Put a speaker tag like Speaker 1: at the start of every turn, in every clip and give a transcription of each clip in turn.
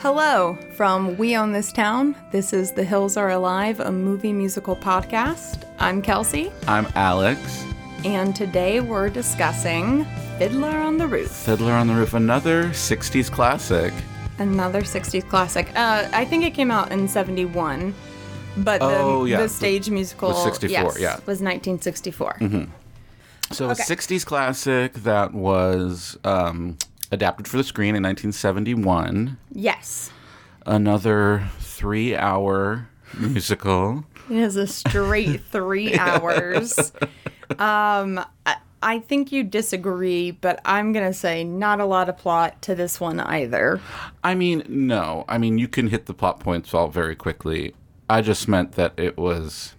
Speaker 1: Hello from We Own This Town. This is The Hills Are Alive, a movie musical podcast. I'm Kelsey,
Speaker 2: I'm Alex.
Speaker 1: and today we're discussing Fiddler on the Roof,
Speaker 2: Fiddler on the Roof, another 60s classic.
Speaker 1: another 60s classic. Uh, I think it came out in 71, but the,
Speaker 2: Oh, yeah.
Speaker 1: the stage musical
Speaker 2: was 64,
Speaker 1: yes,
Speaker 2: yeah. Mm-hmm.
Speaker 1: was 1964.
Speaker 2: So,
Speaker 1: Okay.
Speaker 2: a 60s classic that was um, adapted for the screen in 1971.
Speaker 1: Yes.
Speaker 2: Another three hour musical.
Speaker 1: It is a straight three hours. Um, I, I think you disagree, but I'm going to say not a lot of plot to this one either.
Speaker 2: I mean, no. I mean, you can hit the plot points all very quickly. I just meant that it was.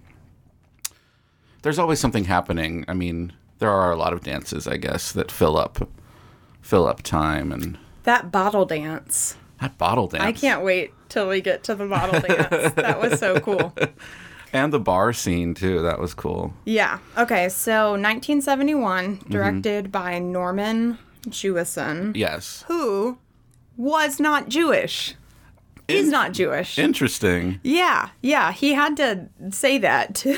Speaker 2: There's always something happening. I mean, there are a lot of dances, I guess, that fill up, fill up time, and
Speaker 1: That bottle dance.
Speaker 2: that bottle dance.
Speaker 1: I can't wait till we get to the bottle dance. That was so cool.
Speaker 2: And the bar scene too. That was cool.
Speaker 1: Yeah. Okay, so 1971, directed by Norman Jewison,
Speaker 2: Yes.
Speaker 1: who was not Jewish. He's
Speaker 2: In-
Speaker 1: not Jewish.
Speaker 2: Interesting.
Speaker 1: yeah, yeah. He had to say that to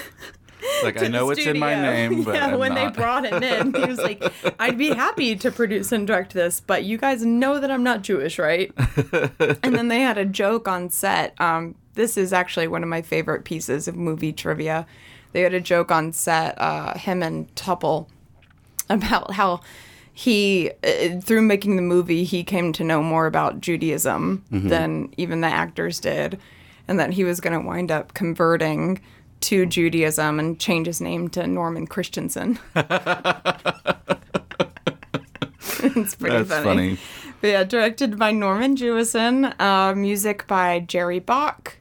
Speaker 2: Like
Speaker 1: to
Speaker 2: I
Speaker 1: the
Speaker 2: know it's in my
Speaker 1: studio.
Speaker 2: name, but
Speaker 1: yeah,
Speaker 2: I'm
Speaker 1: when
Speaker 2: not.
Speaker 1: they brought him in, he was like, "I'd be happy to produce and direct this, but you guys know that I'm not Jewish, right?" and then they had a joke on set. Um, this is actually one of my favorite pieces of movie trivia. They had a joke on set. Uh, him and Tuple about how he uh, through making the movie he came to know more about Judaism
Speaker 2: Mm-hmm.
Speaker 1: than even the actors did and that he was going to wind up converting to Judaism and change his name to Norman Christensen. it's pretty
Speaker 2: That's funny.
Speaker 1: But yeah, directed by Norman Jewison, uh, music by Jerry Bach,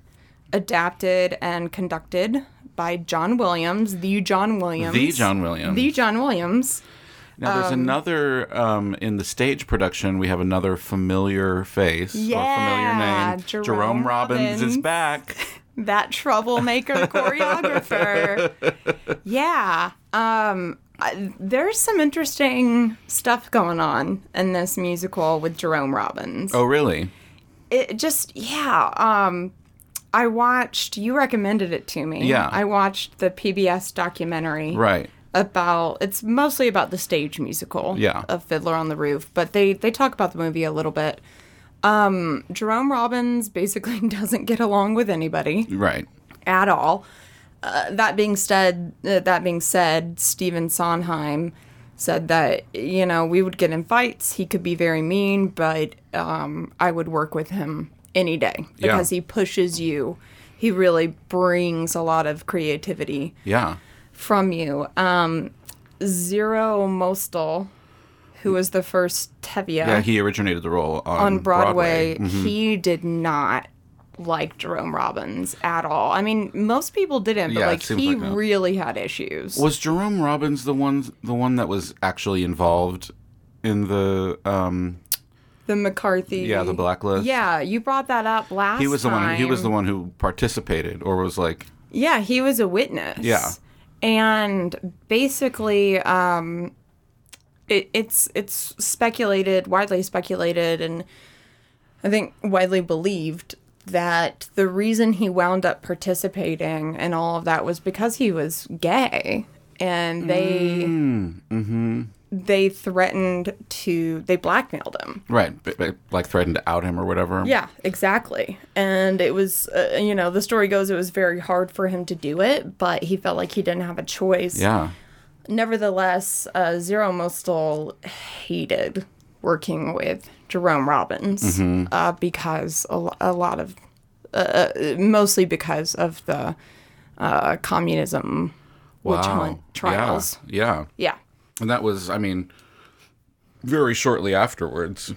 Speaker 1: adapted and conducted by John Williams, the John Williams.
Speaker 2: The John Williams.
Speaker 1: The John Williams.
Speaker 2: now there's another um, in the stage production. We have another familiar face
Speaker 1: Yeah,
Speaker 2: or familiar name.
Speaker 1: Jerome
Speaker 2: Robbins, is
Speaker 1: Robbins.
Speaker 2: back.
Speaker 1: that troublemaker choreographer. Yeah. Um, I, there's some interesting stuff going on in this musical with Jerome Robbins.
Speaker 2: Oh really?
Speaker 1: It just, yeah. Um, I watched, you recommended it to me.
Speaker 2: Yeah.
Speaker 1: I watched the PBS documentary.
Speaker 2: Right.
Speaker 1: About it's mostly about the stage musical
Speaker 2: Yeah.
Speaker 1: of Fiddler on the Roof, but they they talk about the movie a little bit. Um, Jerome Robbins basically doesn't get along with anybody
Speaker 2: Right.
Speaker 1: at all. Uh, that being said, uh, that being said, Stephen Sondheim said that you know we would get in fights. He could be very mean, but um, I would work with him any day
Speaker 2: Yeah.
Speaker 1: because he pushes you. He really brings a lot of creativity
Speaker 2: Yeah.
Speaker 1: from you. Um, Zero Mostel, who was the first Tevye
Speaker 2: Yeah. He originated the role on, Mm-hmm.
Speaker 1: on Broadway, he did not like Jerome Robbins at all. I mean, most people didn't, but
Speaker 2: Yeah, it
Speaker 1: like
Speaker 2: seems
Speaker 1: he
Speaker 2: like that.
Speaker 1: really had issues.
Speaker 2: Was Jerome Robbins the one the one that was actually involved in the um,
Speaker 1: the McCarthy,
Speaker 2: yeah the blacklist?
Speaker 1: yeah, you brought that up last.
Speaker 2: He was the one. He was
Speaker 1: time.
Speaker 2: the one who participated, or was like,
Speaker 1: Yeah, he was a witness.
Speaker 2: Yeah.
Speaker 1: And basically, um, it, it's it's speculated, widely speculated, and I think widely believed that the reason he wound up participating and all of that was because he was gay, and they they threatened to they blackmailed him.
Speaker 2: right, b- b- like threatened to out him or whatever.
Speaker 1: Yeah, exactly. And it was, uh, you know, the story goes it was very hard for him to do it, but he felt like he didn't have a choice.
Speaker 2: Yeah.
Speaker 1: Nevertheless, uh, Zero Mostel hated working with Jerome Robbins
Speaker 2: Mm-hmm.
Speaker 1: uh, because a, lo- a lot of, uh, uh, mostly because of the uh, communism witch
Speaker 2: Wow.
Speaker 1: hunt trials.
Speaker 2: Yeah. yeah.
Speaker 1: Yeah.
Speaker 2: And that was, I mean, very shortly afterwards. I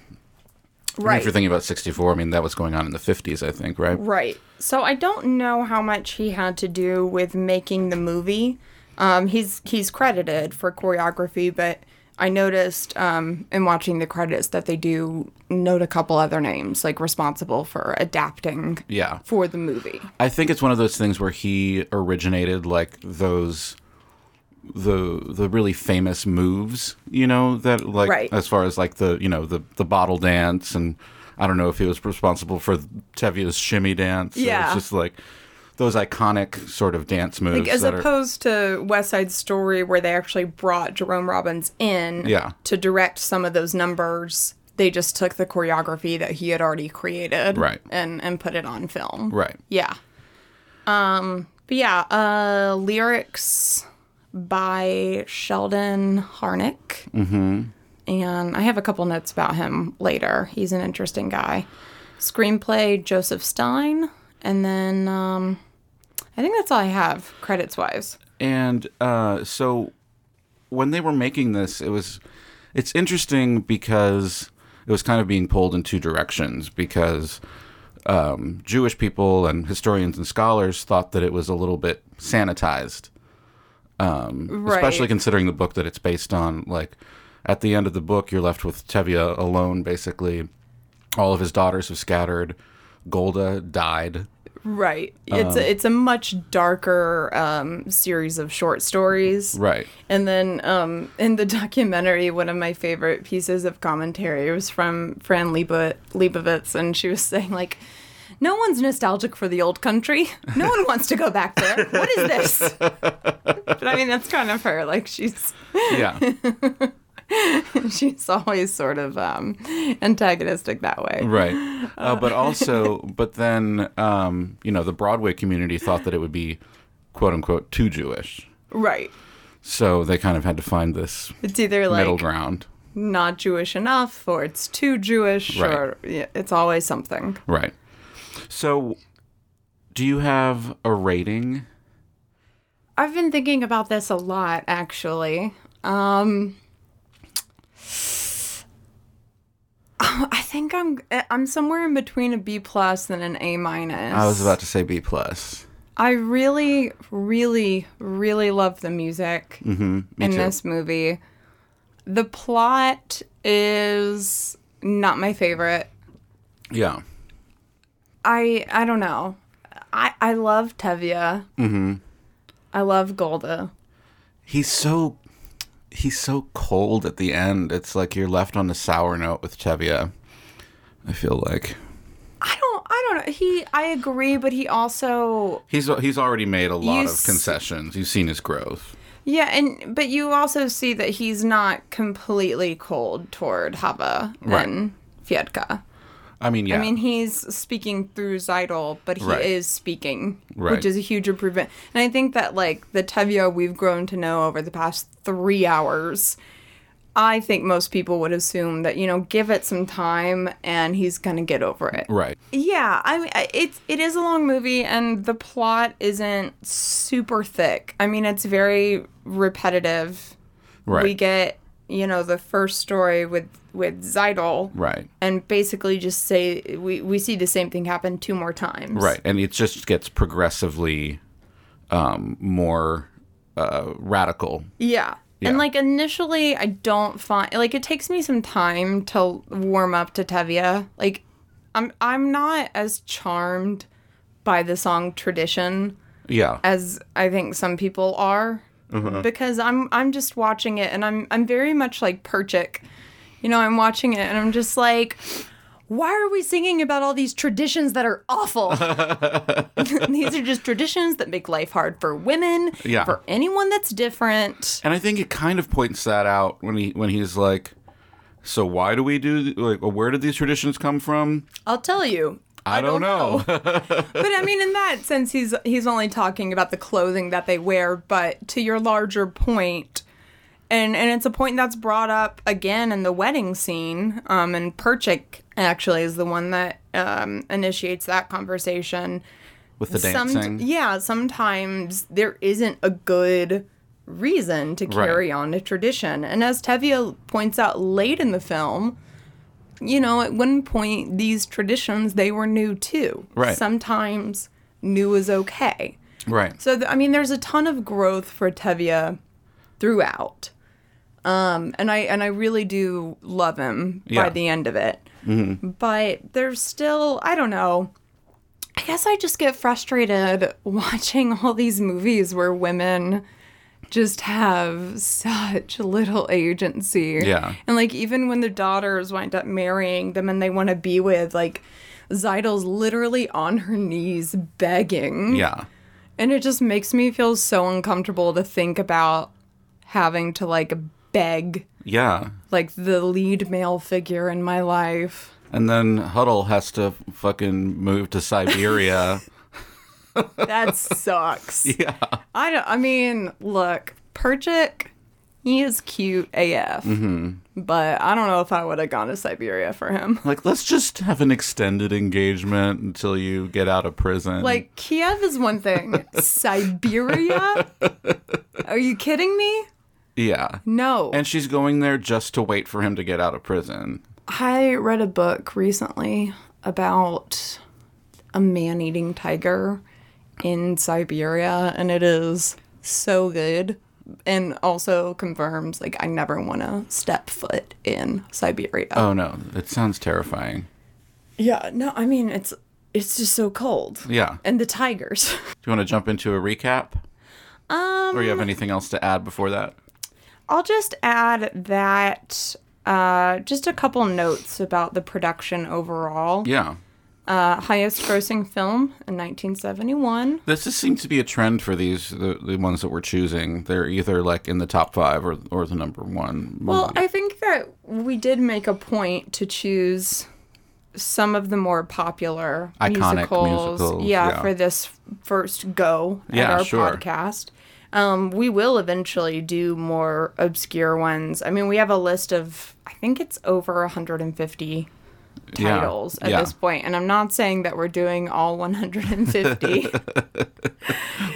Speaker 2: mean,
Speaker 1: Right.
Speaker 2: if you're thinking about 64, I mean, that was going on in the 50s, I think, right?
Speaker 1: Right. So I don't know how much he had to do with making the movie. Um, he's he's credited for choreography, but I noticed um, in watching the credits that they do note a couple other names, like responsible for adapting
Speaker 2: Yeah.
Speaker 1: for the movie.
Speaker 2: I think it's one of those things where he originated like those the the really famous moves, you know, that like
Speaker 1: Right.
Speaker 2: as far as like the you know the the bottle dance and I don't know if he was responsible for Tevia's shimmy dance.
Speaker 1: Yeah.
Speaker 2: It's just like those iconic sort of dance moves.
Speaker 1: Like, as
Speaker 2: that are-
Speaker 1: opposed to West Side Story, where they actually brought Jerome Robbins in
Speaker 2: Yeah.
Speaker 1: to direct some of those numbers, they just took the choreography that he had already created
Speaker 2: Right.
Speaker 1: and, and put it on film.
Speaker 2: right.
Speaker 1: Yeah. Um, but yeah, uh, lyrics by Sheldon Harnick. Mm-hmm. And I have a couple notes about him later. He's an interesting guy. Screenplay Joseph Stein, and then um, I think that's all I have credits wise.
Speaker 2: And uh, so when they were making this, it was it's interesting because it was kind of being pulled in two directions because um, Jewish people and historians and scholars thought that it was a little bit sanitized, um,
Speaker 1: Right.
Speaker 2: especially considering the book that it's based on. Like at the end of the book, you're left with Tevye alone, basically. All of his daughters have scattered. Golda died.
Speaker 1: Right. It's a, it's a much darker um, series of short stories.
Speaker 2: Right.
Speaker 1: And then um, in the documentary, one of my favorite pieces of commentary was from Fran Leibo- Leibovitz, and she was saying, like, no one's nostalgic for the old country. No one wants to go back there. What is this? but I mean, that's kind of her. Like, she's
Speaker 2: Yeah.
Speaker 1: she's always sort of um, antagonistic that way.
Speaker 2: right uh, but also but then um, you know the broadway community thought that it would be quote unquote too jewish
Speaker 1: Right.
Speaker 2: so they kind of had to find this
Speaker 1: It's either like
Speaker 2: middle ground
Speaker 1: not Jewish enough, or it's too Jewish,
Speaker 2: Right.
Speaker 1: or yeah, it's always something.
Speaker 2: right so do you have a rating
Speaker 1: I've been thinking about this a lot, actually. Um, I think I'm I'm somewhere in between a B plus and an A minus.
Speaker 2: i was about to say b plus
Speaker 1: I really, really, really love the music in
Speaker 2: Mm-hmm. too.
Speaker 1: this movie. The plot is not my favorite.
Speaker 2: yeah
Speaker 1: I I don't know. I I love Tevya. Mm-hmm. I love Golda.
Speaker 2: he's so he's so cold at the end it's like you're left on a sour note with tevia i feel like
Speaker 1: I don't I don't know. He I agree, but he also
Speaker 2: he's he's already made a lot
Speaker 1: You
Speaker 2: of
Speaker 1: s-
Speaker 2: concessions you've seen his growth
Speaker 1: Yeah, and but you also see that he's not completely cold toward Hava
Speaker 2: Right.
Speaker 1: and Fiedka.
Speaker 2: i mean yeah
Speaker 1: I mean, he's speaking through Zeidel, but he
Speaker 2: Right.
Speaker 1: is speaking,
Speaker 2: Right.
Speaker 1: which is a huge improvement. And I think that, like, the Tevya we've grown to know over the past three hours, I think most people would assume that, you know, give it some time and he's going to get over it.
Speaker 2: right
Speaker 1: Yeah, I mean, I- it's it is a long movie, and the plot isn't super thick. I mean, it's very repetitive.
Speaker 2: right
Speaker 1: We get you know the first story with with Zeidel,
Speaker 2: Right.
Speaker 1: and basically just say we we see the same thing happen two more times.
Speaker 2: Right. And it just gets progressively um, more uh, radical.
Speaker 1: Yeah.
Speaker 2: Yeah.
Speaker 1: And like initially, I don't find like it takes me some time to warm up to Tevya. Like, I'm I'm not as charmed by the song Tradition
Speaker 2: Yeah.
Speaker 1: as I think some people are
Speaker 2: Uh-huh.
Speaker 1: because I'm I'm just watching it and I'm I'm very much like Perchik. You know, I'm watching it and I'm just like why are we singing about all these traditions that are awful? these are just traditions that make life hard for women,
Speaker 2: Yeah.
Speaker 1: for anyone that's different.
Speaker 2: And I think it kind of points that out when he when he's like, so why do we do th- like where did these traditions come from?
Speaker 1: I'll tell you.
Speaker 2: I, don't, know.
Speaker 1: But I mean in that sense he's he's only talking about the clothing that they wear, but to your larger point, and and it's a point that's brought up again in the wedding scene. Um, and Perchik actually is the one that um, initiates that conversation.
Speaker 2: With the
Speaker 1: Some-
Speaker 2: dancing.
Speaker 1: yeah, sometimes there isn't a good reason to
Speaker 2: Right.
Speaker 1: carry on a tradition, and as Tevye points out late in the film. You know, at one point, these traditions, they were new too.
Speaker 2: Right.
Speaker 1: Sometimes new is okay.
Speaker 2: Right.
Speaker 1: So th- I mean, there's a ton of growth for Tevia throughout, um, and I and I really do love him
Speaker 2: Yeah. Mm-hmm.
Speaker 1: by the end of it. But there's still I don't know. I guess I just get frustrated watching all these movies where women just have such little agency.
Speaker 2: Yeah.
Speaker 1: And like even when the daughters wind up marrying them and they want to be with like Zeidel's literally on her knees begging.
Speaker 2: Yeah.
Speaker 1: And it just makes me feel so uncomfortable to think about having to like beg
Speaker 2: Yeah.
Speaker 1: like the lead male figure in my life.
Speaker 2: And then Huddle has to fucking move to Siberia.
Speaker 1: That sucks.
Speaker 2: yeah.
Speaker 1: I don't, I mean, look, Perchik, he is cute AF. But I don't know if I would have gone to Siberia for him.
Speaker 2: Like, let's just have an extended engagement until you get out of prison.
Speaker 1: Like Kiev is one thing. Siberia? Are you kidding me?
Speaker 2: yeah.
Speaker 1: No.
Speaker 2: And she's going there just to wait for him to get out of prison.
Speaker 1: I read a book recently about a man eating tiger in Siberia, and it is so good. And also confirms, like, I never want to step foot in Siberia.
Speaker 2: Oh no, it sounds terrifying.
Speaker 1: yeah, no, I mean, it's it's just so cold.
Speaker 2: Yeah.
Speaker 1: And the tigers.
Speaker 2: Do you want to jump into a recap? Um, or you have anything else to add before that?
Speaker 1: I'll just add that uh, just a couple notes about the production overall.
Speaker 2: Yeah.
Speaker 1: Uh, highest grossing film in 1971.
Speaker 2: This just seems to be a trend for these the, the ones that we're choosing. They're either like in the top five or or the number one.
Speaker 1: Well,
Speaker 2: movie.
Speaker 1: I think that we did make a point to choose some of the more popular
Speaker 2: Iconic
Speaker 1: musicals,
Speaker 2: musicals,
Speaker 1: yeah,
Speaker 2: yeah.
Speaker 1: for this first go at
Speaker 2: Yeah,
Speaker 1: our
Speaker 2: sure.
Speaker 1: podcast. Um, we will eventually do more obscure ones. I mean, we have a list of I think it's over 150
Speaker 2: Yeah,
Speaker 1: titles at
Speaker 2: yeah.
Speaker 1: this point, and I'm not saying that we're doing all 150.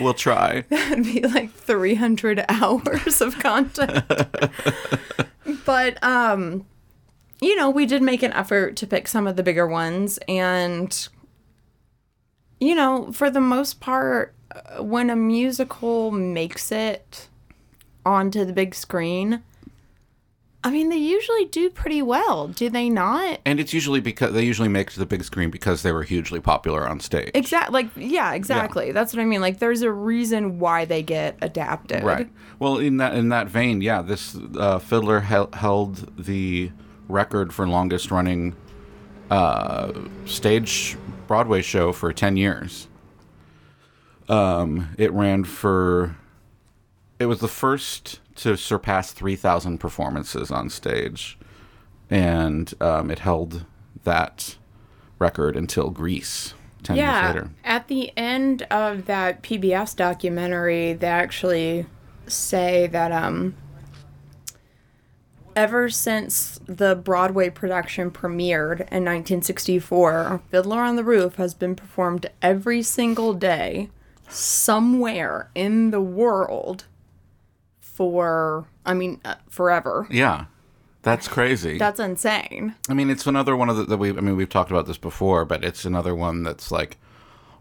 Speaker 2: we'll try.
Speaker 1: That'd be like 300 hours of content. but um you know, we did make an effort to pick some of the bigger ones and you know, for the most part uh, when a musical makes it onto the big screen, I mean, they usually do pretty well, do they not?
Speaker 2: And it's usually because they usually make it to the big screen because they were hugely popular on stage.
Speaker 1: Exactly. Like, yeah, exactly. That's what I mean. Like, there's a reason why they get adapted.
Speaker 2: Right. Well, in that in that vein, yeah, this uh, Fiddler hel- held the record for longest running uh, stage Broadway show for ten years. Um, it ran for. It was the first to surpass three thousand performances on stage, and um, it held that record until Greece ten years later.
Speaker 1: At the end of that PBS documentary, they actually say that um ever since the Broadway production premiered in 1964, Fiddler on the Roof has been performed every single day somewhere in the world for I mean uh, forever.
Speaker 2: Yeah, that's crazy.
Speaker 1: That's insane.
Speaker 2: I mean, it's another one of the that we. I mean, we've talked about this before, but it's another one that's like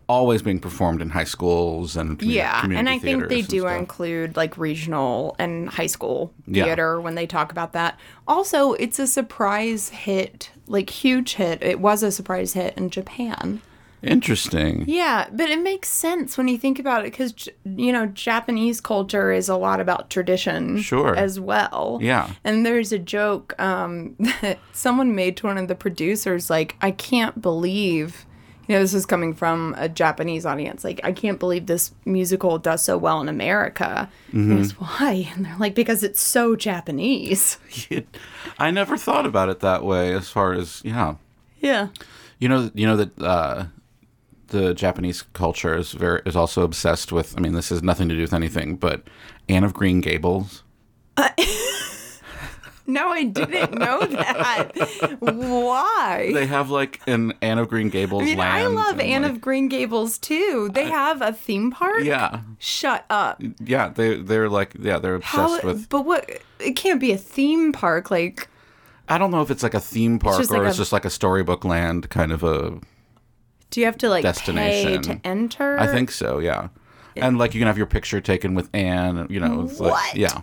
Speaker 2: always being performed in high schools and commu-
Speaker 1: yeah
Speaker 2: community
Speaker 1: and i think they
Speaker 2: theaters and
Speaker 1: do
Speaker 2: stuff.
Speaker 1: include like regional and high school
Speaker 2: Yeah.
Speaker 1: theater when they talk about that also it's a surprise hit like huge hit it was a surprise hit in japan
Speaker 2: Interesting.
Speaker 1: yeah but it makes sense when you think about it because you know japanese culture is a lot about tradition
Speaker 2: Sure.
Speaker 1: as well
Speaker 2: Yeah.
Speaker 1: and there's a joke um, that someone made to one of the producers, like, I can't believe, you know, this is coming from a Japanese audience, like, I can't believe this musical does so well in America. And
Speaker 2: Mm-hmm.
Speaker 1: he goes, Why? And they're like, Because it's so Japanese.
Speaker 2: I never thought about it that way. As far as yeah,
Speaker 1: Yeah.
Speaker 2: you know, you know that uh, the Japanese culture is very is also obsessed with. I mean, this has nothing to do with anything, but Anne of Green Gables.
Speaker 1: No, I didn't know that. Why?
Speaker 2: They have like an Anne of Green Gables.
Speaker 1: I mean,
Speaker 2: land
Speaker 1: I love
Speaker 2: and,
Speaker 1: Anne
Speaker 2: like-
Speaker 1: of Green Gables too. They have a theme park?
Speaker 2: Yeah,
Speaker 1: Shut up.
Speaker 2: yeah. They they're like yeah they're
Speaker 1: How,
Speaker 2: obsessed with.
Speaker 1: but what? It can't be a theme park. Like,
Speaker 2: I don't know if it's like a theme park
Speaker 1: just
Speaker 2: or
Speaker 1: like
Speaker 2: it's
Speaker 1: a-
Speaker 2: just like a storybook land kind of a.
Speaker 1: Do you have to like
Speaker 2: Destination.
Speaker 1: pay to enter?
Speaker 2: I think so, yeah. And like you can have your picture taken with Anne, you know. it's like-
Speaker 1: What?
Speaker 2: yeah.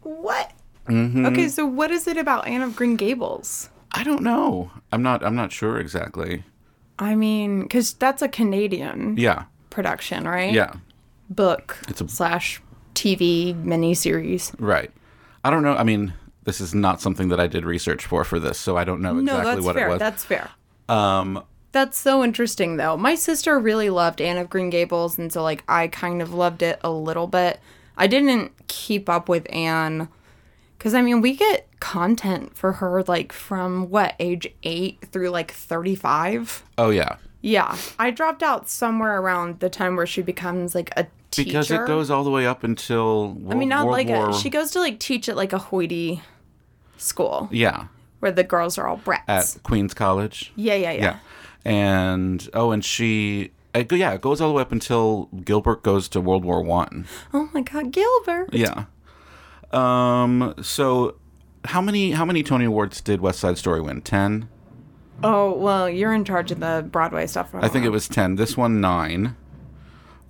Speaker 1: what.
Speaker 2: Mm-hmm.
Speaker 1: Okay, so what is it about Anne of Green Gables?
Speaker 2: I don't know. I'm not. I'm not sure exactly.
Speaker 1: I mean, because that's a Canadian
Speaker 2: Yeah.
Speaker 1: production, right?
Speaker 2: Yeah.
Speaker 1: Book
Speaker 2: It's a-
Speaker 1: slash TV miniseries.
Speaker 2: Right. I don't know. I mean, this is not something that I did research for for this, so I don't know
Speaker 1: No,
Speaker 2: exactly
Speaker 1: that's
Speaker 2: what
Speaker 1: fair.
Speaker 2: it was.
Speaker 1: That's fair.
Speaker 2: um,
Speaker 1: That's so interesting, though. My sister really loved Anne of Green Gables, and so like I kind of loved it a little bit. I didn't keep up with Anne because I mean we get content for her like from what age eight through like thirty five.
Speaker 2: oh yeah,
Speaker 1: Yeah, I dropped out somewhere around the time where she becomes like a teacher.
Speaker 2: because it goes all the way up until World,
Speaker 1: I mean, not
Speaker 2: World
Speaker 1: like
Speaker 2: War.
Speaker 1: a. She goes to like teach at like a hoity school
Speaker 2: yeah,
Speaker 1: where the girls are all brats.
Speaker 2: at Queens College.
Speaker 1: yeah, yeah, yeah,
Speaker 2: Yeah. And oh, and she. It, go- yeah, it goes all the way up until Gilbert goes to World War One.
Speaker 1: Oh my God, Gilbert.
Speaker 2: Yeah. Um. So, how many how many Tony Awards did West Side Story win? Ten.
Speaker 1: Oh well, you're in charge of the Broadway stuff.
Speaker 2: I think it was ten. This one nine,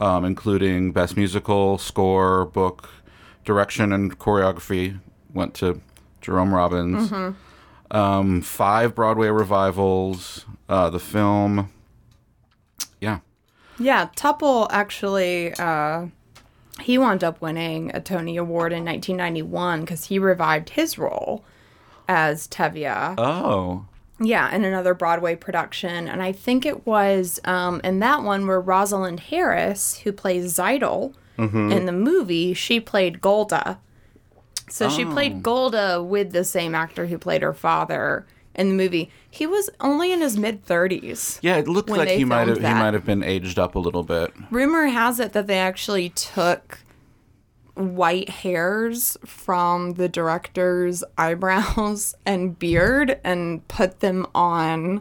Speaker 2: um, including best musical, score, book, direction, and choreography went to Jerome Robbins. Um, five Broadway revivals. Uh, the film. Yeah.
Speaker 1: Yeah, Tuple actually, uh, he wound up winning a Tony Award in 1991 because he revived his role as Tevye.
Speaker 2: Oh.
Speaker 1: Yeah, in another Broadway production. And I think it was um, in that one where Rosalind Harris, who plays Zeidel
Speaker 2: Mm-hmm.
Speaker 1: in the movie, she played Golda. So she
Speaker 2: Oh.
Speaker 1: played Golda with the same actor who played her father in the movie. He was only in his mid 30s.
Speaker 2: Yeah, it looked
Speaker 1: When
Speaker 2: like
Speaker 1: they
Speaker 2: he might
Speaker 1: filmed
Speaker 2: have he
Speaker 1: that.
Speaker 2: might have been aged up a little bit.
Speaker 1: rumor has it that they actually took white hairs from the director's eyebrows and beard and put them on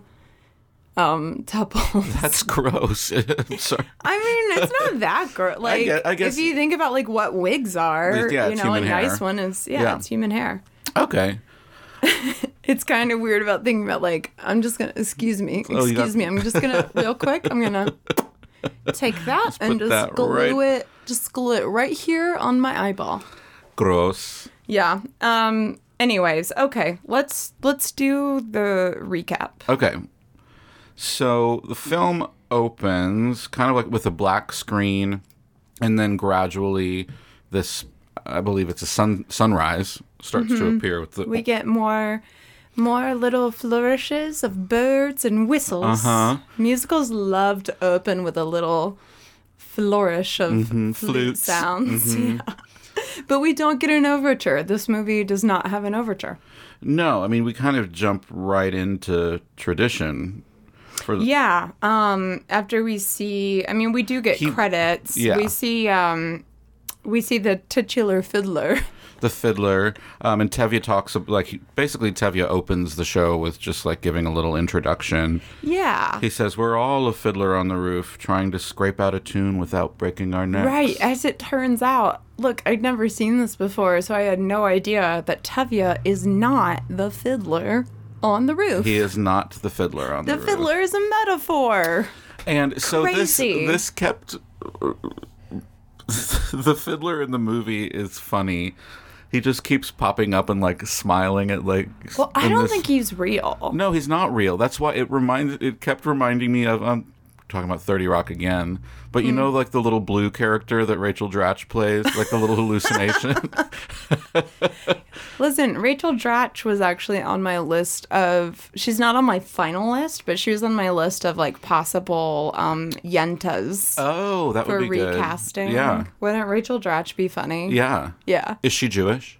Speaker 1: um Tupple's.
Speaker 2: That's gross. I'm sorry.
Speaker 1: I mean, it's not that gross. Like
Speaker 2: get- I guess-
Speaker 1: if you think about like what wigs are,
Speaker 2: It's- yeah,
Speaker 1: you
Speaker 2: it's
Speaker 1: know, a
Speaker 2: human hair.
Speaker 1: nice one is yeah,
Speaker 2: Yeah.
Speaker 1: it's human hair.
Speaker 2: Okay.
Speaker 1: It's kind of weird about thinking about like I'm just gonna excuse me, excuse
Speaker 2: Oh, you got-
Speaker 1: me. I'm just gonna real quick. I'm gonna take that and
Speaker 2: put
Speaker 1: just
Speaker 2: that
Speaker 1: glue
Speaker 2: right-
Speaker 1: it, just glue it right here on my eyeball.
Speaker 2: Gross.
Speaker 1: Yeah. Um. Anyways, okay. Let's let's do the recap.
Speaker 2: Okay. So the film opens kind of like with a black screen, and then gradually, this I believe it's a sun sunrise starts to appear with the
Speaker 1: Mm-hmm. We get more more little flourishes of birds and whistles.
Speaker 2: Uh-huh.
Speaker 1: Musicals love to open with a little flourish of flute
Speaker 2: Mm-hmm. flutes. Mm-hmm.
Speaker 1: sounds. Yeah. But we don't get an overture. This movie does not have an overture.
Speaker 2: no. I mean, we kind of jump right into tradition. For the,
Speaker 1: Yeah. Um. After we see, I mean, we do get credits.
Speaker 2: yeah.
Speaker 1: We see. Um. We see the titular fiddler.
Speaker 2: the fiddler, um, and Tevye talks ab- like he- basically Tevye opens the show with just like giving a little introduction.
Speaker 1: Yeah.
Speaker 2: He says, "We're all a fiddler on the roof, trying to scrape out a tune without breaking our necks."
Speaker 1: Right. As it turns out, look, I'd never seen this before, so I had no idea that Tevye is not the fiddler on the roof.
Speaker 2: He is not the fiddler on the,
Speaker 1: the
Speaker 2: roof.
Speaker 1: fiddler is a metaphor.
Speaker 2: And so
Speaker 1: Crazy.
Speaker 2: this this kept the fiddler in the movie is funny. He just keeps popping up and like smiling at like.
Speaker 1: Well, I
Speaker 2: in
Speaker 1: don't
Speaker 2: this-
Speaker 1: think he's real.
Speaker 2: No, he's not real. That's why it reminded. It kept reminding me of. I'm talking about Thirty Rock again, but
Speaker 1: Hmm.
Speaker 2: you know, like the little blue character that Rachel Dratch plays, like the little hallucination.
Speaker 1: Listen, Rachel Dratch was actually on my list of. She's not on my final list, but she was on my list of like possible um yentas
Speaker 2: oh, that
Speaker 1: for
Speaker 2: would be good.
Speaker 1: recasting.
Speaker 2: Yeah,
Speaker 1: Wouldn't Rachel Dratch be funny?
Speaker 2: yeah.
Speaker 1: Yeah.
Speaker 2: Is she Jewish?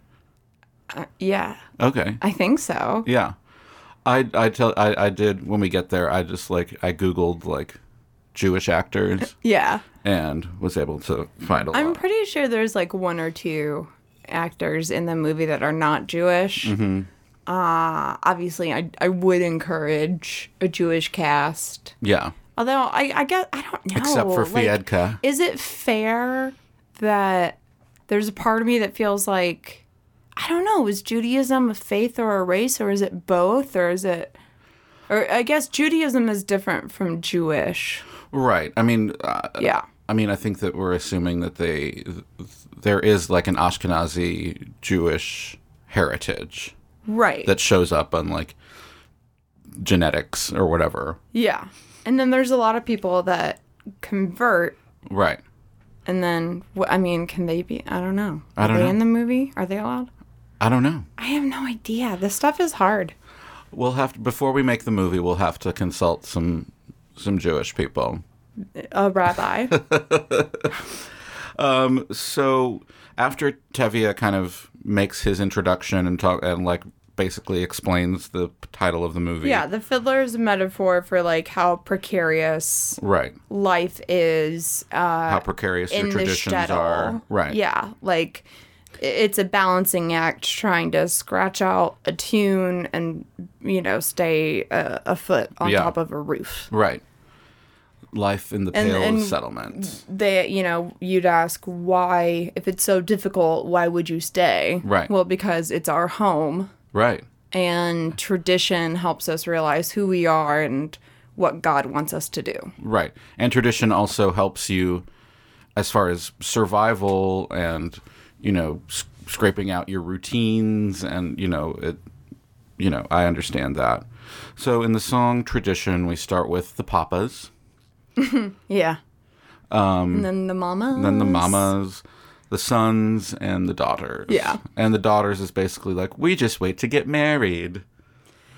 Speaker 1: Yeah.
Speaker 2: Okay.
Speaker 1: I think so.
Speaker 2: Yeah, I I tell I, I did when we get there. I just like I googled like Jewish actors
Speaker 1: Yeah.
Speaker 2: and was able to find a
Speaker 1: I'm
Speaker 2: lot.
Speaker 1: pretty sure there's like one or two actors in the movie that are not Jewish.
Speaker 2: Mm-hmm.
Speaker 1: Uh, obviously, I, I would encourage a Jewish cast.
Speaker 2: Yeah,
Speaker 1: Although, I, I guess, I don't know.
Speaker 2: except for
Speaker 1: like,
Speaker 2: Fiedka.
Speaker 1: Is it fair that there's a part of me that feels like, I don't know, is Judaism a faith or a race, or is it both, or is it. Or I guess Judaism is different from Jewish.
Speaker 2: right. I mean, uh,
Speaker 1: Yeah.
Speaker 2: I mean, I think that we're assuming that they there is like an Ashkenazi Jewish heritage
Speaker 1: Right.
Speaker 2: that shows up on like genetics or whatever.
Speaker 1: Yeah. And then there's a lot of people that convert
Speaker 2: Right.
Speaker 1: And then, wh- I mean, can they be? I don't know.
Speaker 2: I don't
Speaker 1: Are they
Speaker 2: know.
Speaker 1: in the movie? Are they allowed?
Speaker 2: I don't know.
Speaker 1: I have no idea. This stuff is hard.
Speaker 2: We'll have to, before we make the movie, we'll have to consult some some Jewish people.
Speaker 1: A rabbi.
Speaker 2: So after Tevye kind of makes his introduction and talk and like basically explains the title of the movie.
Speaker 1: yeah, the fiddler is a metaphor for like how precarious
Speaker 2: Right.
Speaker 1: life is uh,
Speaker 2: How precarious your
Speaker 1: in the
Speaker 2: traditions
Speaker 1: shtetl.
Speaker 2: are. Right.
Speaker 1: Yeah, like i- it's a balancing act trying to scratch out a tune and you know stay uh, a, a foot on
Speaker 2: Yeah.
Speaker 1: top of a roof.
Speaker 2: Right. Life in the
Speaker 1: And-
Speaker 2: pale
Speaker 1: and-
Speaker 2: of settlement.
Speaker 1: They, you know, you'd ask why if it's so difficult, why would you stay?
Speaker 2: Right.
Speaker 1: Well, because it's our home.
Speaker 2: Right.
Speaker 1: and tradition helps us realize who we are and what God wants us to do.
Speaker 2: Right. And tradition also helps you as far as survival and, you know, s- scraping out your routines and, you know, it you know, I understand that. So in the song Tradition, we start with the papas,
Speaker 1: Yeah. Um, and then the mama.
Speaker 2: then the mamas, the sons and the daughters.
Speaker 1: Yeah.
Speaker 2: And the daughters is basically like we just wait to get married.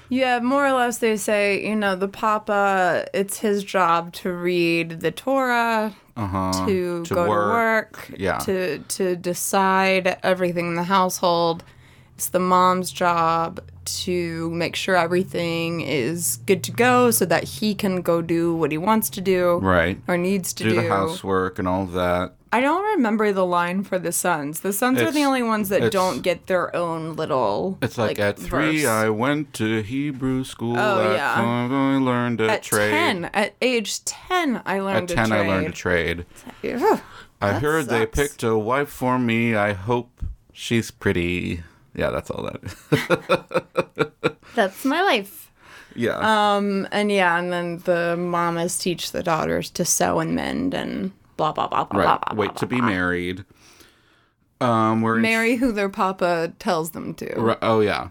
Speaker 1: Yeah, more or less they say, you know, the papa, it's his job to read the Torah, to,
Speaker 2: Uh-huh. to
Speaker 1: go
Speaker 2: work,
Speaker 1: to work,
Speaker 2: yeah.
Speaker 1: to, to decide everything in the household. It's the mom's job to make sure everything is good to go so that he can go do what he wants to do
Speaker 2: Right.
Speaker 1: or needs to
Speaker 2: Do
Speaker 1: do.
Speaker 2: the housework and all that.
Speaker 1: I don't remember the line for the sons. The sons are the
Speaker 2: It's-
Speaker 1: only ones that
Speaker 2: it's-
Speaker 1: don't get their own little.
Speaker 2: It's like, at three,
Speaker 1: verse.
Speaker 2: I went to Hebrew school.
Speaker 1: Oh,
Speaker 2: at
Speaker 1: yeah.
Speaker 2: five, I learned a
Speaker 1: at
Speaker 2: trade.
Speaker 1: ten, at age ten, I
Speaker 2: At
Speaker 1: learned to
Speaker 2: 10, I learned to
Speaker 1: trade.
Speaker 2: trade.
Speaker 1: Ugh.
Speaker 2: I heard they
Speaker 1: sucks.
Speaker 2: picked a wife for me. I hope she's pretty. Yeah, that's all that.
Speaker 1: That's my life.
Speaker 2: yeah.
Speaker 1: Um, and yeah, and then the mamas teach the daughters to sew and mend and blah blah blah blah blah.
Speaker 2: right.
Speaker 1: blah,
Speaker 2: Wait
Speaker 1: blah,
Speaker 2: to be
Speaker 1: blah.
Speaker 2: married. Um, we're in-
Speaker 1: Marry who their papa tells them to.
Speaker 2: Ri- Oh, yeah.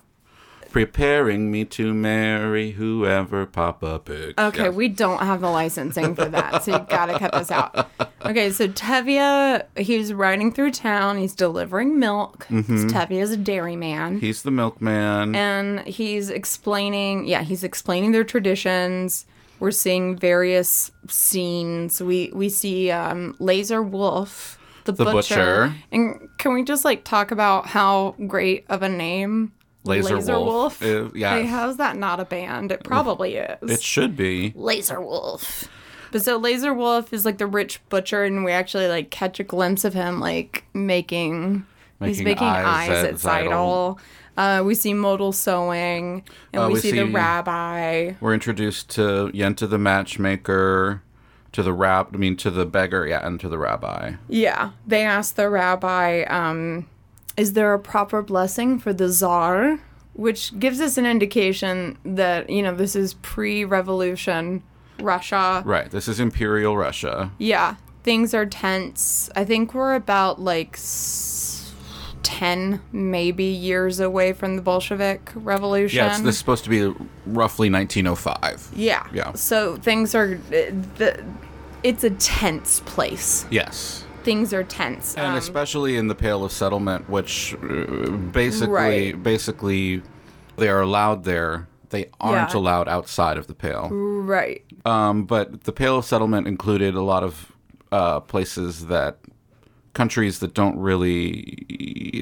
Speaker 2: Preparing me to marry whoever Papa picks.
Speaker 1: Okay,
Speaker 2: Yes.
Speaker 1: we don't have the licensing for that, so you gotta cut this out. Okay, so Tevye, he's riding through town. He's delivering milk.
Speaker 2: Mm-hmm.
Speaker 1: Tevye is a dairyman,
Speaker 2: He's the milkman.
Speaker 1: and he's explaining. Yeah, he's explaining their traditions. We're seeing various scenes. We we see um, Laser Wolf, the,
Speaker 2: The
Speaker 1: butcher.
Speaker 2: butcher.
Speaker 1: and can we just like talk about how great of a name
Speaker 2: Laser Wolf is-
Speaker 1: yeah,
Speaker 2: yes.
Speaker 1: how's that not a band? It probably is.
Speaker 2: it should be.
Speaker 1: Laser Wolf. But so Laser Wolf is like the rich butcher, and we actually like catch a glimpse of him like making. he's
Speaker 2: Making
Speaker 1: making eyes,
Speaker 2: eyes at
Speaker 1: at Seidel. Uh, we see modal sewing, and
Speaker 2: Uh,
Speaker 1: we,
Speaker 2: we
Speaker 1: see, the
Speaker 2: see-
Speaker 1: rabbi.
Speaker 2: We're introduced to Yenta the matchmaker, to the rab I mean to the beggar, yeah, and to the rabbi.
Speaker 1: Yeah, they ask the rabbi, um, "Is there a proper blessing for the czar?" Which gives us an indication that you know this is pre-revolution Russia.
Speaker 2: Right. This is Imperial Russia.
Speaker 1: Yeah, things are tense. I think we're about like s- 10 maybe years away from the Bolshevik Revolution.
Speaker 2: Yeah, it's this is supposed to be roughly 1905.
Speaker 1: yeah.
Speaker 2: Yeah.
Speaker 1: So things are uh, the it's a tense place.
Speaker 2: Yes.
Speaker 1: Things are tense.
Speaker 2: And
Speaker 1: Um,
Speaker 2: especially in the Pale of Settlement, which uh, basically
Speaker 1: Right.
Speaker 2: basically they are allowed there. They aren't
Speaker 1: Yeah.
Speaker 2: allowed outside of the Pale.
Speaker 1: Uh, right.
Speaker 2: Um, but the Pale of Settlement included a lot of uh, places that countries that don't really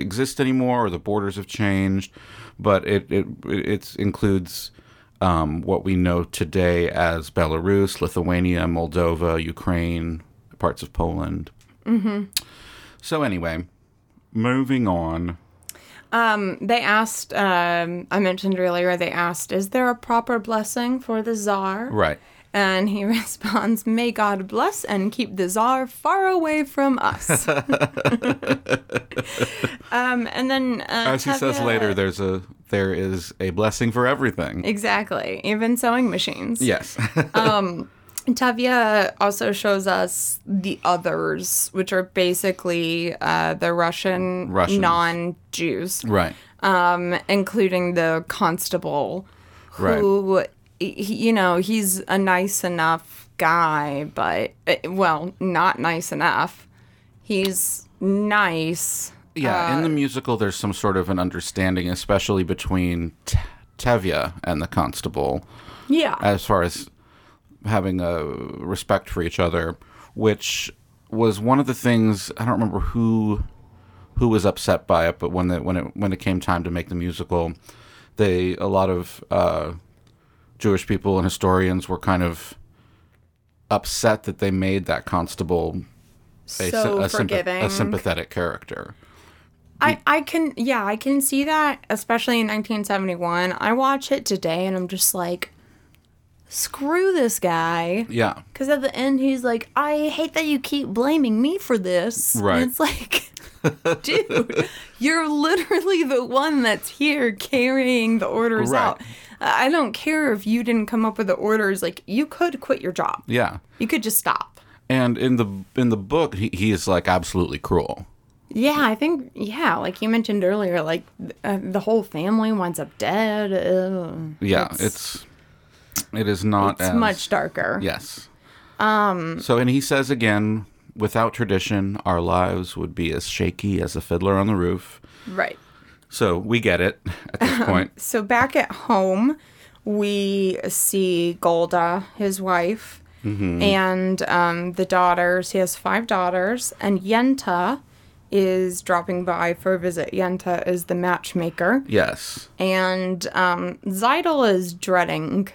Speaker 2: exist anymore, or the borders have changed. But it it it includes um, what we know today as Belarus, Lithuania, Moldova, Ukraine, parts of Poland. Mm-hmm. So anyway, moving on.
Speaker 1: They asked um I mentioned earlier they asked is there a proper blessing for the czar?
Speaker 2: Right.
Speaker 1: And he responds, May God bless and keep the czar far away from us. um, and then. Uh,
Speaker 2: As he says
Speaker 1: Tevye-
Speaker 2: later, there's a there is a blessing for everything.
Speaker 1: Exactly, even sewing machines.
Speaker 2: yes.
Speaker 1: Tavia also shows us the others, which are basically uh, the Russian
Speaker 2: Russians.
Speaker 1: non Jews,
Speaker 2: right.
Speaker 1: um, including the constable,
Speaker 2: Right.
Speaker 1: who, he, you know, he's a nice enough guy, but, eh, well, not nice enough. He's nice.
Speaker 2: Yeah,
Speaker 1: Uh,
Speaker 2: in the musical, there's some sort of an understanding, especially between T- Tevye and the constable,
Speaker 1: Yeah.
Speaker 2: as far as having a respect for each other, which was one of the things I don't remember who who was upset by it, but when the, when it when it came time to make the musical, they a lot of uh, Jewish people and historians were kind of upset that they made that constable a,
Speaker 1: so
Speaker 2: a sympa-
Speaker 1: forgiving.
Speaker 2: a sympathetic character.
Speaker 1: I, I can yeah I can see that especially in 1971. I watch it today and I'm just like, screw this guy.
Speaker 2: Yeah.
Speaker 1: Because at the end he's like, I hate that you keep blaming me for this. And
Speaker 2: Right.
Speaker 1: it's like, dude, you're literally the one that's here carrying the orders
Speaker 2: Right.
Speaker 1: out. I I don't care if you didn't come up with the orders. Like you could quit your job.
Speaker 2: Yeah.
Speaker 1: You could just stop.
Speaker 2: And in the in the book, he, he is like absolutely cruel.
Speaker 1: Yeah, I think yeah, like you mentioned earlier, like th- uh, the whole family winds up dead. Ugh.
Speaker 2: Yeah, it's it is not
Speaker 1: it's
Speaker 2: as
Speaker 1: much darker.
Speaker 2: Yes. Um. So and he says again, without tradition, our lives would be as shaky as a fiddler on the roof.
Speaker 1: Right.
Speaker 2: So we get it at this point.
Speaker 1: So back at home, we see Golda, his wife,
Speaker 2: Mm-hmm.
Speaker 1: and um, the daughters. He has five daughters, and Yenta is dropping by for a visit. Yenta is the matchmaker,
Speaker 2: Yes.
Speaker 1: and um, Zeidel is dreading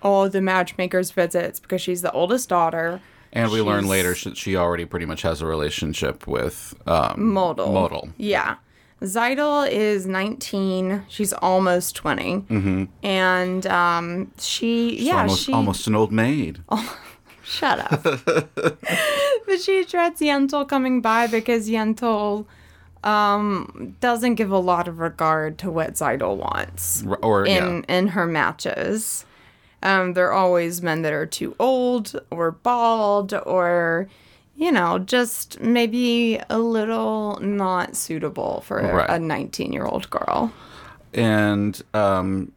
Speaker 1: all the matchmaker's visits because she's the oldest daughter.
Speaker 2: And we learn
Speaker 1: She's-
Speaker 2: later that she already pretty much has a relationship with um,
Speaker 1: Modal.
Speaker 2: Modal.
Speaker 1: Yeah. Zeidel is 19. She's almost 20. Mm-hmm. And um, she, yeah,
Speaker 2: almost
Speaker 1: she. Oh,
Speaker 2: almost an old maid.
Speaker 1: Shut up. but she dreads Yentl coming by because Yentl um, doesn't give a lot of regard to what Zeidel wants
Speaker 2: R- Or yeah.
Speaker 1: in, in her matches. Um, they're always men that are too old or bald or, you know, just maybe a little not suitable for a-
Speaker 2: Right.
Speaker 1: a 19 year old girl.
Speaker 2: and um,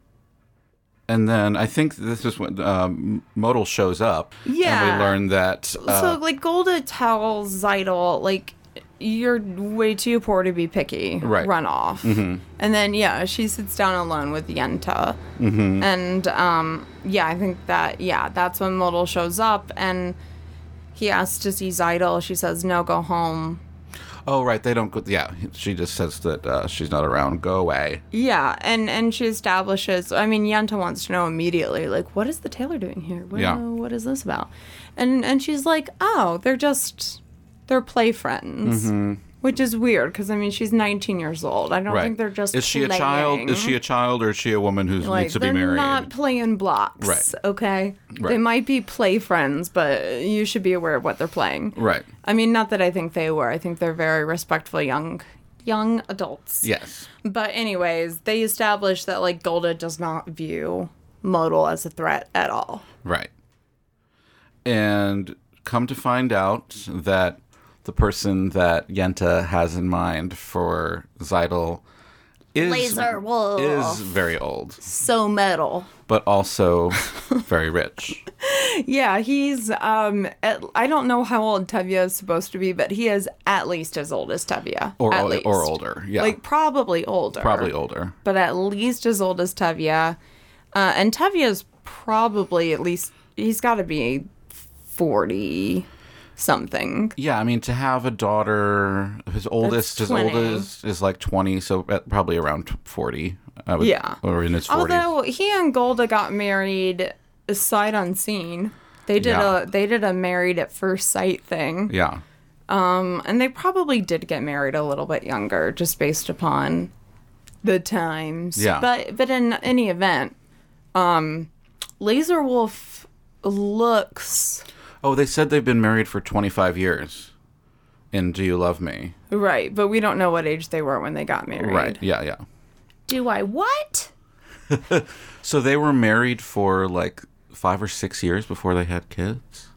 Speaker 2: and then I think this is when um, Modal shows up. and
Speaker 1: Yeah.
Speaker 2: we learn that. Uh,
Speaker 1: so, like, Golda tells Zeidel, like, you're way too poor to be picky.
Speaker 2: Right. Mm-hmm.
Speaker 1: Run off. And then, yeah, she sits down alone with Yenta. Mm-hmm. And, um, yeah, I think that, yeah, that's when Modal shows up and he asks to see Zeidel. She says, no, go home.
Speaker 2: oh, right, they don't. go Yeah, she just says that uh, she's not around. Go away.
Speaker 1: Yeah, and and she establishes. I mean, Yenta wants to know immediately, like, what is the tailor doing here? What,
Speaker 2: Yeah.
Speaker 1: what is this about? And and she's like, oh, they're just they're play friends, which is weird because I mean, she's 19 years old. I don't
Speaker 2: Mm-hmm. Right.
Speaker 1: think they're just.
Speaker 2: Is she a child?
Speaker 1: playing.
Speaker 2: Is she a child or is she a woman who
Speaker 1: Like,
Speaker 2: needs to be
Speaker 1: they're
Speaker 2: married?
Speaker 1: not playing blocks,
Speaker 2: Right.
Speaker 1: okay? They
Speaker 2: Right.
Speaker 1: might be play friends, but you should be aware of what they're playing.
Speaker 2: Right.
Speaker 1: I mean, not that I think they were. I think they're very respectful young young adults.
Speaker 2: Yes.
Speaker 1: But anyways, they establish that like Golda does not view Modal as a threat at all.
Speaker 2: Right. And come to find out that the person that Yenta has in mind for Zeidel is
Speaker 1: Laser Wolf.
Speaker 2: is very old,
Speaker 1: So metal.
Speaker 2: but also very rich.
Speaker 1: Yeah, he's um at, I don't know how old Tevye is supposed to be, but he is at least as old as Tevye.
Speaker 2: Or
Speaker 1: at
Speaker 2: or,
Speaker 1: least.
Speaker 2: or older. Yeah.
Speaker 1: Like probably older.
Speaker 2: probably older.
Speaker 1: But at least as old as Tevye. Uh, and Tevye is probably at least he's got to be 40 something.
Speaker 2: Yeah, I mean to have a daughter, his oldest, his
Speaker 1: 20.
Speaker 2: oldest is like twenty, so at probably around forty. I would,
Speaker 1: Yeah.
Speaker 2: or in his forties.
Speaker 1: Although he and Golda got married sight unseen. They did
Speaker 2: Yeah.
Speaker 1: a they did a married at first sight thing.
Speaker 2: yeah,
Speaker 1: Um and they probably did get married a little bit younger just based upon the times.
Speaker 2: Yeah.
Speaker 1: But but in any event, um Laser Wolf looks
Speaker 2: Oh, they said they've been married for 25 years. In Do You Love Me?
Speaker 1: right, but we don't know what age they were when they got married.
Speaker 2: Yeah, yeah.
Speaker 1: Do I what?
Speaker 2: So they were married for like five or six years before they had kids?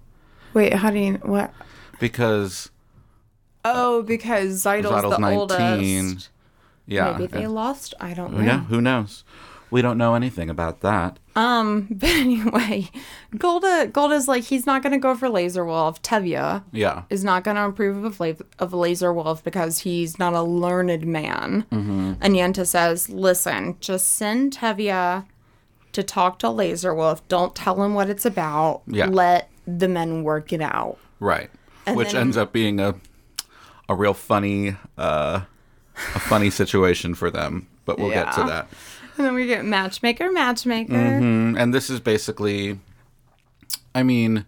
Speaker 1: Wait, how do you what?
Speaker 2: Because,
Speaker 1: Oh, because Zeidel's,
Speaker 2: Zeidel's
Speaker 1: the
Speaker 2: 19.
Speaker 1: oldest.
Speaker 2: yeah.
Speaker 1: Maybe they lost. I don't know.
Speaker 2: yeah, who knows? We don't know anything about that.
Speaker 1: Um, but anyway, Golda Golda's like he's not gonna go for Laser Wolf. Tevya
Speaker 2: Yeah.
Speaker 1: is not gonna approve of la- of Laser Wolf because he's not a learned man.
Speaker 2: Mm-hmm.
Speaker 1: mm Anyanta says, "Listen, just send Tevya to talk to Laser Wolf. Don't tell him what it's about.
Speaker 2: Yeah.
Speaker 1: Let the men work it out."
Speaker 2: Right. Which
Speaker 1: then-
Speaker 2: ends up being a a real funny uh a funny situation for them, but we'll get to
Speaker 1: Yeah.
Speaker 2: that.
Speaker 1: And then we get matchmaker, matchmaker.
Speaker 2: Mm, And this is basically I mean,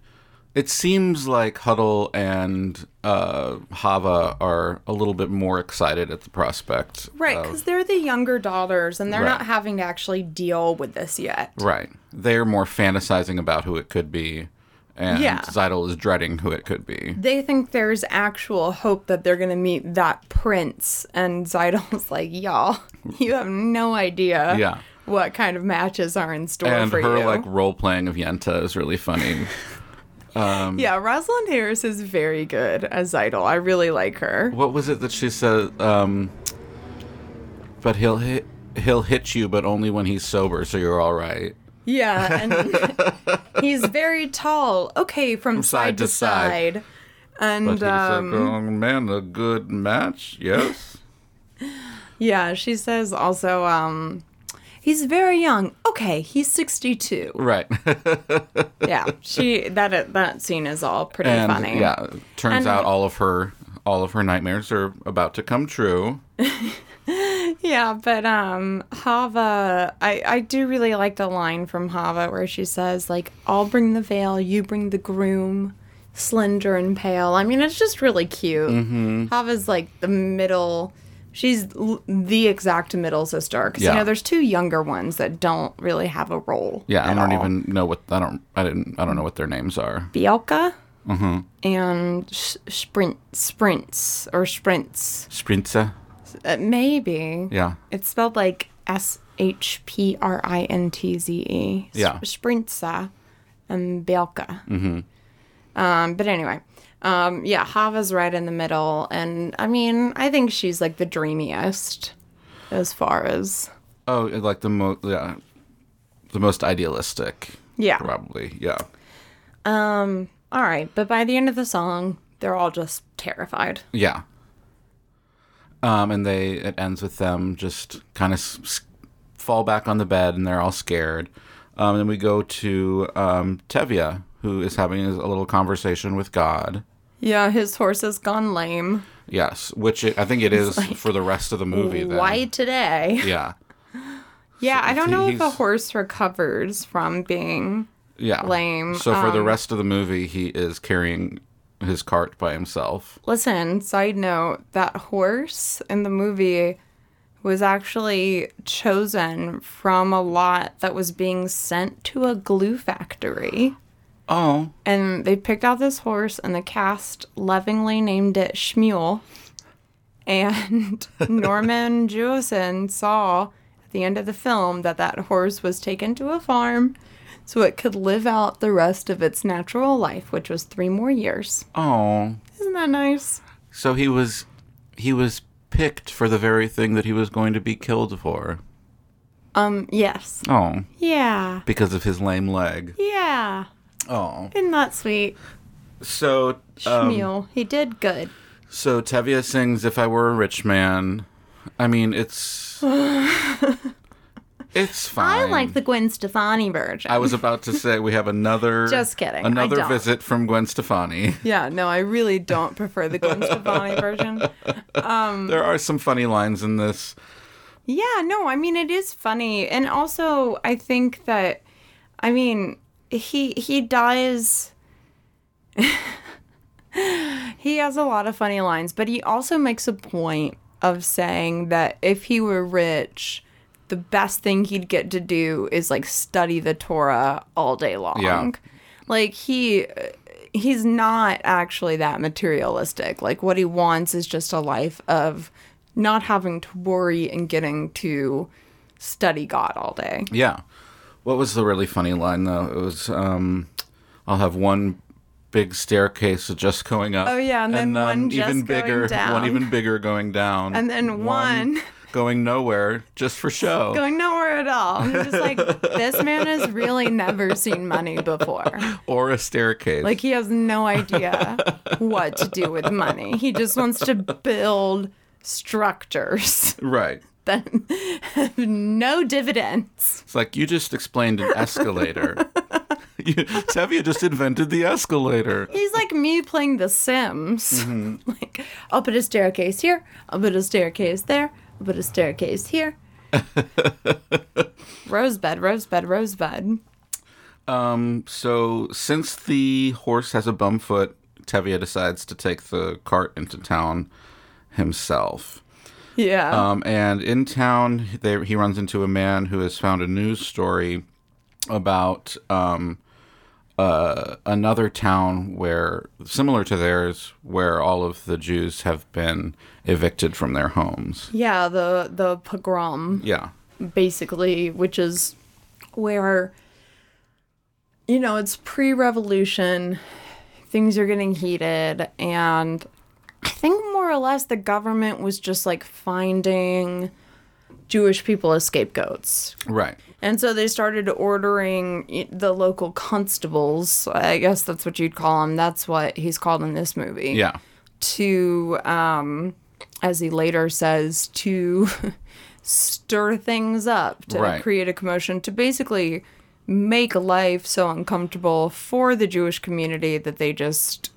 Speaker 2: it seems like Huddle and uh Hava are a little bit more excited at the prospect.
Speaker 1: Right,
Speaker 2: of-
Speaker 1: because they're the younger daughters and they're
Speaker 2: Oh. Right.
Speaker 1: not having to actually deal with this yet.
Speaker 2: right. They're more fantasizing about who it could be. And
Speaker 1: Yeah.
Speaker 2: Zidal is dreading who it could be.
Speaker 1: They think there's actual hope that they're going to meet that prince. And Zidal's like, y'all, you have no idea
Speaker 2: Yeah.
Speaker 1: what kind of matches are in store
Speaker 2: And
Speaker 1: for
Speaker 2: her
Speaker 1: you.
Speaker 2: like role playing of Yenta is really funny. um,
Speaker 1: yeah, Rosalind Harris is very good as Zidal. I really like her.
Speaker 2: what was it that she said? Um, but he'll hit, he'll hit you, but only when he's sober, so you're all right.
Speaker 1: Yeah, and he's very tall. Okay, from, side, to side. And um,
Speaker 2: young man, a good match, yes.
Speaker 1: Yeah, she says also, um, he's very young. Okay, he's 62.
Speaker 2: right.
Speaker 1: yeah, she that that scene is all pretty
Speaker 2: and
Speaker 1: funny.
Speaker 2: yeah, turns
Speaker 1: And-
Speaker 2: out all of her all of her nightmares are about to come true.
Speaker 1: Yeah, but um, Hava, I I do really like the line from Hava where she says like, "I'll bring the veil, you bring the groom." Slender and pale. I mean, it's just really cute.
Speaker 2: Mm-hmm.
Speaker 1: Hava's like the middle. She's l- the exact middle sister because
Speaker 2: Yeah.
Speaker 1: you know there's two younger ones that don't really have a role.
Speaker 2: Yeah, I
Speaker 1: at
Speaker 2: don't
Speaker 1: all.
Speaker 2: even know what I don't I didn't I don't know what their names are.
Speaker 1: Bielka
Speaker 2: Mm-hmm.
Speaker 1: and sh- Sprint Sprints or Sprints.
Speaker 2: Sprinza.
Speaker 1: Uh, maybe.
Speaker 2: Yeah.
Speaker 1: It's spelled like S H P R I N T Z E. S-
Speaker 2: Yeah.
Speaker 1: Sprintsa and Bielka. Mm-hmm. Um, but anyway. Um, yeah, Hava's right in the middle, and I mean, I think she's like the dreamiest as far as
Speaker 2: Oh, like the most yeah, the most idealistic.
Speaker 1: yeah.
Speaker 2: Probably. Yeah.
Speaker 1: Um, all right, but by the end of the song, they're all just terrified.
Speaker 2: Yeah. Um, and they it ends with them just kind of s- s- fall back on the bed, and they're all scared. Um, and we go to um, Tevya, who is having a little conversation with God.
Speaker 1: Yeah, his horse has gone lame.
Speaker 2: Yes, which it, I think it is for the rest of the movie. Then.
Speaker 1: Why today?
Speaker 2: Yeah,
Speaker 1: Yeah, I don't know if a
Speaker 2: he's-
Speaker 1: horse recovers from being.
Speaker 2: yeah.
Speaker 1: Lame, Um,
Speaker 2: So for the rest of the movie, he is carrying his cart by himself.
Speaker 1: Listen, side note that horse in the movie was actually chosen from a lot that was being sent to a glue factory.
Speaker 2: Oh,
Speaker 1: And they picked out this horse, and the cast lovingly named it Shmuel. And Norman Jewison saw at the end of the film that that horse was taken to a farm so it could live out the rest of its natural life, which was three more years.
Speaker 2: oh.
Speaker 1: Isn't that nice?
Speaker 2: So he was, he was picked for the very thing that he was going to be killed for.
Speaker 1: Um, yes.
Speaker 2: Oh,
Speaker 1: Yeah.
Speaker 2: because of his lame leg.
Speaker 1: Yeah.
Speaker 2: Oh.
Speaker 1: Isn't that sweet?
Speaker 2: So um,
Speaker 1: Shmuel, he did good.
Speaker 2: so Tevye sings "If I Were a Rich Man." I mean, it's it's fine.
Speaker 1: I like the Gwen Stefani version.
Speaker 2: I was about to say we have another.
Speaker 1: Just kidding, I
Speaker 2: Another
Speaker 1: don't.
Speaker 2: visit from Gwen Stefani.
Speaker 1: yeah, no, I really don't prefer the Gwen Stefani version. Mm.
Speaker 2: There are some funny lines in this.
Speaker 1: Yeah, no, I mean it is funny, and also I think that, I mean, he he does. he has a lot of funny lines, but he also makes a point of saying that if he were rich, the best thing he'd get to do is like study the Torah all day long.
Speaker 2: Yeah.
Speaker 1: Like he he's not actually that materialistic. Like what he wants is just a life of not having to worry and getting to study God all day.
Speaker 2: Yeah. What was the really funny line though? It was um, I'll have one big staircase just going up. um,
Speaker 1: Oh, yeah, and then one just going
Speaker 2: even bigger,
Speaker 1: down.
Speaker 2: one even bigger going down,
Speaker 1: And then one,
Speaker 2: going nowhere just for show.
Speaker 1: Going nowhere at all. I'm just like, this man has really never seen money before.
Speaker 2: or a staircase.
Speaker 1: Like, he has no idea what to do with money. He just wants to build structures
Speaker 2: right.
Speaker 1: that have no dividends.
Speaker 2: It's like you just explained an escalator. you, Tevye just invented the escalator.
Speaker 1: He's like me playing The Sims. like, I'll put a staircase here, I'll put a staircase there, I'll put a staircase here. rosebud, rosebud, rosebud.
Speaker 2: Um, so since the horse has a bum foot, Tevye decides to take the cart into town himself.
Speaker 1: Yeah.
Speaker 2: Um, and in town, they, he runs into a man who has found a news story about um, uh, another town where, similar to theirs, where all of the Jews have been evicted from their homes.
Speaker 1: yeah, the the pogrom
Speaker 2: Yeah.
Speaker 1: basically, which is where you know, it's pre-revolution, things are getting heated and I think more or less the government was just like finding Jewish people as scapegoats.
Speaker 2: Right.
Speaker 1: And so they started ordering y- the local constables, I guess that's what you'd call him. That's what he's called in this movie.
Speaker 2: Yeah.
Speaker 1: to um as he later says to stir things up to
Speaker 2: Right.
Speaker 1: create a commotion to basically make life so uncomfortable for the Jewish community that they just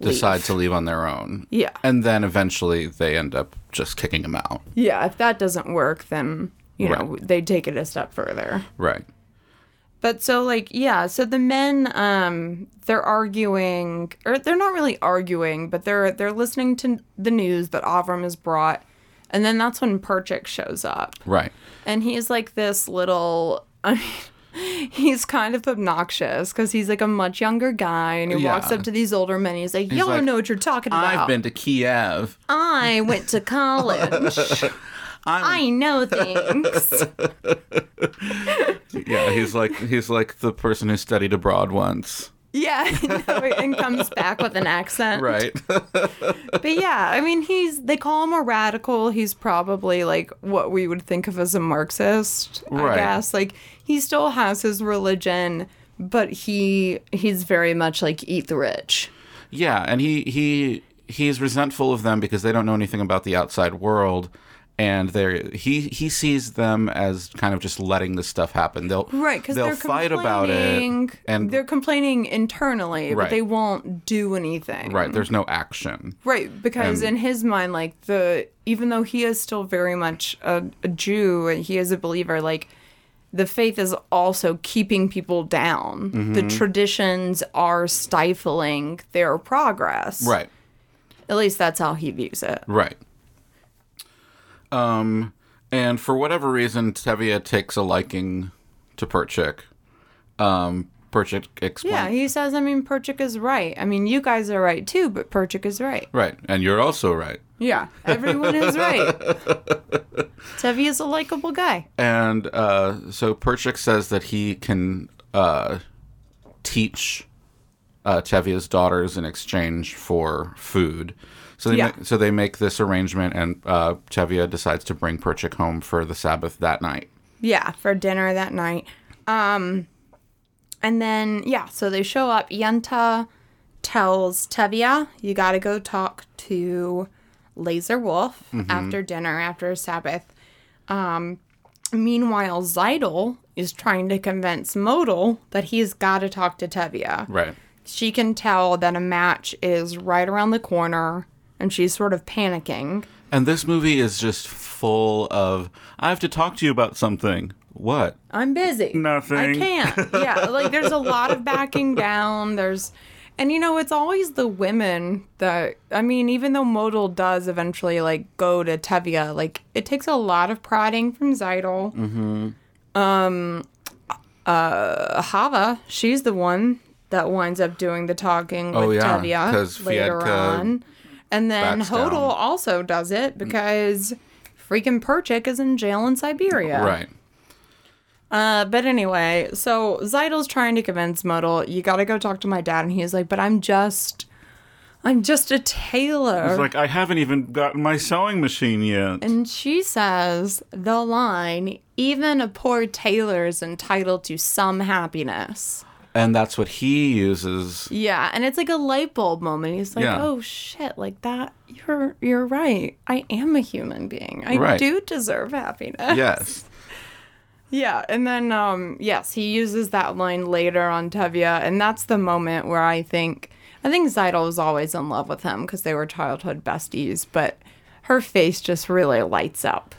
Speaker 2: Decide to leave on their own.
Speaker 1: Yeah.
Speaker 2: And then eventually they end up just kicking him out.
Speaker 1: yeah if that doesn't work then you know
Speaker 2: Right.
Speaker 1: they take it a step further
Speaker 2: Right.
Speaker 1: But so like yeah, so the men um they're arguing or they're not really arguing, but they're they're listening to the news that Avram has brought. And then that's when Perchik shows up.
Speaker 2: Right.
Speaker 1: And he's like this little I mean he's kind of obnoxious cuz he's like a much younger guy and he walks
Speaker 2: Yeah.
Speaker 1: up to these older men. He's like, "Y'all
Speaker 2: like,
Speaker 1: don't know what you're talking about.
Speaker 2: I've been to Kiev.
Speaker 1: I went to college.
Speaker 2: I'm,
Speaker 1: I know things."
Speaker 2: yeah, he's like he's like the person who studied abroad once.
Speaker 1: yeah, I know, and comes back with an accent.
Speaker 2: Right.
Speaker 1: But yeah, I mean, he's they call him a radical. He's probably like what we would think of as a Marxist,
Speaker 2: Right.
Speaker 1: I guess. Like he still has his religion, but he he's very much like eat the rich.
Speaker 2: Yeah, and he he he's resentful of them because they don't know anything about the outside world, and they he he sees them as kind of just letting this stuff happen. They'll
Speaker 1: Right, because
Speaker 2: they'll
Speaker 1: they're
Speaker 2: fight about it,
Speaker 1: complaining-
Speaker 2: and
Speaker 1: they're complaining internally,
Speaker 2: Right.
Speaker 1: but they won't do anything.
Speaker 2: right there's no action.
Speaker 1: Right, because in his mind, like the even though he is still very much a, a Jew and he is a believer, like the faith is also keeping people down. The
Speaker 2: Mm-hmm.
Speaker 1: traditions are stifling their progress.
Speaker 2: Right,
Speaker 1: At least that's how he views it.
Speaker 2: right. Um, and for whatever reason, Tevye takes a liking to Perchik. Um, Perchik explains.
Speaker 1: Yeah, he says, I mean, Perchik is right. I mean, you guys are right too, but Perchik is right.
Speaker 2: Right, and you're also right.
Speaker 1: Yeah, everyone is right. Tevi is a likable guy.
Speaker 2: And uh, so Perchik says that he can uh, teach uh, Tevye's daughters in exchange for food. So they,
Speaker 1: Yeah.
Speaker 2: ma- so they make this arrangement, and uh, Tevye decides to bring Perchik home for the Sabbath that night.
Speaker 1: Yeah, for dinner that night. Um and then yeah, so they show up. Yenta tells Tevia, you gotta go talk to Laser Wolf after dinner, after Sabbath. Um meanwhile, Zeidel is trying to convince Modal that he's gotta talk to Tevia.
Speaker 2: Right.
Speaker 1: She can tell that a match is right around the corner and she's sort of panicking.
Speaker 2: And this movie is just full of I have to talk to you about something. What?
Speaker 1: I'm busy.
Speaker 2: Nothing.
Speaker 1: I can't. Yeah, like there's a lot of backing down. There's, and you know, it's always the women that I mean, even though Modal does eventually like go to Tevia, like it takes a lot of prodding from Zeidel. Mm-hmm. Um, uh, Hava, she's the one that winds up doing the talking
Speaker 2: Oh,
Speaker 1: with
Speaker 2: yeah,
Speaker 1: Tevia
Speaker 2: 'cause
Speaker 1: later
Speaker 2: Fiedka
Speaker 1: on, and then
Speaker 2: backs down.
Speaker 1: Hodel also does it because. Freaking Perchik is in jail in Siberia.
Speaker 2: Right.
Speaker 1: Uh, but anyway, so Zeidel's trying to convince Muddle, you gotta go talk to my dad, and he's like, but I'm just, I'm just a tailor.
Speaker 2: It's like I haven't even gotten my sewing machine yet.
Speaker 1: And she says the line, even a poor tailor is entitled to some happiness.
Speaker 2: And that's what he uses.
Speaker 1: Yeah, and it's like a light bulb moment. He's like,
Speaker 2: Yeah.
Speaker 1: "Oh shit, like that. You're you're right. I am a human being. I
Speaker 2: Right.
Speaker 1: do deserve happiness."
Speaker 2: Yes.
Speaker 1: Yeah, and then um yes, he uses that line later on Tevya, and that's the moment where I think I think Zidel was always in love with him because they were childhood besties, but her face just really lights up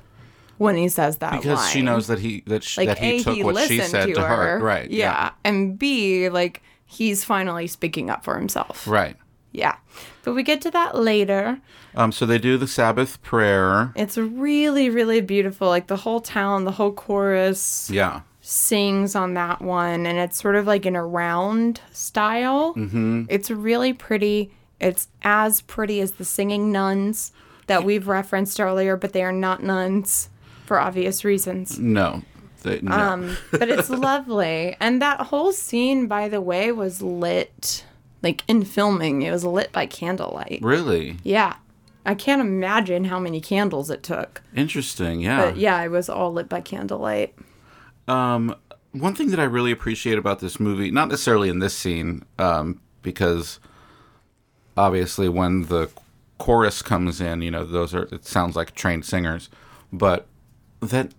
Speaker 1: when he says that
Speaker 2: Because she
Speaker 1: line.
Speaker 2: knows that he that, she,
Speaker 1: like
Speaker 2: that he
Speaker 1: A,
Speaker 2: took
Speaker 1: he
Speaker 2: what
Speaker 1: listened
Speaker 2: she said to,
Speaker 1: to
Speaker 2: her. Right.
Speaker 1: Yeah. and B, like he's finally speaking up for himself.
Speaker 2: Right.
Speaker 1: Yeah, but we get to that later.
Speaker 2: Um, so they do the Sabbath prayer.
Speaker 1: It's really, really beautiful. Like the whole town, the whole chorus.
Speaker 2: Yeah.
Speaker 1: sings on that one and it's sort of like in a round style mm-hmm. it's really pretty it's as pretty as the singing nuns that we've referenced earlier but they are not nuns for obvious reasons
Speaker 2: No. They, no.
Speaker 1: um, but it's lovely and that whole scene by the way was lit like in filming it was lit by candlelight
Speaker 2: really
Speaker 1: yeah i can't imagine how many candles it took
Speaker 2: interesting. Yeah.
Speaker 1: but yeah it was all lit by candlelight
Speaker 2: Um, one thing that I really appreciate about this movie, not necessarily in this scene, um, because obviously when the chorus comes in, you know, those are it sounds like trained singers, but that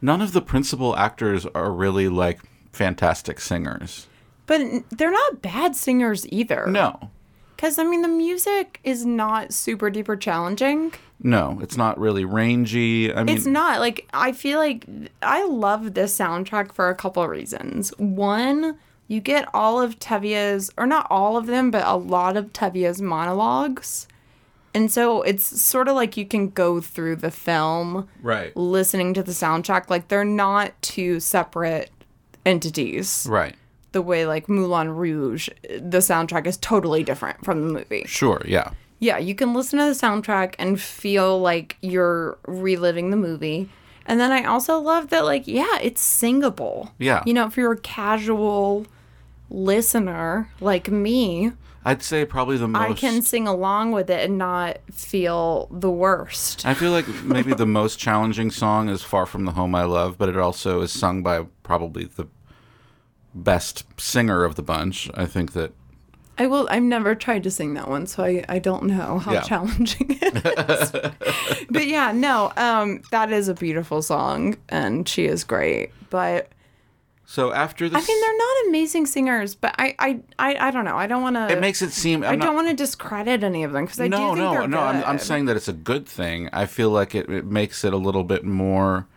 Speaker 2: none of the principal actors are really like fantastic singers.
Speaker 1: but they're not bad singers either
Speaker 2: No.
Speaker 1: Because, I mean, the music is not super duper challenging.
Speaker 2: No, it's not really rangy. I mean,
Speaker 1: It's not. Like, I feel like I love this soundtrack for a couple reasons. One, you get all of Tevye's, or not all of them, but a lot of Tevye's monologues. And so it's sort of like you can go through the film
Speaker 2: right.
Speaker 1: listening to the soundtrack. Like, they're not two separate entities.
Speaker 2: Right.
Speaker 1: The way, like, Moulin Rouge, the soundtrack is totally different from the movie.
Speaker 2: Sure, yeah.
Speaker 1: Yeah, you can listen to the soundtrack and feel like you're reliving the movie. And then I also love that, like, yeah, it's singable.
Speaker 2: Yeah.
Speaker 1: You know, if you're a casual listener like me,
Speaker 2: I'd say probably the most
Speaker 1: I can sing along with it and not feel the worst.
Speaker 2: I feel like maybe the most challenging song is Far From the Home I Love, but it also is sung by probably the best singer of the bunch. I think that
Speaker 1: I will, I've never tried to sing that one, so I, I don't know how
Speaker 2: Yeah.
Speaker 1: challenging it is. but yeah, no, um, that is a beautiful song and she is great. But
Speaker 2: so after this
Speaker 1: I mean, they're not amazing singers, but I, I, I, I don't know. I don't want
Speaker 2: it
Speaker 1: to.
Speaker 2: makes it seem I'm
Speaker 1: I
Speaker 2: not,
Speaker 1: don't want to discredit any of them because I do
Speaker 2: No,
Speaker 1: think
Speaker 2: no,
Speaker 1: they're good.
Speaker 2: no, I'm I'm saying that it's a good thing. I feel like it, it makes it a little bit more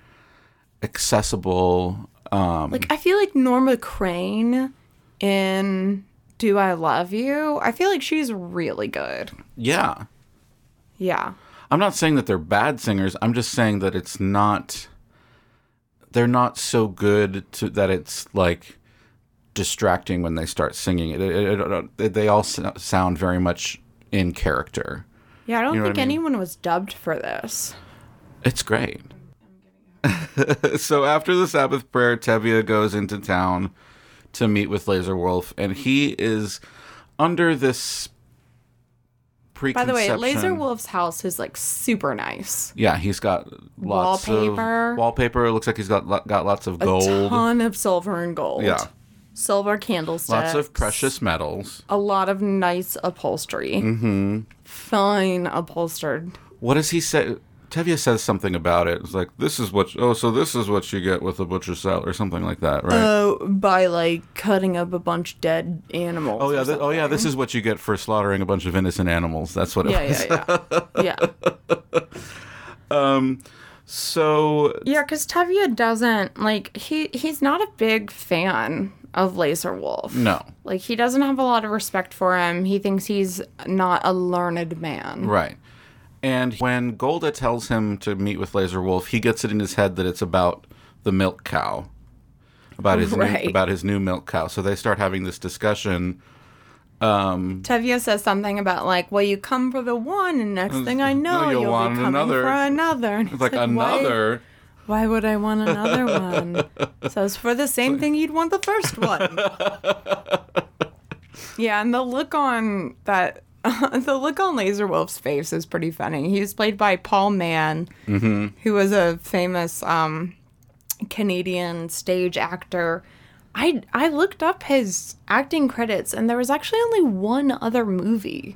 Speaker 2: accessible. Um
Speaker 1: like I feel like Norma Crane in "Do I Love You." I feel like she's really good.
Speaker 2: yeah.
Speaker 1: Yeah,
Speaker 2: I'm not saying that they're bad singers. I'm just saying that it's not. They're not so good to that it's like distracting when they start singing. It, it- it- it- they all s- sound very much in character.
Speaker 1: yeah. I don't
Speaker 2: You know what
Speaker 1: think
Speaker 2: I mean?
Speaker 1: anyone was dubbed for this.
Speaker 2: It's great. so after the Sabbath prayer, Tevye goes into town to meet with Laser Wolf, and he is under this
Speaker 1: By
Speaker 2: preconception.
Speaker 1: the way, Laser Wolf's house is like super nice.
Speaker 2: Yeah, he's got lots
Speaker 1: Wallpaper.
Speaker 2: of wallpaper. It looks like he's got lo- got lots of
Speaker 1: A
Speaker 2: gold,
Speaker 1: ton of silver and gold.
Speaker 2: Yeah.
Speaker 1: silver candlesticks.
Speaker 2: lots of precious metals.
Speaker 1: A lot of nice upholstery. Mm-hmm. Fine upholstered
Speaker 2: What does he say? Tevye says something about it. It's like this is what. Oh, so this is what you get with a butcher's salad, or something like that, right?
Speaker 1: Oh, by like cutting up a bunch of dead animals.
Speaker 2: oh yeah.
Speaker 1: or
Speaker 2: Th- oh yeah.
Speaker 1: something.
Speaker 2: This is what you get for slaughtering a bunch of innocent animals. That's what it
Speaker 1: Yeah,
Speaker 2: was.
Speaker 1: yeah, yeah, yeah,
Speaker 2: So
Speaker 1: yeah. Because Tevye doesn't like he he's not a big fan of Laser Wolf.
Speaker 2: no.
Speaker 1: Like he doesn't have a lot of respect for him. He thinks he's not a learned man.
Speaker 2: Right. And when Golda tells him to meet with Laser Wolf, he gets it in his head that it's about the milk cow, about his
Speaker 1: Right.
Speaker 2: new, about his new milk cow. So they start having this discussion.
Speaker 1: Tevye says something about like, "Well, you come for the one, and next thing I know,
Speaker 2: you'll
Speaker 1: you'll,
Speaker 2: want
Speaker 1: be coming
Speaker 2: another."
Speaker 1: for another." And
Speaker 2: It's like, another.
Speaker 1: Why, why would I want another one? so it's for the same thing you'd want the first one. yeah, and the look on that the look on Laserwolf's face is pretty funny. He was played by Paul Mann, who was a famous um, Canadian stage actor. I I looked up his acting credits, and there was actually only one other movie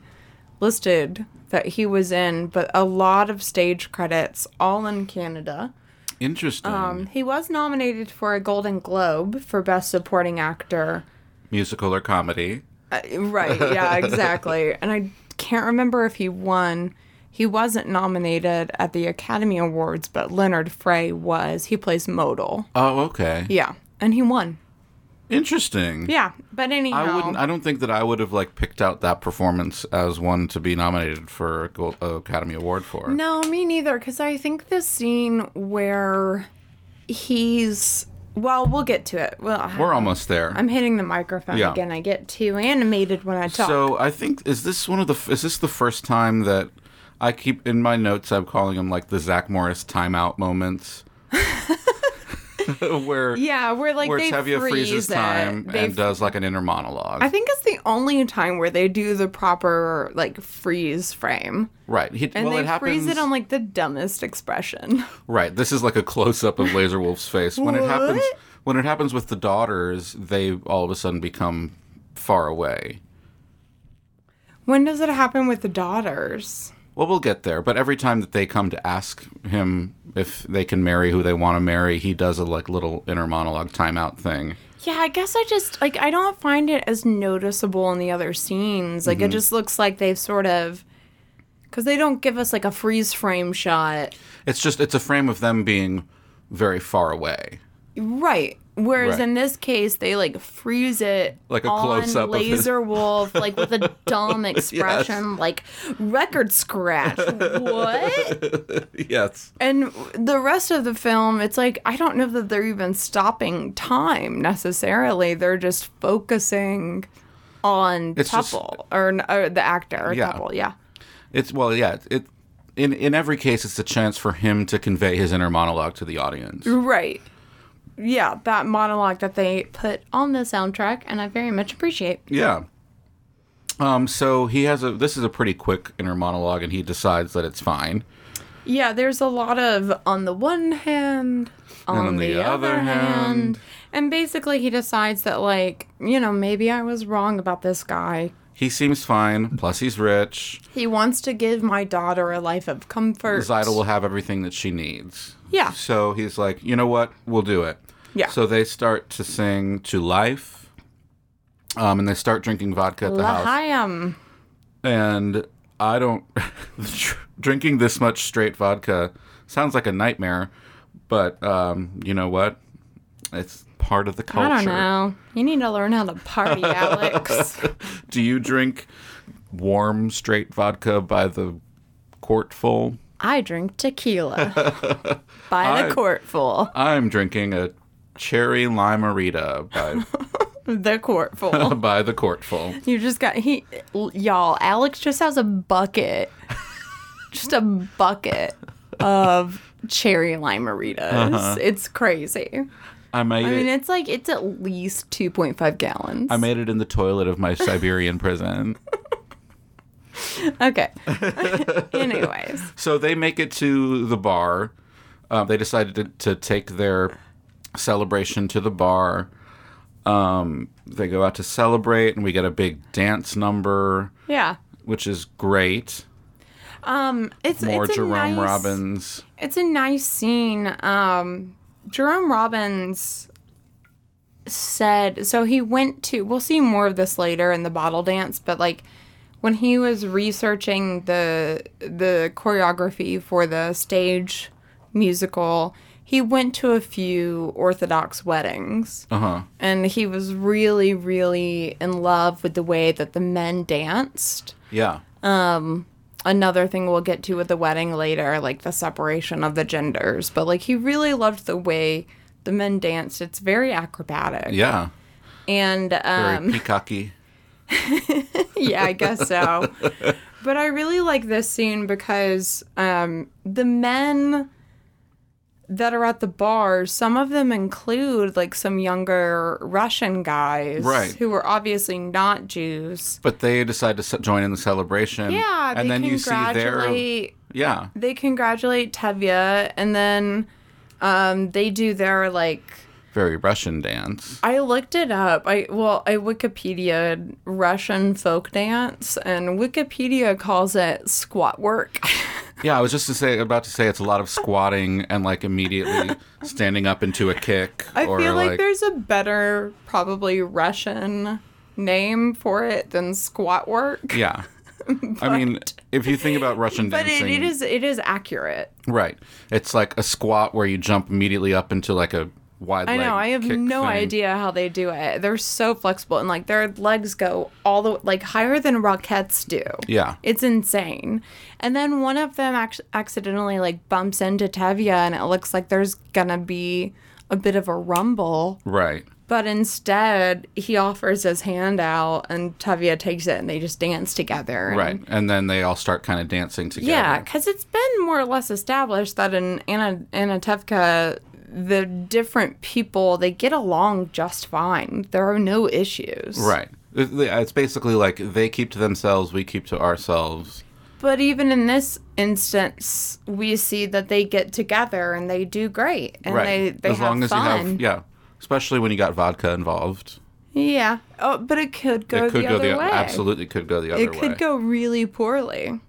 Speaker 1: listed that he was in, but a lot of stage credits, all in Canada.
Speaker 2: Interesting.
Speaker 1: Um, he was nominated for a Golden Globe for Best Supporting Actor.
Speaker 2: Musical or comedy?
Speaker 1: Uh, right, yeah, exactly. and I can't remember if he won. He wasn't nominated at the Academy Awards, but Leonard Frey was. He plays Modal.
Speaker 2: Oh, okay.
Speaker 1: Yeah, and he won.
Speaker 2: Interesting.
Speaker 1: Yeah, but anyhow,
Speaker 2: I wouldn't. I don't think that I would have like picked out that performance as one to be nominated for a Gold, uh, Academy Award for.
Speaker 1: No, me neither. Because I think the scene where he's well, we'll get to it. Well, I-
Speaker 2: We're almost there.
Speaker 1: I'm hitting the microphone
Speaker 2: Yeah.
Speaker 1: again. I get too animated when I talk.
Speaker 2: so I think is this one of the f- is this the first time that I keep in my notes I'm calling them like the Zach Morris timeout moments, where
Speaker 1: yeah, we're like
Speaker 2: where
Speaker 1: they
Speaker 2: Tevye
Speaker 1: freeze
Speaker 2: freezes
Speaker 1: it.
Speaker 2: time
Speaker 1: They
Speaker 2: and does like an inner monologue.
Speaker 1: I think it's the only time where they do the proper like freeze frame,
Speaker 2: right. He,
Speaker 1: and
Speaker 2: well,
Speaker 1: they
Speaker 2: it happens.
Speaker 1: freeze it on like the dumbest expression.
Speaker 2: Right. This is like a close up of Laserwolf's face. When it happens
Speaker 1: What?
Speaker 2: when it happens with the daughters, they all of a sudden become far away.
Speaker 1: when does it happen with the daughters?
Speaker 2: Well, we'll get there, but every time that they come to ask him if they can marry who they want to marry, he does a like little inner monologue timeout thing.
Speaker 1: Yeah, I guess I just like I don't find it as noticeable in the other scenes. Like
Speaker 2: Mm-hmm.
Speaker 1: it just looks like they've sort of because they don't give us like a freeze frame shot,
Speaker 2: It's just it's a frame of them being very far away.
Speaker 1: right? Whereas
Speaker 2: Right.
Speaker 1: in this case, they like freeze it
Speaker 2: Like a
Speaker 1: on
Speaker 2: close-up of his-
Speaker 1: Laser Wolf, like with a dumb expression, like record scratch. What?
Speaker 2: yes.
Speaker 1: And the rest of the film, it's like, I don't know that they're even stopping time necessarily. They're just focusing on
Speaker 2: It's just-
Speaker 1: Tuple or, n- or the actor, or
Speaker 2: Yeah.
Speaker 1: Tuple, yeah.
Speaker 2: It's well, yeah, it in in every case it's a chance for him to convey his inner monologue to the audience.
Speaker 1: Right. Yeah, that monologue that they put on the soundtrack, and I very much appreciate.
Speaker 2: Yeah. Um, so he has a. This is a pretty quick inner monologue, and he decides that it's fine.
Speaker 1: Yeah, there's a lot of on the one hand, on,
Speaker 2: on
Speaker 1: the, other hand. And basically, he decides that, like, you know, maybe I was wrong about this guy.
Speaker 2: He seems fine. Plus, he's rich.
Speaker 1: He wants to give my daughter a life of comfort.
Speaker 2: Zyda will have everything that she needs.
Speaker 1: Yeah.
Speaker 2: So he's like, you know what? We'll do it.
Speaker 1: Yeah.
Speaker 2: So they start to sing to life, um, and they start drinking vodka at the house.
Speaker 1: Lahayim.
Speaker 2: And I don't drinking this much straight vodka sounds like a nightmare, but um, you know what? It's part of the culture.
Speaker 1: I don't know. You need to learn how to party, Alex.
Speaker 2: Do you drink warm straight vodka by the quartful?
Speaker 1: I drink tequila by the quartful.
Speaker 2: I'm drinking a cherry limerita by
Speaker 1: The quartful.
Speaker 2: by the quartful.
Speaker 1: You just got he, y'all. Alex just has a bucket, just a bucket of cherry limeritas.
Speaker 2: Uh-huh.
Speaker 1: It's crazy.
Speaker 2: I made
Speaker 1: I mean,
Speaker 2: it.
Speaker 1: it's like it's at least two point five gallons.
Speaker 2: I made it in the toilet of my Siberian prison.
Speaker 1: okay. Anyways,
Speaker 2: So they make it to the bar. Uh, they decided to, to take their celebration to the bar. Um, they go out to celebrate, and we get a big dance number,
Speaker 1: yeah.
Speaker 2: which is great.
Speaker 1: Um, it's
Speaker 2: More
Speaker 1: it's a
Speaker 2: Jerome
Speaker 1: nice,
Speaker 2: Robbins.
Speaker 1: It's a nice scene. Um, Jerome Robbins said so he went to we'll see more of this later in the bottle dance but like when he was researching the the choreography for the stage musical he went to a few orthodox weddings
Speaker 2: Uh huh.
Speaker 1: and he was really really in love with the way that the men danced
Speaker 2: Yeah.
Speaker 1: another thing we'll get to with the wedding later, like the separation of the genders. But like he really loved the way the men danced. It's very acrobatic.
Speaker 2: Yeah.
Speaker 1: And
Speaker 2: Very
Speaker 1: um
Speaker 2: peacocky.
Speaker 1: yeah, I guess so. but I really like this scene because um the men that are at the bar, some of them include like some younger Russian guys
Speaker 2: Right.
Speaker 1: who are obviously not Jews.
Speaker 2: But they decide to se- join in the celebration.
Speaker 1: Yeah, they
Speaker 2: and then you see their
Speaker 1: congratulate
Speaker 2: yeah.
Speaker 1: they congratulate Tevye and then um, they do their like
Speaker 2: very Russian dance.
Speaker 1: I looked it up. I well, I Wikipedia Russian folk dance and Wikipedia calls it squat work.
Speaker 2: Yeah, I was just to say about to say it's a lot of squatting and like immediately standing up into a kick
Speaker 1: I
Speaker 2: or
Speaker 1: feel like,
Speaker 2: like
Speaker 1: there's a better probably Russian name for it than squat work.
Speaker 2: yeah. I mean, if you think about Russian
Speaker 1: But it,
Speaker 2: dancing,
Speaker 1: it is it is accurate.
Speaker 2: right. It's like a squat where you jump immediately up into like a wide.
Speaker 1: I know. I have no idea how they do it. They're so flexible and like their legs go all the like higher than Rockettes do.
Speaker 2: Yeah,
Speaker 1: It's insane. And then one of them ac- accidentally like bumps into Tevya and it looks like there's gonna be a bit of a rumble.
Speaker 2: right.
Speaker 1: But instead, he offers his hand out and Tevya takes it and they just dance together. And-
Speaker 2: Right. And then they all start kind of dancing together.
Speaker 1: Yeah, because it's been more or less established that in Anna, Anna Tevka, the different people, they get along just fine. There are no issues.
Speaker 2: Right. It- It's basically like they keep to themselves, we keep to ourselves.
Speaker 1: But even in this instance, we see that they get together and they do great and
Speaker 2: right.
Speaker 1: they, they
Speaker 2: as
Speaker 1: have
Speaker 2: long as
Speaker 1: fun.
Speaker 2: you have, yeah. Especially when you got vodka involved.
Speaker 1: Yeah. Oh, but it could go
Speaker 2: it could
Speaker 1: the
Speaker 2: go
Speaker 1: other
Speaker 2: the
Speaker 1: way.
Speaker 2: absolutely could go the other
Speaker 1: It could
Speaker 2: way.
Speaker 1: go really poorly.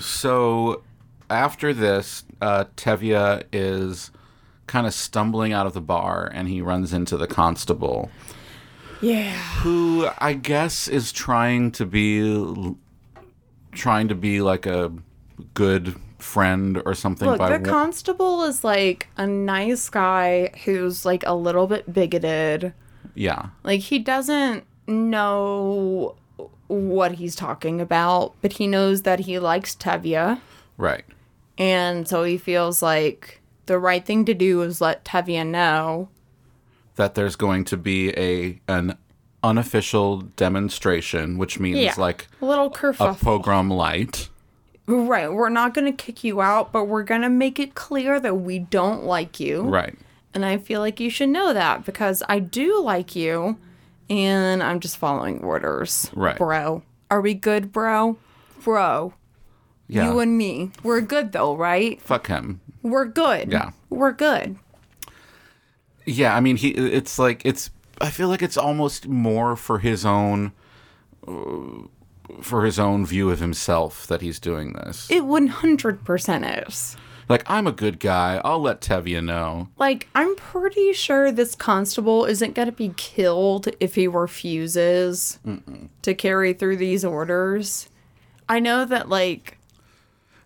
Speaker 2: so after this, uh, Tevya is kind of stumbling out of the bar, and he runs into the constable,
Speaker 1: Yeah.
Speaker 2: who I guess is trying to be trying to be like a good friend or something.
Speaker 1: Look,
Speaker 2: by
Speaker 1: the
Speaker 2: wa-
Speaker 1: constable is like a nice guy who's like a little bit bigoted.
Speaker 2: yeah,
Speaker 1: Like he doesn't know what he's talking about, but he knows that he likes Tevya,
Speaker 2: right,
Speaker 1: and so he feels like the right thing to do is let Tevya know.
Speaker 2: that there's going to be a an unofficial demonstration, which means
Speaker 1: Yeah.
Speaker 2: like
Speaker 1: A little
Speaker 2: a
Speaker 1: kerfuffle.
Speaker 2: pogrom light.
Speaker 1: right, we're not going to kick you out, but we're going to make it clear that we don't like you.
Speaker 2: Right.
Speaker 1: And I feel like you should know that because I do like you and I'm just following orders.
Speaker 2: Right.
Speaker 1: Bro. Are we good, bro? Bro.
Speaker 2: Yeah.
Speaker 1: You and me. We're good though, right?
Speaker 2: Fuck him.
Speaker 1: We're good.
Speaker 2: Yeah.
Speaker 1: We're good.
Speaker 2: Yeah, I mean, he. It's like it's. I feel like it's almost more for his own, uh, for his own view of himself that he's doing this.
Speaker 1: It 100% is.
Speaker 2: Like I'm a good guy. I'll let Tevye know.
Speaker 1: Like, I'm pretty sure this constable isn't going to be killed if he refuses to carry through these orders. I know that, like,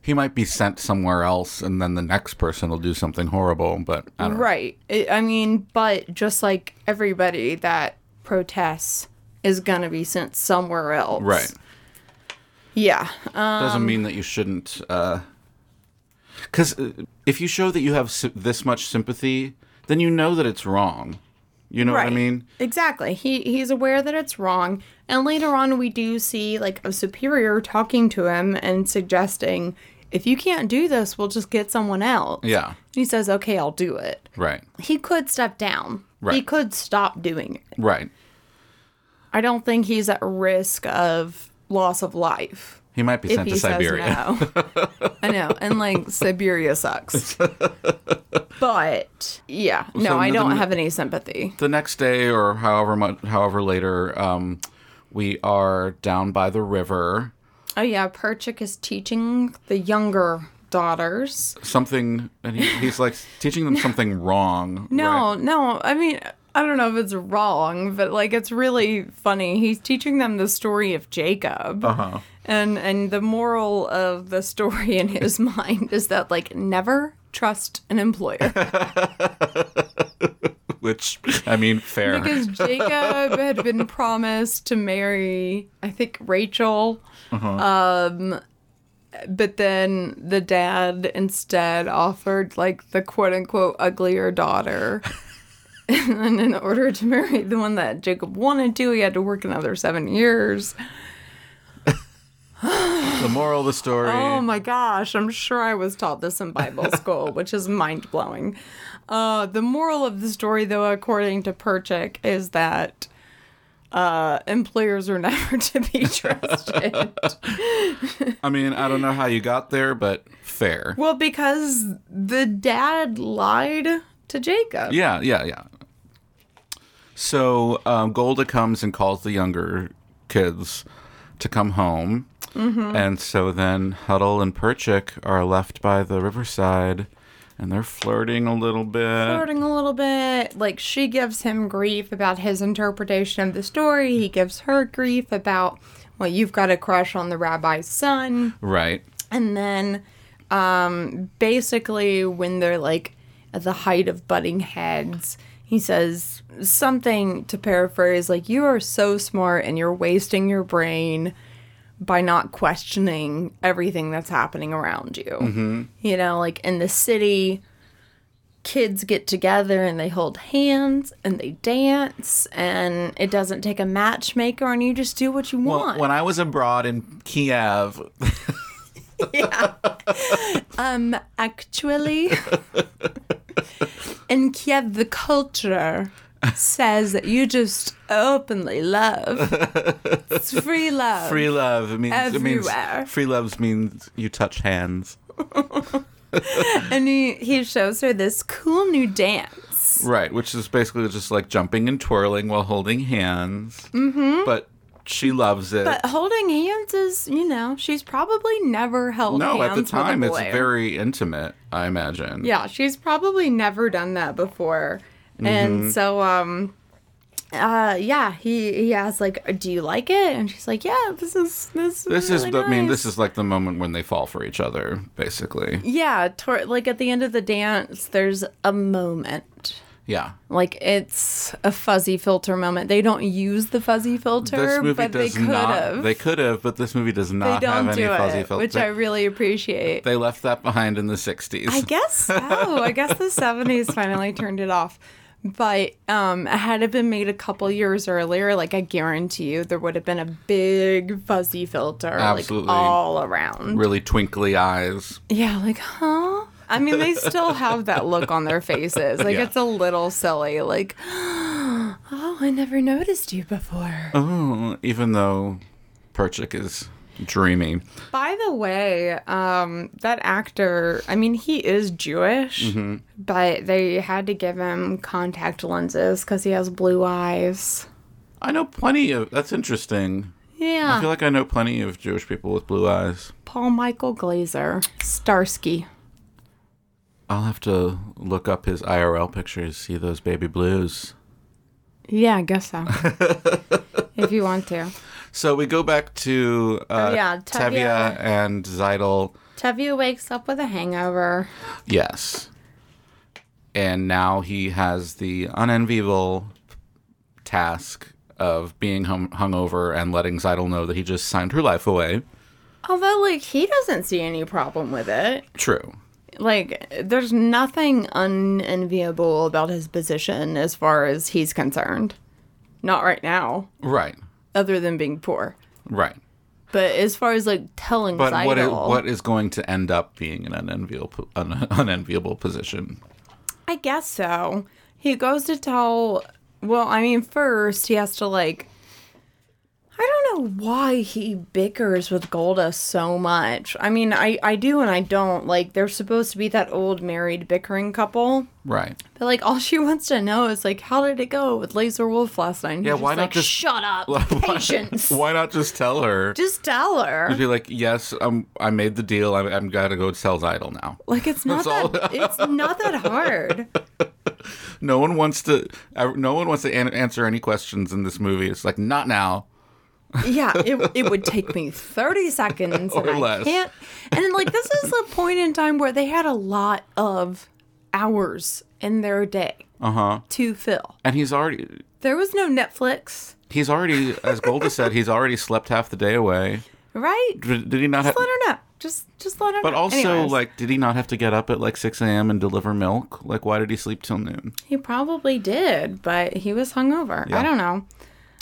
Speaker 2: He might be sent somewhere else, and then the next person will do something horrible. But I don't.
Speaker 1: Right. I I mean, but just like everybody that protests is going to be sent somewhere else.
Speaker 2: Right.
Speaker 1: Yeah. Um,
Speaker 2: Doesn't mean that you shouldn't. Because if you show that you have sy- this much sympathy, then you know that it's wrong. You know what I mean?
Speaker 1: Exactly. He he's aware that it's wrong. And later on we do see like a superior talking to him and suggesting if you can't do this, we'll just get someone else.
Speaker 2: Yeah.
Speaker 1: He says, "Okay, I'll do it."
Speaker 2: Right.
Speaker 1: He could step down. He
Speaker 2: Right.
Speaker 1: could stop doing it.
Speaker 2: Right.
Speaker 1: I don't think he's at risk of loss of life.
Speaker 2: He might be
Speaker 1: if
Speaker 2: sent
Speaker 1: he
Speaker 2: to Siberia.
Speaker 1: says no. I know, and like Siberia sucks. but yeah, no,
Speaker 2: So
Speaker 1: I
Speaker 2: another
Speaker 1: don't
Speaker 2: mi-
Speaker 1: have any sympathy.
Speaker 2: the next day or however much however later um, we are down by the river
Speaker 1: Oh yeah, Perchik is teaching the younger daughters.
Speaker 2: something and he, he's like teaching them something wrong
Speaker 1: No,
Speaker 2: right?
Speaker 1: no, I mean. I don't know if it's wrong, but like it's really funny. He's teaching them the story of Jacob, and and the moral of the story in his mind is that like never trust an employer.
Speaker 2: which i mean fair
Speaker 1: because Jacob had been promised to marry, I think Rachel. Um, but then the dad instead offered like the quote unquote uglier daughter. and then in order to marry the one that Jacob wanted to, he had to work another seven years.
Speaker 2: the moral of the story.
Speaker 1: Oh my gosh, I'm sure I was taught this in Bible school, which is mind blowing. Uh, the moral of the story, though, according to Perchik, is that uh, employers are never to be trusted.
Speaker 2: I mean, I don't know how you got there, but fair.
Speaker 1: well, because the dad lied to Jacob.
Speaker 2: Yeah, yeah, yeah. So um, Golda comes and calls the younger kids to come home.
Speaker 1: Mm-hmm.
Speaker 2: And so then Huddle and Perchik are left by the riverside and they're flirting a little bit.
Speaker 1: flirting a little bit. Like she gives him grief about his interpretation of the story. He gives her grief about, well, you've got a crush on the rabbi's son.
Speaker 2: Right.
Speaker 1: And then um basically when they're like at the height of butting heads, he says something to paraphrase like you are so smart and you're wasting your brain by not questioning everything that's happening around you.
Speaker 2: Mm-hmm.
Speaker 1: You know, like in the city kids get together and they hold hands and they dance and it doesn't take a matchmaker and you just do what you want.
Speaker 2: Well, when I was abroad in Kiev,
Speaker 1: Um, actually, in Kiev, the culture says that you just openly love. It's free love.
Speaker 2: free love it means it
Speaker 1: Everywhere.
Speaker 2: means free loves means you touch hands.
Speaker 1: And he, he shows her this cool new dance.
Speaker 2: Right, which is basically just like jumping and twirling while holding hands. Mm-hmm. But she loves it.
Speaker 1: But holding hands is, you know, she's probably never held
Speaker 2: No,
Speaker 1: hands
Speaker 2: at the time
Speaker 1: with a
Speaker 2: it's
Speaker 1: boy.
Speaker 2: very intimate, I imagine.
Speaker 1: Yeah, she's probably never done that before.
Speaker 2: Mm-hmm.
Speaker 1: And so um uh yeah, he he asks like, "Do you like it?" And she's like, "Yeah, this is this is
Speaker 2: This
Speaker 1: really
Speaker 2: is the, I mean
Speaker 1: nice."
Speaker 2: this is like the moment when they fall for each other, basically.
Speaker 1: Yeah, tor- like at the end of the dance, there's a moment.
Speaker 2: Yeah.
Speaker 1: Like it's a fuzzy filter moment. They don't use the fuzzy filter,
Speaker 2: This movie
Speaker 1: but
Speaker 2: does
Speaker 1: they could
Speaker 2: not
Speaker 1: have.
Speaker 2: they could have, but this movie does
Speaker 1: They
Speaker 2: not
Speaker 1: don't
Speaker 2: have any
Speaker 1: do
Speaker 2: fuzzy
Speaker 1: it,
Speaker 2: filter.
Speaker 1: which
Speaker 2: they,
Speaker 1: I really appreciate.
Speaker 2: they left that behind in the 60s.
Speaker 1: I guess so. I guess the 70s finally turned it off. But um, had it been made a couple years earlier, like I guarantee you, there would have been a big fuzzy filter,
Speaker 2: Absolutely.
Speaker 1: like all around.
Speaker 2: really twinkly eyes.
Speaker 1: Yeah, like, huh? I mean, they still have that look on their faces. Like,
Speaker 2: Yeah.
Speaker 1: it's a little silly. Like, oh, I never noticed you before.
Speaker 2: Oh, even though Perchik is dreamy.
Speaker 1: By the way, um, that actor, I mean, he is Jewish,
Speaker 2: Mm-hmm.
Speaker 1: but they had to give him contact lenses because he has blue eyes.
Speaker 2: I know plenty of that's interesting. I
Speaker 1: Yeah.
Speaker 2: feel like I know plenty of Jewish people with blue eyes.
Speaker 1: Paul Michael Glazer, Starsky.
Speaker 2: I'll have to look up his IRL pictures, see those baby blues.
Speaker 1: Yeah, I guess so. if you want to.
Speaker 2: So we go back to uh,
Speaker 1: Oh, yeah,
Speaker 2: Tevye
Speaker 1: Tevye. Tevye wakes up with a hangover.
Speaker 2: Yes. And now he has the unenviable task of being hung- hungover and letting Zeidel know that he just signed her life away.
Speaker 1: Although, like, he doesn't see any problem with it.
Speaker 2: True.
Speaker 1: Like, there's nothing unenviable about his position as far as he's concerned. Not right now,
Speaker 2: Right.
Speaker 1: other than being poor.
Speaker 2: Right.
Speaker 1: But as far as like telling
Speaker 2: But what, i-
Speaker 1: Seidel,
Speaker 2: what is going to end up being an unenviable, an unenviable position?
Speaker 1: I guess so. He goes to tell. Well, I mean, first he has to like. I don't know why he bickers with Golda so much. I mean, I I do and I don't. Like, they're supposed to be that old married bickering couple.
Speaker 2: Right.
Speaker 1: But like all she wants to know is like how did it go with Laser Wolf last night? And
Speaker 2: Yeah,
Speaker 1: he's
Speaker 2: why not
Speaker 1: like,
Speaker 2: just-
Speaker 1: shut up, patience.
Speaker 2: Why not just tell her?
Speaker 1: Just tell her.
Speaker 2: be like, yes, I'm, I made the deal. I'm, I'm got to go sell Zeidel now.
Speaker 1: Like it's not
Speaker 2: That's all-
Speaker 1: that it's not that hard.
Speaker 2: No one wants to. uh, No one wants to an- answer any questions in this movie. It's like not now.
Speaker 1: Yeah, it, it would take me thirty seconds
Speaker 2: Or
Speaker 1: and
Speaker 2: less.
Speaker 1: I can't. And then, like this is a point in time where they had a lot of hours in their day
Speaker 2: Uh huh.
Speaker 1: to fill.
Speaker 2: And he's already.
Speaker 1: There was no Netflix,
Speaker 2: He's already, as Golda said, he's already slept half the day away.
Speaker 1: right?
Speaker 2: Did, did he not? Ha-
Speaker 1: Let her know. Just just let her know.
Speaker 2: but also,
Speaker 1: Anyways.
Speaker 2: like, did he not have to get up at like 6 a.m. and deliver milk? Like, why did he sleep till noon?
Speaker 1: He probably did, but he was hungover. I don't know.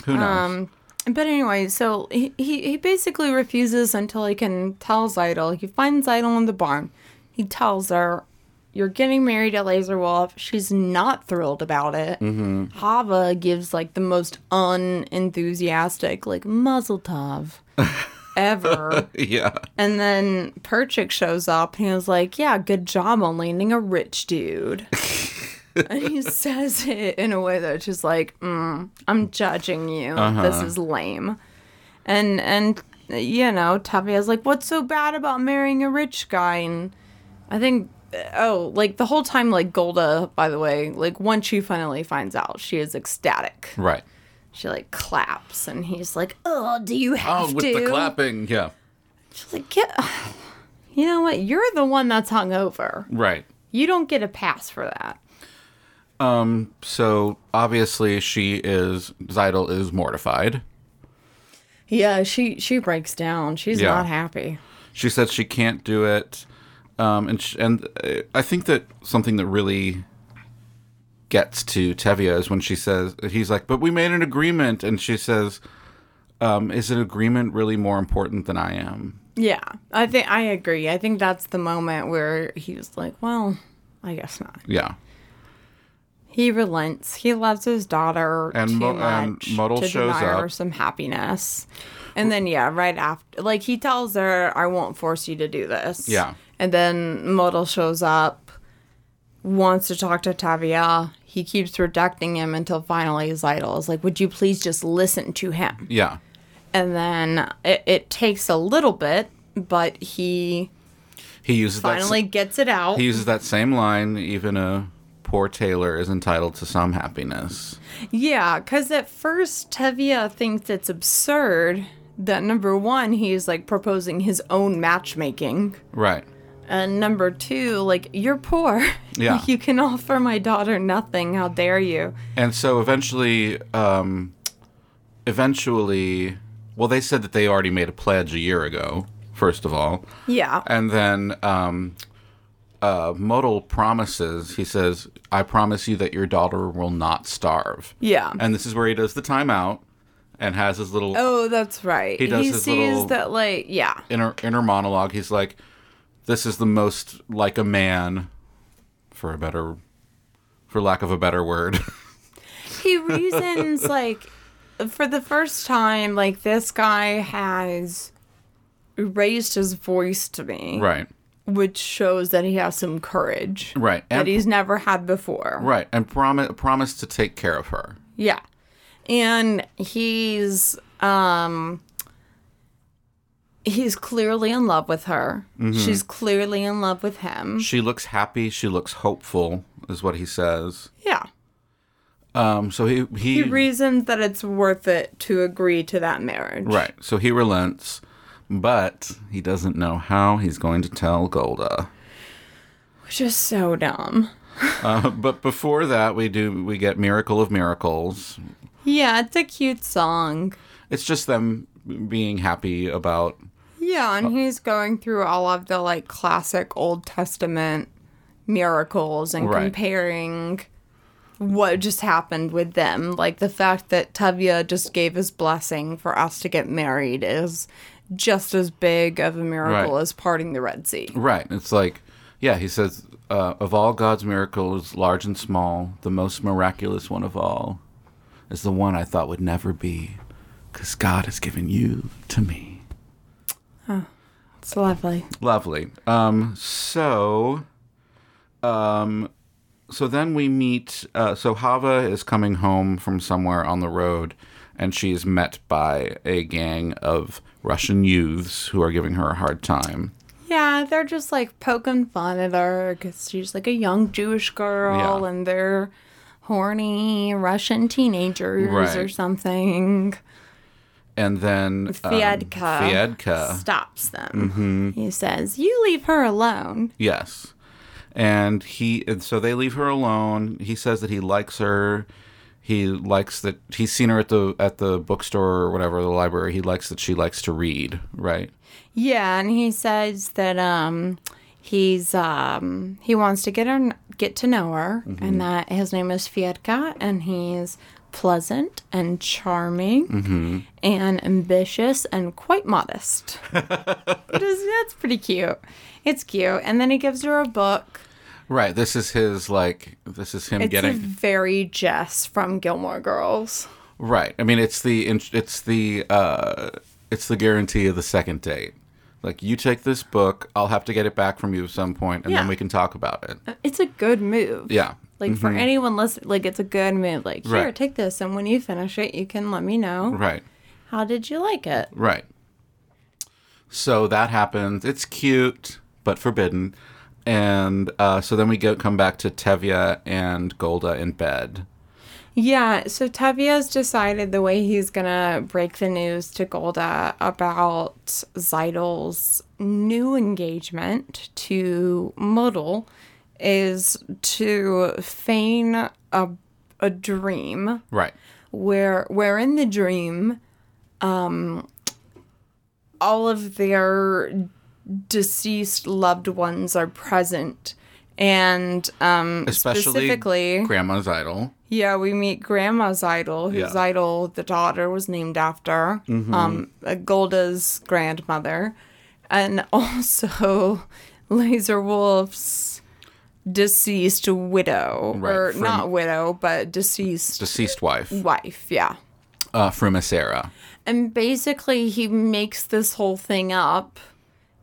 Speaker 2: Who knows?
Speaker 1: Um, But anyway, so he, he, he basically refuses until he can tell Zeidel. He finds Zeidel in the barn. He tells her, You're getting married at Laser Wolf. She's not thrilled about it. Hava gives like the most unenthusiastic, like, muzzle tov ever.
Speaker 2: Yeah.
Speaker 1: And then Perchik shows up and he was like, Yeah, good job on landing a rich dude. and he says it in a way that's just like, mm, I'm judging you.
Speaker 2: Uh-huh.
Speaker 1: This is lame. And, and, you know, Tavia's like, What's so bad about marrying a rich guy? And I think, oh, like the whole time, like Golda, by the way, like once she finally finds out, she is ecstatic.
Speaker 2: Right.
Speaker 1: She like claps and he's like, Oh, do you have
Speaker 2: Oh, with
Speaker 1: to?
Speaker 2: the clapping. Yeah.
Speaker 1: She's like, get. You know what? You're the one that's hungover.
Speaker 2: Right.
Speaker 1: You don't get a pass for that.
Speaker 2: So obviously she is Zeidel is mortified.
Speaker 1: Yeah, she she breaks down. She's
Speaker 2: Yeah.
Speaker 1: not happy.
Speaker 2: She says she can't do it, um, and sh- and uh, I think that something that really gets to Tevia is when she says he's like, "But we made an agreement," and she says, um, "Is an agreement really more important than I am?"
Speaker 1: Yeah, I think I agree. I think that's the moment where he's like, well, I guess not.
Speaker 2: Yeah,
Speaker 1: He relents. He loves his daughter
Speaker 2: And
Speaker 1: too
Speaker 2: Mo- and
Speaker 1: much
Speaker 2: Muddle
Speaker 1: to
Speaker 2: shows
Speaker 1: deny her
Speaker 2: up.
Speaker 1: some happiness. And then yeah, right after, like he tells her, "I won't force you to do this."
Speaker 2: Yeah.
Speaker 1: And then Muddle shows up, wants to talk to Tavia. He keeps rejecting him until finally his idol is like, "Would you please just listen to him?"
Speaker 2: yeah,
Speaker 1: And then it, it takes a little bit, but he
Speaker 2: he uses
Speaker 1: finally
Speaker 2: that. s-
Speaker 1: gets it out.
Speaker 2: He uses that same line. Even a poor tailor is entitled to some happiness.
Speaker 1: Yeah, because at first Tevia thinks it's absurd that number one, he's like proposing his own matchmaking.
Speaker 2: Right.
Speaker 1: And number two, like, you're poor.
Speaker 2: Yeah.
Speaker 1: you can offer my daughter nothing. How dare you?
Speaker 2: And so eventually, um, eventually, well, they said that they already made a pledge a year ago, first of all.
Speaker 1: Yeah.
Speaker 2: And then um, uh, Modal promises, he says, I promise you that your daughter will not starve.
Speaker 1: Yeah.
Speaker 2: And this is where he does the timeout and has his little
Speaker 1: oh, that's right. He,
Speaker 2: does his
Speaker 1: sees
Speaker 2: little-
Speaker 1: that, like, yeah.
Speaker 2: inner, inner monologue. He's like, This is the most like a man, for a better, for lack of a better word.
Speaker 1: He reasons, like, for the first time, like, this guy has raised his voice to me,
Speaker 2: right.
Speaker 1: which shows that he has some courage.
Speaker 2: Right.
Speaker 1: that
Speaker 2: And-
Speaker 1: he's never had before.
Speaker 2: Right, and promise promise to take care of her.
Speaker 1: Yeah. And he's um he's clearly in love with her.
Speaker 2: Mm-hmm.
Speaker 1: She's clearly in love with him.
Speaker 2: She looks happy. She looks hopeful, is what he says.
Speaker 1: Yeah.
Speaker 2: Um, so he he,
Speaker 1: He reasons that it's worth it to agree to that marriage.
Speaker 2: right. So he relents, but he doesn't know how he's going to tell Golda.
Speaker 1: Which is so dumb.
Speaker 2: Uh, but before that, we do we get Miracle of Miracles.
Speaker 1: Yeah, it's a cute song.
Speaker 2: It's just them being happy about
Speaker 1: Yeah,
Speaker 2: Oh.
Speaker 1: and he's going through all of the like classic Old Testament miracles and
Speaker 2: Right.
Speaker 1: comparing what just happened with them. Like the fact that Tavia just gave his blessing for us to get married is just as big of a miracle
Speaker 2: Right.
Speaker 1: as parting the Red Sea.
Speaker 2: right. It's like yeah, he says uh, of all God's miracles, large and small, the most miraculous one of all is the one I thought would never be, because God has given you to me.
Speaker 1: It's lovely.
Speaker 2: Lovely. Um, so, um, so then we meet. Uh, so Hava is coming home from somewhere on the road, and she is met by a gang of Russian youths who are giving her a hard time.
Speaker 1: Yeah, they're just like poking fun at her because she's like a young Jewish girl
Speaker 2: Yeah.
Speaker 1: and they're horny Russian teenagers or
Speaker 2: Right.
Speaker 1: something.
Speaker 2: And then um,
Speaker 1: Fiedka,
Speaker 2: Fiedka. Mm-hmm.
Speaker 1: stops them. He says, "You leave her alone."
Speaker 2: Yes. And he and so they leave her alone. He says that he likes her. He likes that he's seen her at the at the bookstore or whatever, the library. He likes that she likes to read, right?
Speaker 1: Yeah, and he says that um, he's um,
Speaker 2: Mm-hmm.
Speaker 1: he wants to get her get to know her, and that his name is Fiedka, and he's pleasant and charming
Speaker 2: Mm-hmm.
Speaker 1: and ambitious and quite modest. it is, that's pretty cute. It's cute. And then he gives her a book.
Speaker 2: Right. This is his like. This is him
Speaker 1: It's
Speaker 2: getting
Speaker 1: very Jess from Gilmore Girls.
Speaker 2: right. I mean, it's the int- it's the uh, it's the guarantee of the second date. Like you take this book, I'll have to get it back from you at some point, and then
Speaker 1: Yeah.
Speaker 2: we can talk about it.
Speaker 1: It's a good move.
Speaker 2: Yeah.
Speaker 1: Like for anyone listening, like it's a good move. Like, here,
Speaker 2: Mm-hmm. Right.
Speaker 1: take this, and when you finish it, you can let me know
Speaker 2: Right.
Speaker 1: how did you like it.
Speaker 2: Right. So that happens. It's cute, but forbidden. And uh, so then we go come back to Tevya and Golda in bed.
Speaker 1: Yeah, so Tevia's decided the way he's gonna break the news to Golda about Zeidel's new engagement to Muddle is to feign a a dream
Speaker 2: Right.
Speaker 1: where where in the dream um all of their deceased loved ones are present and um
Speaker 2: Especially
Speaker 1: specifically
Speaker 2: Grandma's idol.
Speaker 1: yeah, we meet Grandma's idol, whose
Speaker 2: Yeah. Mm-hmm.
Speaker 1: idol the daughter was named after, um, uh, Golda's grandmother, and also Laser Wolf's deceased widow,
Speaker 2: Right,
Speaker 1: or
Speaker 2: from-
Speaker 1: not widow, but deceased
Speaker 2: Deceased wife
Speaker 1: wife. Yeah,
Speaker 2: uh, from Asera.
Speaker 1: and basically he makes this whole thing up,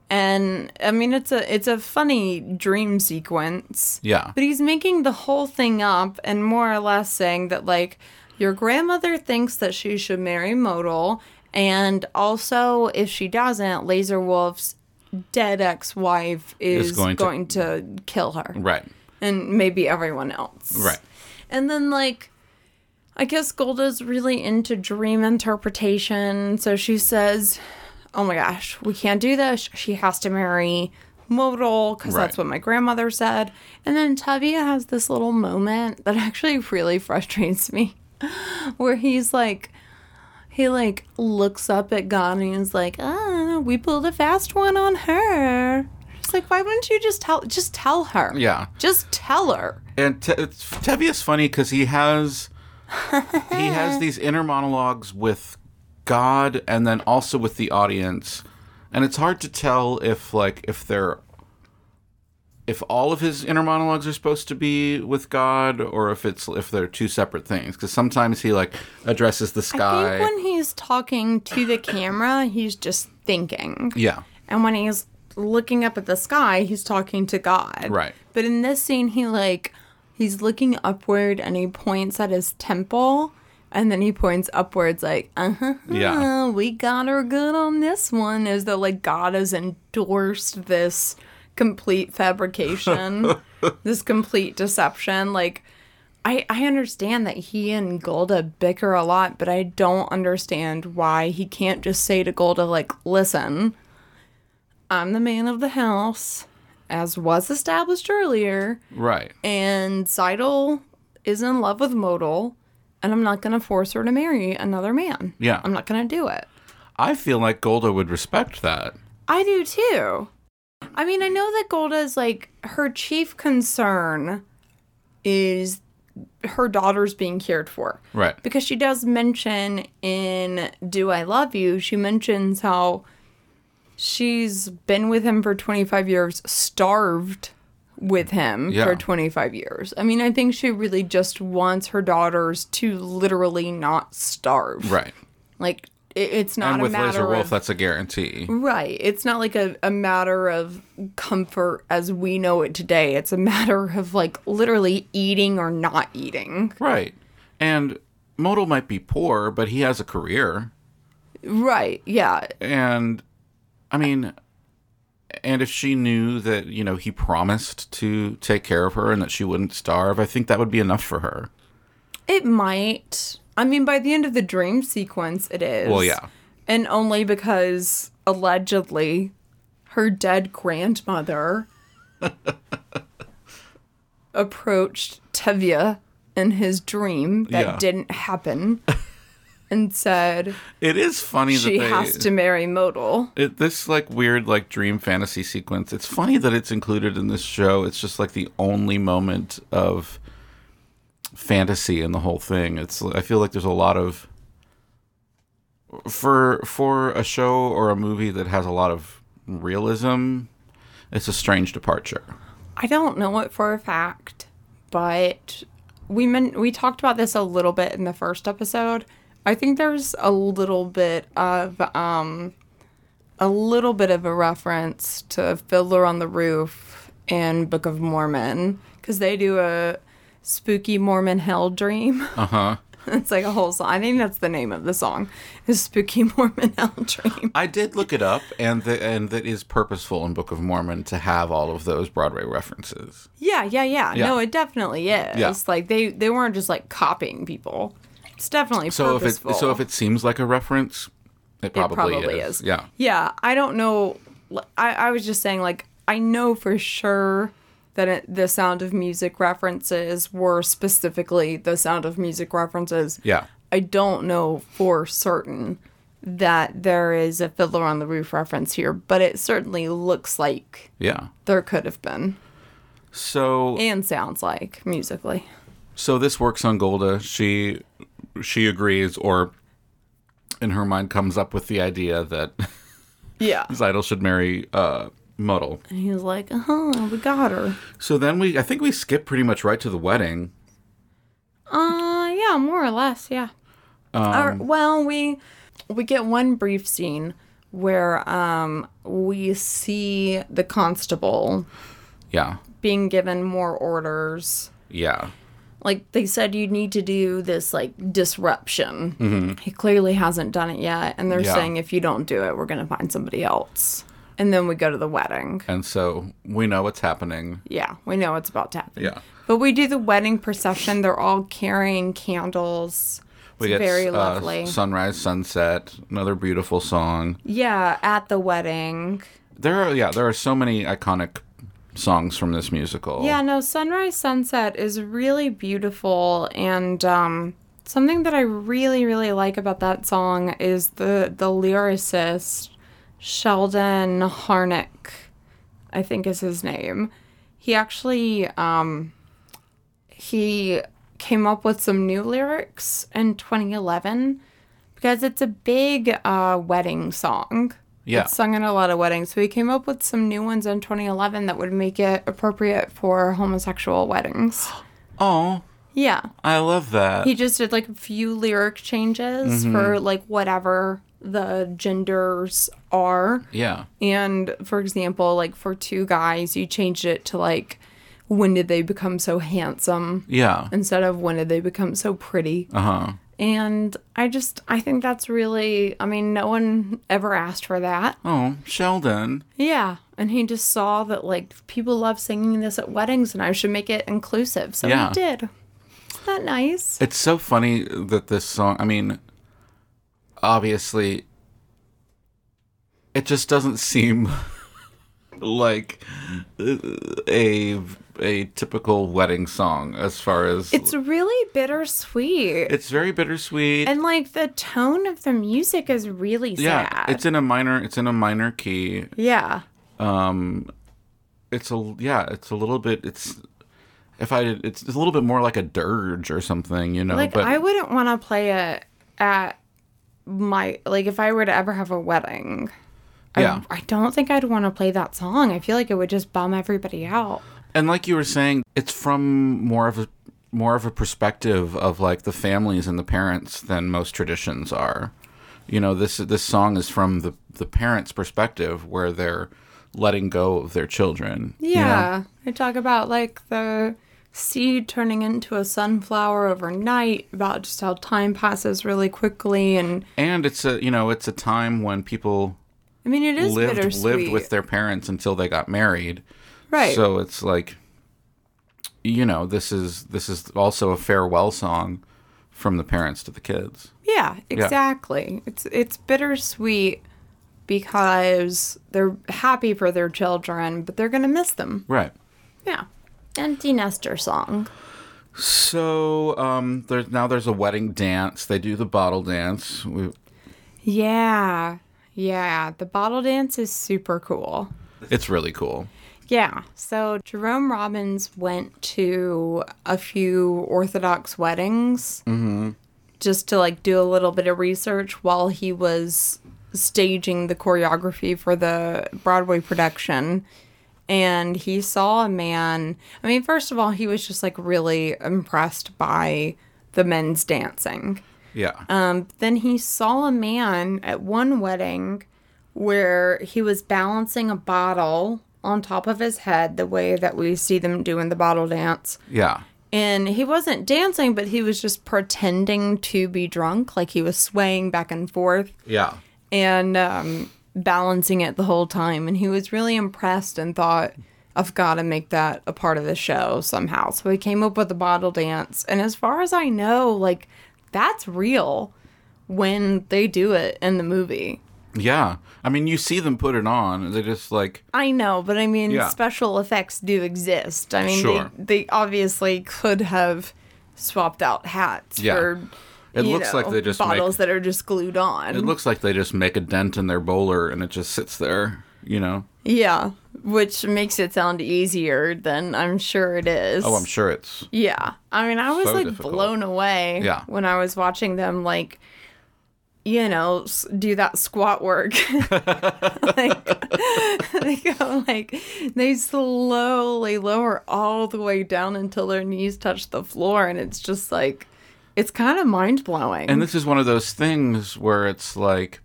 Speaker 1: and I mean it's a it's a funny dream sequence.
Speaker 2: Yeah.
Speaker 1: But he's making the whole thing up and more or less saying that, like, your grandmother thinks that she should marry Modal. And also, if she doesn't, Laser Wolf's dead ex wife is,
Speaker 2: going
Speaker 1: going,
Speaker 2: to-
Speaker 1: to... kill her.
Speaker 2: Right.
Speaker 1: And maybe everyone else.
Speaker 2: Right.
Speaker 1: And then, like, I guess Golda's really into dream interpretation. So she says, Oh my gosh, we can't do this. She has to marry Modal because
Speaker 2: Right.
Speaker 1: that's what my grandmother said. And then Tavia has this little moment that actually really frustrates me where he's like, he like looks up at Gani and is like, ah, we pulled a fast one on her. It's like, why wouldn't you just tell, just tell her?
Speaker 2: Yeah.
Speaker 1: Just tell her.
Speaker 2: And Te- it's- Tevye's funny because he has he has these inner monologues with God and then also with the audience, and it's hard to tell if like if they're if all of his inner monologues are supposed to be with God or if it's if they're two separate things. Because sometimes he like addresses the
Speaker 1: I
Speaker 2: sky.
Speaker 1: think when he's talking to the camera, he's just thinking.
Speaker 2: yeah.
Speaker 1: And when he's looking up at the sky, he's talking to God.
Speaker 2: Right.
Speaker 1: But in this scene, he like he's looking upward and he points at his temple. And then he points upwards, like, uh huh,
Speaker 2: Yeah.
Speaker 1: we got her good on this one, as though, like, God has endorsed this complete fabrication, this complete deception. Like, I, I understand that he and Golda bicker a lot, but I don't understand why he can't just say to Golda, like, listen, I'm the man of the house, as was established earlier,
Speaker 2: Right.
Speaker 1: and Seidel is in love with Modal, and I'm not going to force her to marry another man.
Speaker 2: Yeah.
Speaker 1: I'm not going to do it.
Speaker 2: I feel like Golda would respect that.
Speaker 1: I do too. I mean, I know that Golda's like her chief concern is her daughter's being cared for.
Speaker 2: Right.
Speaker 1: Because she does mention in Do I Love You, she mentions how she's been with him for 25 years, starved with him
Speaker 2: Yeah.
Speaker 1: for 25 years. I mean, I think she really just wants her daughters to literally not starve.
Speaker 2: Right.
Speaker 1: Like, it, it's not
Speaker 2: And
Speaker 1: a
Speaker 2: with
Speaker 1: matter
Speaker 2: Laser Wolf,
Speaker 1: of.
Speaker 2: that's a guarantee.
Speaker 1: Right. It's not like a, a matter of comfort as we know it today. It's a matter of like literally eating or not eating.
Speaker 2: Right. And Modal might be poor, but he has a career.
Speaker 1: Right. Yeah.
Speaker 2: And I mean, and if she knew that, you know, he promised to take care of her and that she wouldn't starve, I think that would be enough for her.
Speaker 1: It might. I mean, by the end of the dream sequence, it is.
Speaker 2: Well, yeah.
Speaker 1: And only because allegedly her dead grandmother approached Tevye in his dream that
Speaker 2: Yeah.
Speaker 1: didn't happen and said
Speaker 2: It is funny
Speaker 1: she
Speaker 2: that they,
Speaker 1: has to marry Modal.
Speaker 2: It, this like weird like dream fantasy sequence. It's funny that it's included in this show. It's just like the only moment of fantasy in the whole thing. It's I feel like there's a lot of for for a show or a movie that has a lot of realism. It's a strange departure.
Speaker 1: I don't know it for a fact, but we meant we talked about this a little bit in the first episode. I think there's a little bit of um a little bit of a reference to Fiddler on the Roof and Book of Mormon cuz they do a spooky Mormon hell dream.
Speaker 2: Uh huh.
Speaker 1: It's like a whole song. I think that's the name of the song. Is spooky Mormon hell dream.
Speaker 2: I did look it up, and the, and that is purposeful in Book of Mormon to have all of those Broadway references.
Speaker 1: Yeah, yeah, yeah.
Speaker 2: Yeah.
Speaker 1: No, it definitely is.
Speaker 2: Yeah.
Speaker 1: Like they they weren't just like copying people. It's definitely
Speaker 2: So
Speaker 1: purposeful.
Speaker 2: if it so if it seems like a reference, it probably, is. Yeah.
Speaker 1: Yeah. I don't know. L- I, I was just saying, like, I know for sure that it, the Sound of Music references were specifically the Sound of Music references.
Speaker 2: Yeah.
Speaker 1: I don't know for certain that there is a Fiddler on the Roof reference here, but it certainly looks like
Speaker 2: Yeah.
Speaker 1: there could have been
Speaker 2: So
Speaker 1: and sounds like musically.
Speaker 2: so this works on Golda. She she agrees, or in her mind comes up with the idea that
Speaker 1: Yeah.
Speaker 2: Zeidel should marry uh, Muddle.
Speaker 1: And he was like, uh huh, we got her.
Speaker 2: So then we I think we skip pretty much right to the wedding.
Speaker 1: Uh, yeah, more or less, yeah. Or- well, we we get one brief scene where um we see the constable
Speaker 2: Yeah.
Speaker 1: being given more orders.
Speaker 2: Yeah.
Speaker 1: Like they said, you need to do this like disruption. He clearly hasn't done it yet, and they're
Speaker 2: Yeah.
Speaker 1: saying if you don't do it, we're gonna find somebody else. And then we go to the wedding.
Speaker 2: And so we know what's happening.
Speaker 1: Yeah, we know it's about to happen.
Speaker 2: Yeah.
Speaker 1: But we do the wedding procession. They're all carrying candles. It's
Speaker 2: We get
Speaker 1: very
Speaker 2: uh,
Speaker 1: lovely.
Speaker 2: sunrise, sunset, another beautiful song.
Speaker 1: Yeah, at the wedding.
Speaker 2: There are yeah, there are so many iconic songs from this musical.
Speaker 1: Yeah, no, sunrise sunset is really beautiful and um something that I really really like about that song is the the lyricist Sheldon Harnick, I think is his name. He actually um he came up with some new lyrics in 2011 because it's a big uh wedding song.
Speaker 2: Yeah.
Speaker 1: It's sung at a lot of weddings. So he came up with some new ones in 2011 that would make it appropriate for homosexual weddings.
Speaker 2: Oh,
Speaker 1: Yeah.
Speaker 2: I love that.
Speaker 1: He just did like a few lyric changes for like whatever the genders are.
Speaker 2: yeah.
Speaker 1: And for example, like for two guys, you changed it to like, when did they become so handsome
Speaker 2: Yeah.
Speaker 1: instead of when did they become so pretty?
Speaker 2: Uh huh.
Speaker 1: And I just, I think that's really, I mean, no one ever asked for that.
Speaker 2: Oh, Sheldon.
Speaker 1: Yeah, and he just saw that like people love singing this at weddings, and I should make it inclusive. So
Speaker 2: Yeah.
Speaker 1: he did. Isn't that nice?
Speaker 2: It's so funny that this song, I mean, obviously, it just doesn't seem like a a typical wedding song as far as
Speaker 1: It's really bittersweet,
Speaker 2: It's very bittersweet.
Speaker 1: and like the tone of the music is really
Speaker 2: yeah,
Speaker 1: sad.
Speaker 2: it's Oh, in a minor it's in a minor key.
Speaker 1: yeah,
Speaker 2: It's a yeah, it's a little bit it's if I did, it's a little bit more like a dirge or something, you know,
Speaker 1: like
Speaker 2: but
Speaker 1: I wouldn't want to play it at my like if I were to ever have a wedding. I-
Speaker 2: Yeah.
Speaker 1: I don't think I'd want to play that song. I feel like it would just bum everybody out.
Speaker 2: And like you were saying, it's from more of a more of a perspective of like the families and the parents than most traditions are. You know, this this song is from the the parents' perspective where they're letting go of their children. you know?
Speaker 1: Yeah. They talk about like the seed turning into a sunflower overnight, about just how time passes really quickly and
Speaker 2: And it's a you know, it's a time when people
Speaker 1: I mean it is
Speaker 2: lived
Speaker 1: bittersweet.
Speaker 2: lived with their parents until they got married.
Speaker 1: right.
Speaker 2: So it's like you know, this is this is also a farewell song from the parents to the kids.
Speaker 1: yeah, exactly. It's it's bittersweet because they're happy for their children, but they're gonna miss them.
Speaker 2: Right.
Speaker 1: Yeah. Empty nester song.
Speaker 2: So um, there's now there's a wedding dance. They do the bottle dance. We,
Speaker 1: Yeah. Yeah. The bottle dance is super cool.
Speaker 2: it's really cool.
Speaker 1: Yeah. So Jerome Robbins went to a few Orthodox weddings just to like do a little bit of research while he was staging the choreography for the Broadway production. And he saw a man. I mean, first of all, he was just like really impressed by the men's dancing.
Speaker 2: Yeah.
Speaker 1: Um, then he saw a man at one wedding where he was balancing a bottle on top of his head, the way that we see them doing the bottle dance.
Speaker 2: yeah.
Speaker 1: And he wasn't dancing, but he was just pretending to be drunk, like he was swaying back and forth
Speaker 2: Yeah.
Speaker 1: and um, balancing it the whole time. And he was really impressed and thought, I've got to make that a part of the show somehow. So he came up with the bottle dance. And as far as I know, like, that's real when they do it in the movie.
Speaker 2: Yeah. I mean, you see them put it on. and They just like,
Speaker 1: I know, but I mean,
Speaker 2: Yeah.
Speaker 1: special effects do exist. I mean,
Speaker 2: Sure.
Speaker 1: they, they obviously could have swapped out hats
Speaker 2: Yeah.
Speaker 1: for.
Speaker 2: It
Speaker 1: you
Speaker 2: looks like
Speaker 1: know,
Speaker 2: they just make-
Speaker 1: bottles that are just glued on.
Speaker 2: it looks like they just make a dent in their bowler and it just sits there, you know?
Speaker 1: Yeah, which makes it sound easier than I'm sure it is.
Speaker 2: Oh, I'm sure it's.
Speaker 1: Yeah. I mean, I was
Speaker 2: So
Speaker 1: like
Speaker 2: difficult.
Speaker 1: blown away
Speaker 2: Yeah.
Speaker 1: when I was watching them like you know, s- do that squat work. like, they go like they slowly lower all the way down until their knees touch the floor and it's just like it's kind of mind-blowing.
Speaker 2: And this is one of those things where it's like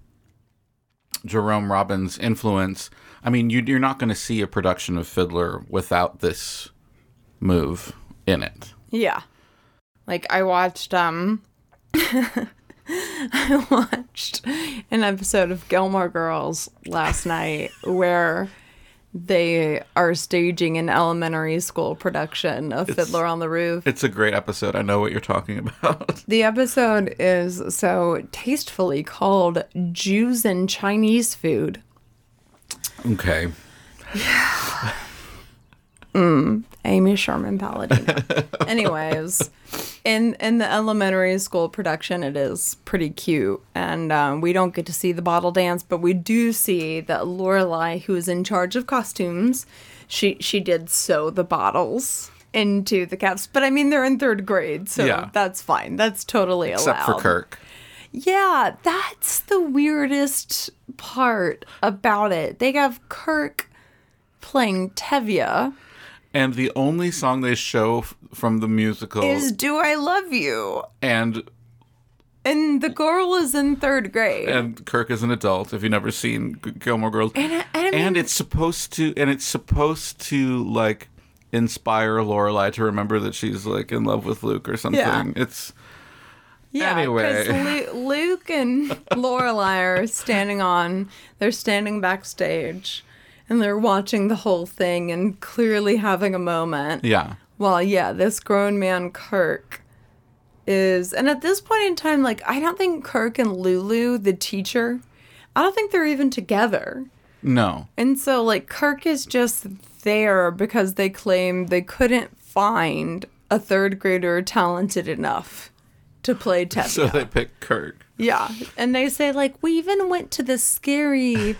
Speaker 2: Jerome Robbins' influence. I mean, you, you're not going to see a production of Fiddler without this move in it.
Speaker 1: Yeah. Like I watched um I watched an episode of Gilmore Girls last night where they are staging an elementary school production of Fiddler on the Roof.
Speaker 2: It's a great episode. I know what you're talking about.
Speaker 1: The episode is so tastefully called Jews and Chinese Food.
Speaker 2: okay.
Speaker 1: Amy Sherman Palladino. Anyways, in in the elementary school production, it is pretty cute, and um, we don't get to see the bottle dance, but we do see that Lorelai, who is in charge of costumes, she she did sew the bottles into the caps. But I mean, they're in third grade, so
Speaker 2: Yeah.
Speaker 1: that's fine. That's totally
Speaker 2: Except
Speaker 1: allowed.
Speaker 2: for Kirk.
Speaker 1: Yeah, that's the weirdest part about it. They have Kirk playing Tevye.
Speaker 2: And the only song they show f- from the musical
Speaker 1: Is do I love you?
Speaker 2: and
Speaker 1: And the girl is in third grade.
Speaker 2: and Kirk is an adult. If you've never seen G- Gilmore Girls, and,
Speaker 1: I- and I mean-
Speaker 2: it's supposed to, and it's supposed to like inspire Lorelai to remember that she's like in love with Luke or something.
Speaker 1: Yeah.
Speaker 2: It's
Speaker 1: yeah,
Speaker 2: anyway.
Speaker 1: Lu- Luke and Lorelai are standing on. They're standing backstage, and they're watching the whole thing and clearly having a moment.
Speaker 2: yeah,
Speaker 1: Well, yeah, this grown man Kirk is, and at this point in time, like I don't think Kirk and Lulu, the teacher, I don't think they're even together.
Speaker 2: no,
Speaker 1: And so, like, Kirk is just there because they claim they couldn't find a third grader talented enough to play Tevye.
Speaker 2: so they pick Kirk.
Speaker 1: yeah. And they say, like, we even went to the scary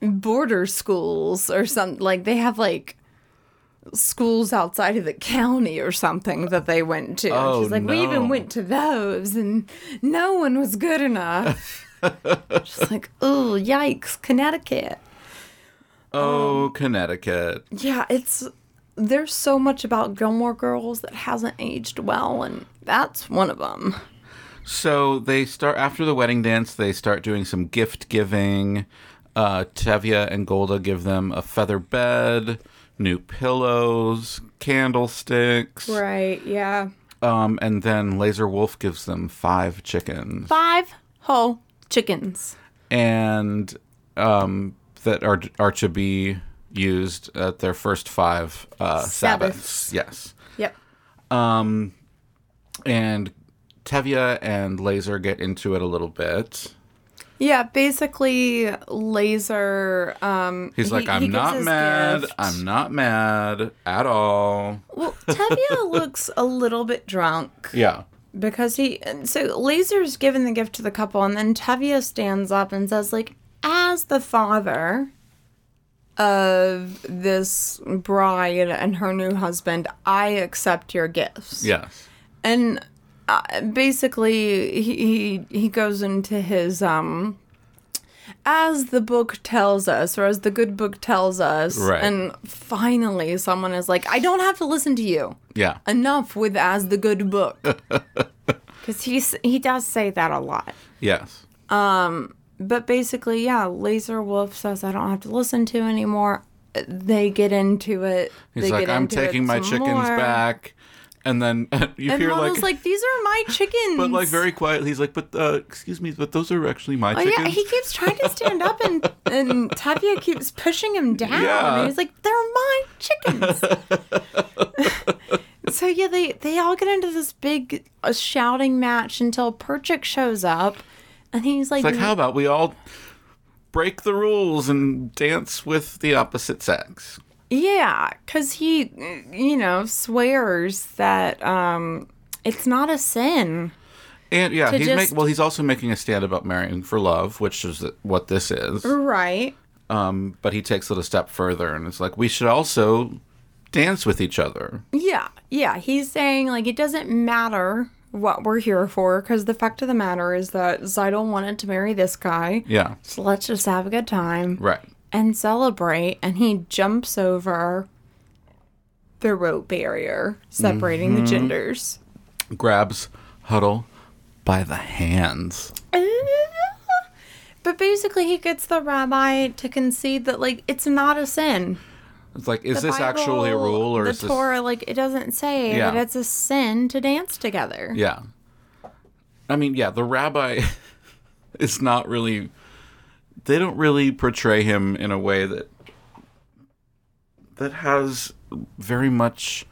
Speaker 1: border schools or something. Like, they have, like, schools outside of the county or something that they went to. And
Speaker 2: Oh,
Speaker 1: She's like, we
Speaker 2: no.
Speaker 1: even went to those and no one was good enough. She's like, oh, yikes, Connecticut.
Speaker 2: Oh,
Speaker 1: Um,
Speaker 2: Connecticut.
Speaker 1: Yeah, it's there's so much about Gilmore Girls that hasn't aged well, and that's one of them.
Speaker 2: So they start after the wedding dance. They start doing some gift giving. Uh, Tevya and Golda give them a feather bed, new pillows, candlesticks,
Speaker 1: Right? Yeah.
Speaker 2: um, and then Laser Wolf gives them five chickens.
Speaker 1: Five whole chickens.
Speaker 2: and um, that Ar- Archibee used at their first five uh, Sabbaths.
Speaker 1: Sabbaths.
Speaker 2: Yes.
Speaker 1: Yep.
Speaker 2: And Tevya and Laser get into it a little bit.
Speaker 1: Yeah, basically, laser. Um,
Speaker 2: He's
Speaker 1: he-
Speaker 2: like,
Speaker 1: he
Speaker 2: I'm
Speaker 1: gives
Speaker 2: not
Speaker 1: his
Speaker 2: mad.
Speaker 1: gift."
Speaker 2: I'm not mad at all.
Speaker 1: Well, Tevye looks a little bit drunk
Speaker 2: Yeah.
Speaker 1: because he. and So laser's given the gift to the couple, and then Tevye stands up and says, like, as the father of this bride and her new husband, I accept your gifts.
Speaker 2: Yes.
Speaker 1: And uh, basically, he, he he goes into his um, as the book tells us, or as the good book tells us,
Speaker 2: Right.
Speaker 1: and finally, someone is like, "I don't have to listen to you.
Speaker 2: Yeah.
Speaker 1: Enough with as the good book." Because he he does say that a lot.
Speaker 2: Yes.
Speaker 1: But basically, yeah, Laser Wolf says I don't have to listen to anymore. They get into it.
Speaker 2: He's
Speaker 1: they
Speaker 2: like,
Speaker 1: get
Speaker 2: I'm
Speaker 1: into it
Speaker 2: taking my
Speaker 1: some
Speaker 2: chickens
Speaker 1: more."
Speaker 2: back. And then you
Speaker 1: And
Speaker 2: hear
Speaker 1: Ronald's
Speaker 2: like,
Speaker 1: like, these are my chickens.
Speaker 2: but like very quietly, he's like, but uh, excuse me, but those are actually my
Speaker 1: Oh
Speaker 2: chickens.
Speaker 1: yeah, he keeps trying to stand up, and and Tevye keeps pushing him down.
Speaker 2: Yeah.
Speaker 1: And he's like, "They're my chickens." so yeah, they they all get into this big uh, shouting match until Perchik shows up, and he's like,
Speaker 2: It's like, how about we all break the rules and dance with the opposite sex?
Speaker 1: Yeah, because he, you know, swears that um, it's not a sin.
Speaker 2: And yeah, he's
Speaker 1: just-
Speaker 2: make, well. He's also making a stand about marrying for love, which is what this is.
Speaker 1: Right.
Speaker 2: Um, but he takes it a step further, and it's like we should also dance with each other.
Speaker 1: Yeah, yeah. He's saying, like, it doesn't matter what we're here for, because the fact of the matter is that Zidel wanted to marry this guy.
Speaker 2: Yeah,
Speaker 1: So let's just have a good time
Speaker 2: right.
Speaker 1: and celebrate. And he jumps over the rope barrier separating
Speaker 2: Mm-hmm.
Speaker 1: the genders.
Speaker 2: Grabs Huddle by the hands.
Speaker 1: But basically, he gets the rabbi to concede that, like, it's not a sin.
Speaker 2: It's like, is this actually a
Speaker 1: Bible,
Speaker 2: rule or
Speaker 1: the
Speaker 2: is this?
Speaker 1: Torah? Like, it doesn't say
Speaker 2: Yeah.
Speaker 1: that it's a sin to dance together.
Speaker 2: Yeah. I mean, yeah, the rabbi is not really. They don't really portray him in a way that that has very much.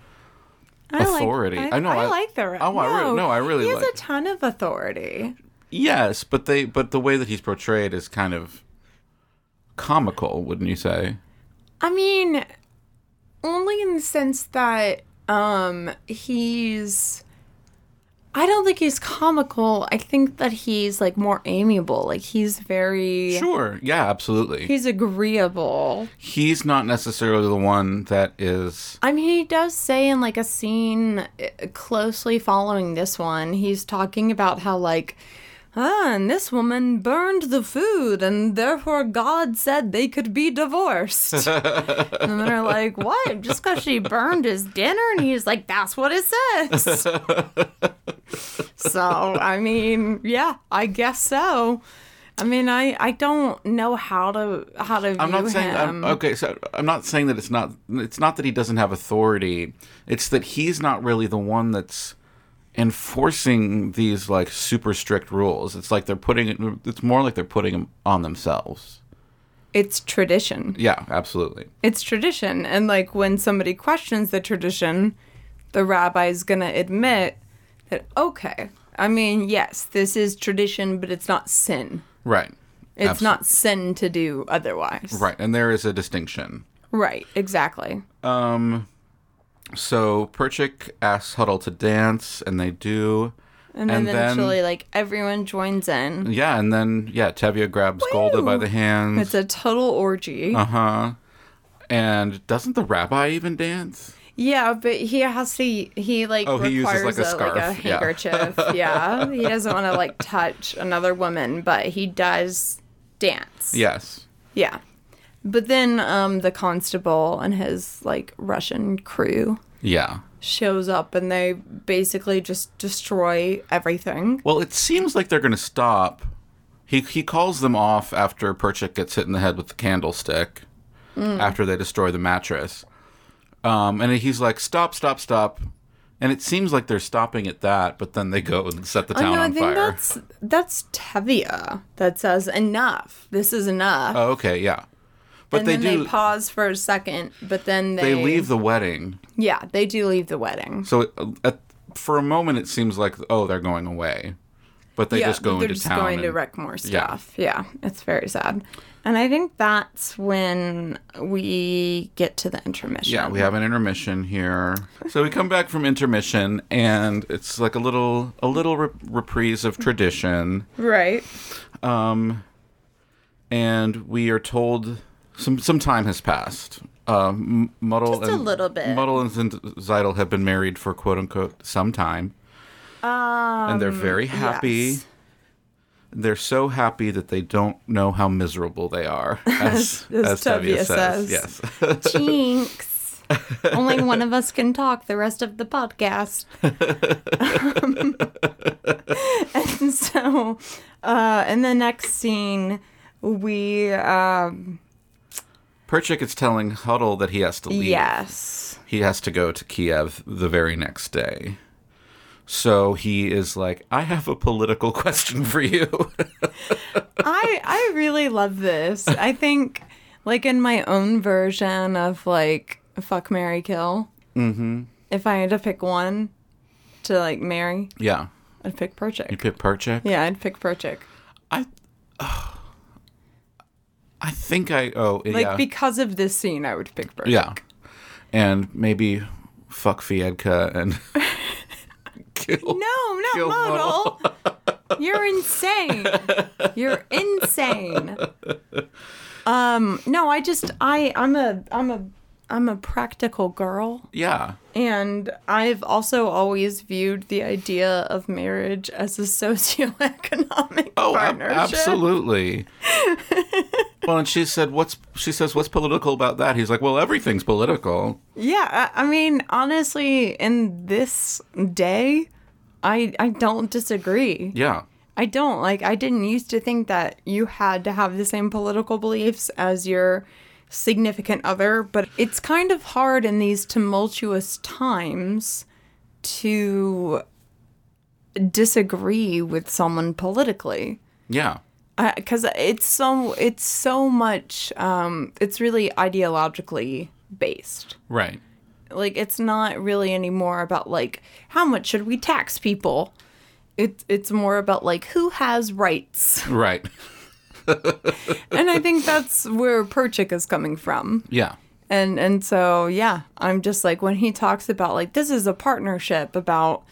Speaker 2: Authority.
Speaker 1: I, like,
Speaker 2: I know, I-
Speaker 1: like the rabbi.
Speaker 2: Oh, I re- no, I really
Speaker 1: He has
Speaker 2: like-
Speaker 1: a ton of authority.
Speaker 2: Yes, but they but the way that he's portrayed is kind of comical, wouldn't you say?
Speaker 1: I mean, only in the sense that um he's. I don't think he's comical. I think that he's like more amiable. Like he's very.
Speaker 2: Sure. Yeah, absolutely.
Speaker 1: He's agreeable.
Speaker 2: He's not necessarily the one that is
Speaker 1: I mean, he does say in like a scene uh, closely following this one, he's talking about how like, ah, and this woman burned the food, and therefore God said they could be divorced. and they're like, what? Just because she burned his dinner? And he's like, that's what it says. so I mean, yeah, I guess so. I mean, I, I don't know how to how to view
Speaker 2: I'm not saying
Speaker 1: him.
Speaker 2: I'm, uh, okay, so I'm not saying that it's not it's not that he doesn't have authority. It's that he's not really the one that's enforcing these like super strict rules. It's like they're putting it it's more like they're putting them on themselves.
Speaker 1: it's tradition.
Speaker 2: Yeah, absolutely.
Speaker 1: it's tradition and like when somebody questions the tradition the rabbi's going to admit that okay i mean yes this is tradition but it's not sin
Speaker 2: Right.
Speaker 1: it's
Speaker 2: Abso-
Speaker 1: not sin to do otherwise
Speaker 2: right, and there is a distinction.
Speaker 1: right exactly
Speaker 2: So Perchik asks Huddle to dance, and they do.
Speaker 1: and, then eventually like everyone joins in
Speaker 2: yeah, and then yeah, Tevye grabs Golda by
Speaker 1: Woo!
Speaker 2: the hands.
Speaker 1: it's a total orgy
Speaker 2: Uh huh. And doesn't the rabbi even dance?
Speaker 1: yeah but he has to he like
Speaker 2: Oh, he uses,
Speaker 1: requires
Speaker 2: like, a
Speaker 1: a, like a
Speaker 2: scarf, yeah.
Speaker 1: handkerchief yeah he doesn't want to like touch another woman but he does dance
Speaker 2: Yes.
Speaker 1: Yeah. But then um, the constable and his like Russian crew
Speaker 2: Yeah.
Speaker 1: shows up and they basically just destroy everything.
Speaker 2: Well, it seems like they're gonna stop. He he calls them off after Perchik gets hit in the head with the candlestick.
Speaker 1: Hmm.
Speaker 2: After they destroy the mattress, um, and he's like, "Stop! Stop! Stop!" And it seems like they're stopping at that, but then they go and set the town
Speaker 1: I know. Oh, I
Speaker 2: on
Speaker 1: think
Speaker 2: fire.
Speaker 1: that's that's Tevia that says enough. This is enough.
Speaker 2: Oh, okay, yeah. But
Speaker 1: and
Speaker 2: they
Speaker 1: then
Speaker 2: do
Speaker 1: they pause for a second, but then they,
Speaker 2: they leave the wedding.
Speaker 1: Yeah, they do leave the wedding.
Speaker 2: So it, uh, at, for a moment it seems like oh they're going away. But they
Speaker 1: yeah,
Speaker 2: just go
Speaker 1: they're
Speaker 2: into
Speaker 1: just
Speaker 2: town.
Speaker 1: going to
Speaker 2: and-
Speaker 1: wreck more
Speaker 2: Yeah.
Speaker 1: stuff. Yeah. it's very sad. And I think that's when we get to the intermission.
Speaker 2: yeah, we have an intermission here. So we come back from intermission and it's like a little a little re- reprise of tradition
Speaker 1: right.
Speaker 2: and we are told some some time has passed. Um, M- Muddle
Speaker 1: Just a
Speaker 2: and
Speaker 1: little bit.
Speaker 2: Muddle and Z- Zeidel have been married for quote unquote some time,
Speaker 1: Um,
Speaker 2: and they're very happy.
Speaker 1: yes.
Speaker 2: They're so happy that they don't know how miserable they are, as,
Speaker 1: As
Speaker 2: as Tevye
Speaker 1: Tevye
Speaker 2: says.
Speaker 1: says.
Speaker 2: Yes.
Speaker 1: Jinx. Only one of us can talk the rest of the podcast. Um, and so, uh, in the next scene, we, um,
Speaker 2: Perchik is telling Huddle that he has to leave.
Speaker 1: yes.
Speaker 2: He has to go to Kiev the very next day. So he is like, I have a political question for you.
Speaker 1: I, I really love this. I think, like, in my own version of, like, fuck, Mary kill, mm-hmm. if I had to pick one to, like, marry,
Speaker 2: yeah.
Speaker 1: I'd pick
Speaker 2: You
Speaker 1: Perchik.
Speaker 2: pick Perchik?
Speaker 1: Yeah, I'd pick Perchik.
Speaker 2: I uh, I think I oh
Speaker 1: Like,
Speaker 2: yeah
Speaker 1: because of this scene, I would pick Perchik.
Speaker 2: yeah, and maybe fuck Fiedka and kill.
Speaker 1: No, not
Speaker 2: Kill
Speaker 1: model. You're insane. You're insane. Um, no, I just I I'm a I'm a I'm a practical girl
Speaker 2: Yeah,
Speaker 1: and I've also always viewed the idea of marriage as a socioeconomic
Speaker 2: oh ab-
Speaker 1: partnership.
Speaker 2: absolutely. well, and she said, "What's she says? What's political about that?" He's like, "Well, everything's political."
Speaker 1: Yeah, I, I mean, honestly, in this day, I I don't disagree.
Speaker 2: Yeah,
Speaker 1: I don't like I didn't used to think that you had to have the same political beliefs as your significant other, but it's kind of hard in these tumultuous times to disagree with someone politically
Speaker 2: yeah,
Speaker 1: because it's so it's so much um, it's really ideologically based
Speaker 2: right.
Speaker 1: like it's not really anymore about like how much should we tax people it's it's more about like who has rights
Speaker 2: Right.
Speaker 1: and i think that's where perchik is coming from
Speaker 2: Yeah.
Speaker 1: and and so yeah i'm just like when he talks about like this is a partnership about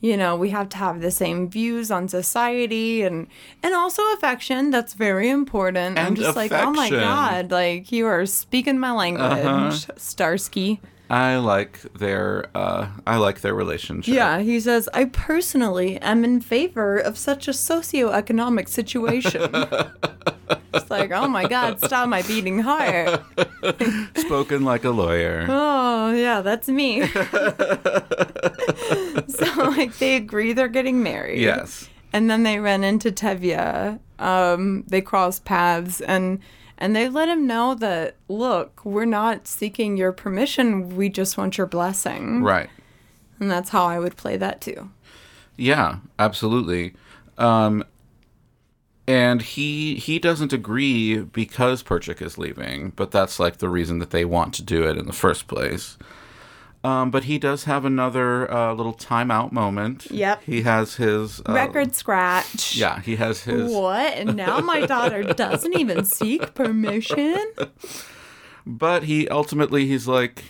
Speaker 1: you know we have to have the same views on society and and also affection that's very important i'm
Speaker 2: And
Speaker 1: just like oh my
Speaker 2: affection. Uh-huh.
Speaker 1: god like you are speaking my language starsky
Speaker 2: I like their uh I like their relationship.
Speaker 1: Yeah, he says, I personally am in favor of such a socioeconomic situation. it's like, oh my God, stop my beating heart.
Speaker 2: Spoken like a lawyer.
Speaker 1: Oh, yeah, that's me. so, like, they agree they're getting married.
Speaker 2: Yes.
Speaker 1: And then they run into Tevye. Um, they cross paths and. And they let him know that, look, we're not seeking your permission. We just want your blessing.
Speaker 2: Right.
Speaker 1: And that's how I would play that too.
Speaker 2: Yeah, absolutely. Um, and he he doesn't agree because Perchik is leaving, but that's like the reason that they want to do it in the first place. Um, but he does have another uh, little timeout moment.
Speaker 1: Yep.
Speaker 2: He has his uh,
Speaker 1: Record scratch.
Speaker 2: Yeah, he has his.
Speaker 1: What? And now my daughter doesn't even seek permission?
Speaker 2: But he ultimately he's like.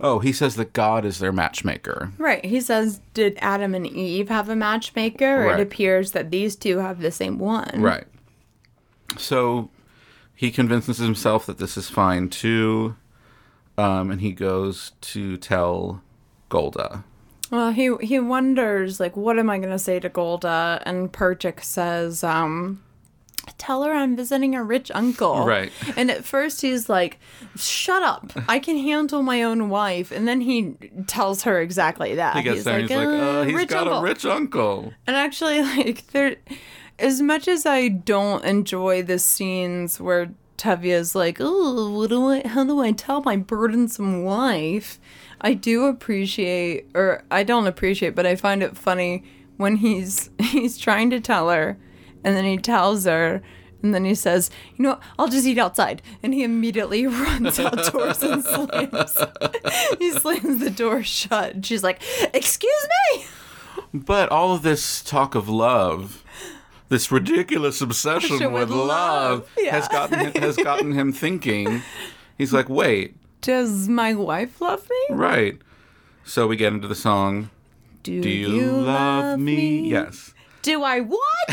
Speaker 2: Oh, he says that God is their matchmaker.
Speaker 1: Right. He says, Did Adam and Eve have a matchmaker?
Speaker 2: Right.
Speaker 1: It appears that these two have the same one.
Speaker 2: Right. So he convinces himself that this is fine too, um, and he goes to tell Golda.
Speaker 1: Well, he he wonders, like, what am I going to say to Golda? And Perchik says, um, Tell her I'm visiting a rich uncle.
Speaker 2: Right.
Speaker 1: And at first he's like, Shut up. I can handle my own wife. And then he tells her exactly that.
Speaker 2: He gets there and he's like, uh, he's got a rich uncle.
Speaker 1: And actually, like there, as much as I don't enjoy the scenes where Tevia's like, "Oh, what do I? How do I tell my burdensome wife?" I do appreciate, or I don't appreciate, but I find it funny when he's he's trying to tell her, and then he tells her. And then he says, "You know, what? I'll just eat outside." And he immediately runs outdoors and slams. he slams the door shut. And she's like, "Excuse me."
Speaker 2: But all of this talk of love, this ridiculous obsession
Speaker 1: Obsession
Speaker 2: with,
Speaker 1: with
Speaker 2: love,
Speaker 1: love, yeah.
Speaker 2: has gotten him, has gotten him thinking. He's like, wait,
Speaker 1: Does my wife love me?
Speaker 2: right. So we get into the song. Do you, love, me? Yes.
Speaker 1: Do I what?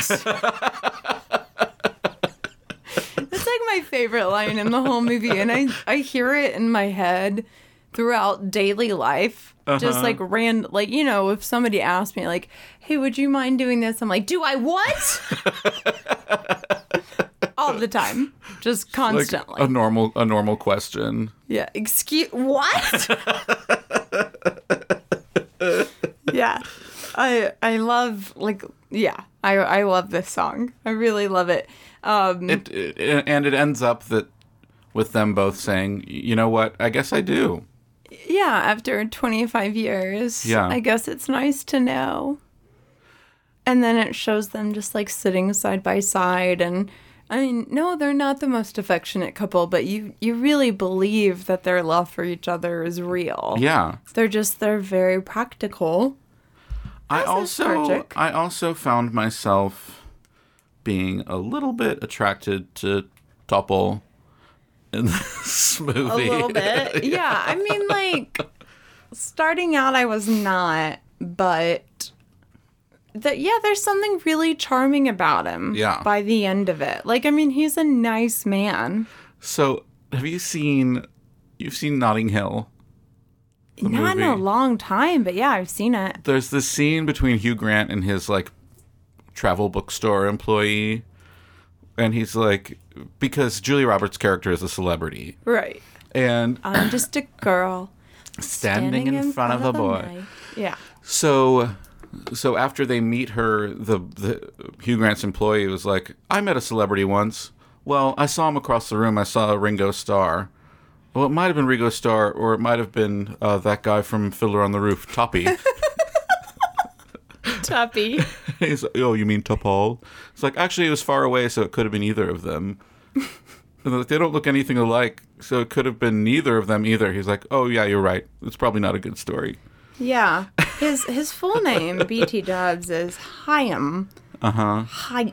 Speaker 1: That's like my my favorite line in the whole movie, and I I hear it in my head throughout daily life.
Speaker 2: Uh-huh.
Speaker 1: Just like ran like you know, if somebody asked me like, "Hey, would you mind doing this?" I'm like, "Do I what?" All the time, just
Speaker 2: Like
Speaker 1: constantly.
Speaker 2: a normal a normal question.
Speaker 1: yeah. Excuse what? yeah. I I love like yeah. I I love this song. I really love it. Um
Speaker 2: It, it and it ends up that with them both saying, "You know what? I guess I do."
Speaker 1: Yeah, after 25 years.
Speaker 2: Yeah.
Speaker 1: I guess it's nice to know. And then it shows them just like sitting side by side and I mean, no, they're not the most affectionate couple, but you you really believe that their love for each other is real.
Speaker 2: Yeah.
Speaker 1: They're just they're very practical.
Speaker 2: I
Speaker 1: That's
Speaker 2: also
Speaker 1: nostalgic.
Speaker 2: I also found myself being a little bit attracted to Topple in this movie.
Speaker 1: A little bit. yeah, I mean like starting out I was not, but that yeah, there's something really charming about him
Speaker 2: Yeah.
Speaker 1: by the end of it. Like I mean, he's a nice man.
Speaker 2: So, have you seen you've seen Notting Hill?
Speaker 1: not in a
Speaker 2: movie.
Speaker 1: long time, but yeah, I've seen it.
Speaker 2: There's this scene between Hugh Grant and his like travel bookstore employee and he's like because Julia Roberts' character is a celebrity
Speaker 1: Right.
Speaker 2: and
Speaker 1: I'm just a girl
Speaker 2: standing, in, front, of a boy.
Speaker 1: knife. Yeah.
Speaker 2: So, so after they meet her, the, the Hugh Grant's employee was like, "I met a celebrity once. Well, I saw him across the room. I saw Ringo Starr. Well, it might have been Ringo Starr, or it might have been uh, that guy from Fiddler on the Roof, Toppy."
Speaker 1: Tuppy.
Speaker 2: He's like, "Oh, you mean Topol?" It's like actually, it was far away, so it could have been either of them. And they're like, they don't look anything alike, so it could have been neither of them either. He's like, "Oh yeah, you're right. It's probably not a good story."
Speaker 1: Yeah. His his full name, BT Dubs, is Hyam.
Speaker 2: Uh-huh.
Speaker 1: Uh huh.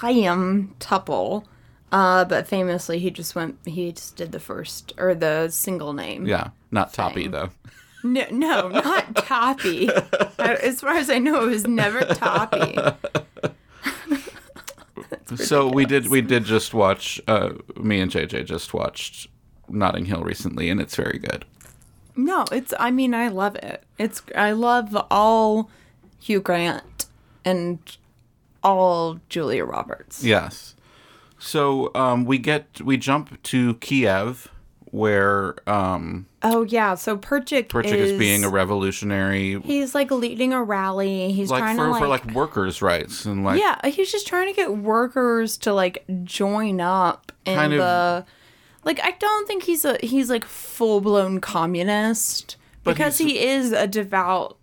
Speaker 1: Hyam Tuple. Uh, but famously, he just went. He just did the first or the single name.
Speaker 2: Yeah, not Toppy though.
Speaker 1: No, no, not Toppy. I- as far as I know, it was never Toppy.
Speaker 2: So we did we did just watch uh, me and JJ just watched Notting Hill recently and it's very good.
Speaker 1: No, it's. I mean, I love it. It's. I love all Hugh Grant and all Julia Roberts.
Speaker 2: Yes. So um, we get we jump to Kiev where um
Speaker 1: Oh yeah. So Perchik.
Speaker 2: Perchik is, being a revolutionary
Speaker 1: He's like leading a rally. He's
Speaker 2: like
Speaker 1: trying
Speaker 2: for,
Speaker 1: to
Speaker 2: for like workers' rights and like
Speaker 1: yeah, he's just trying to get workers to like join up in
Speaker 2: Kind of-
Speaker 1: the like I don't think he's a he's like full blown communist because
Speaker 2: he's-
Speaker 1: he is a devout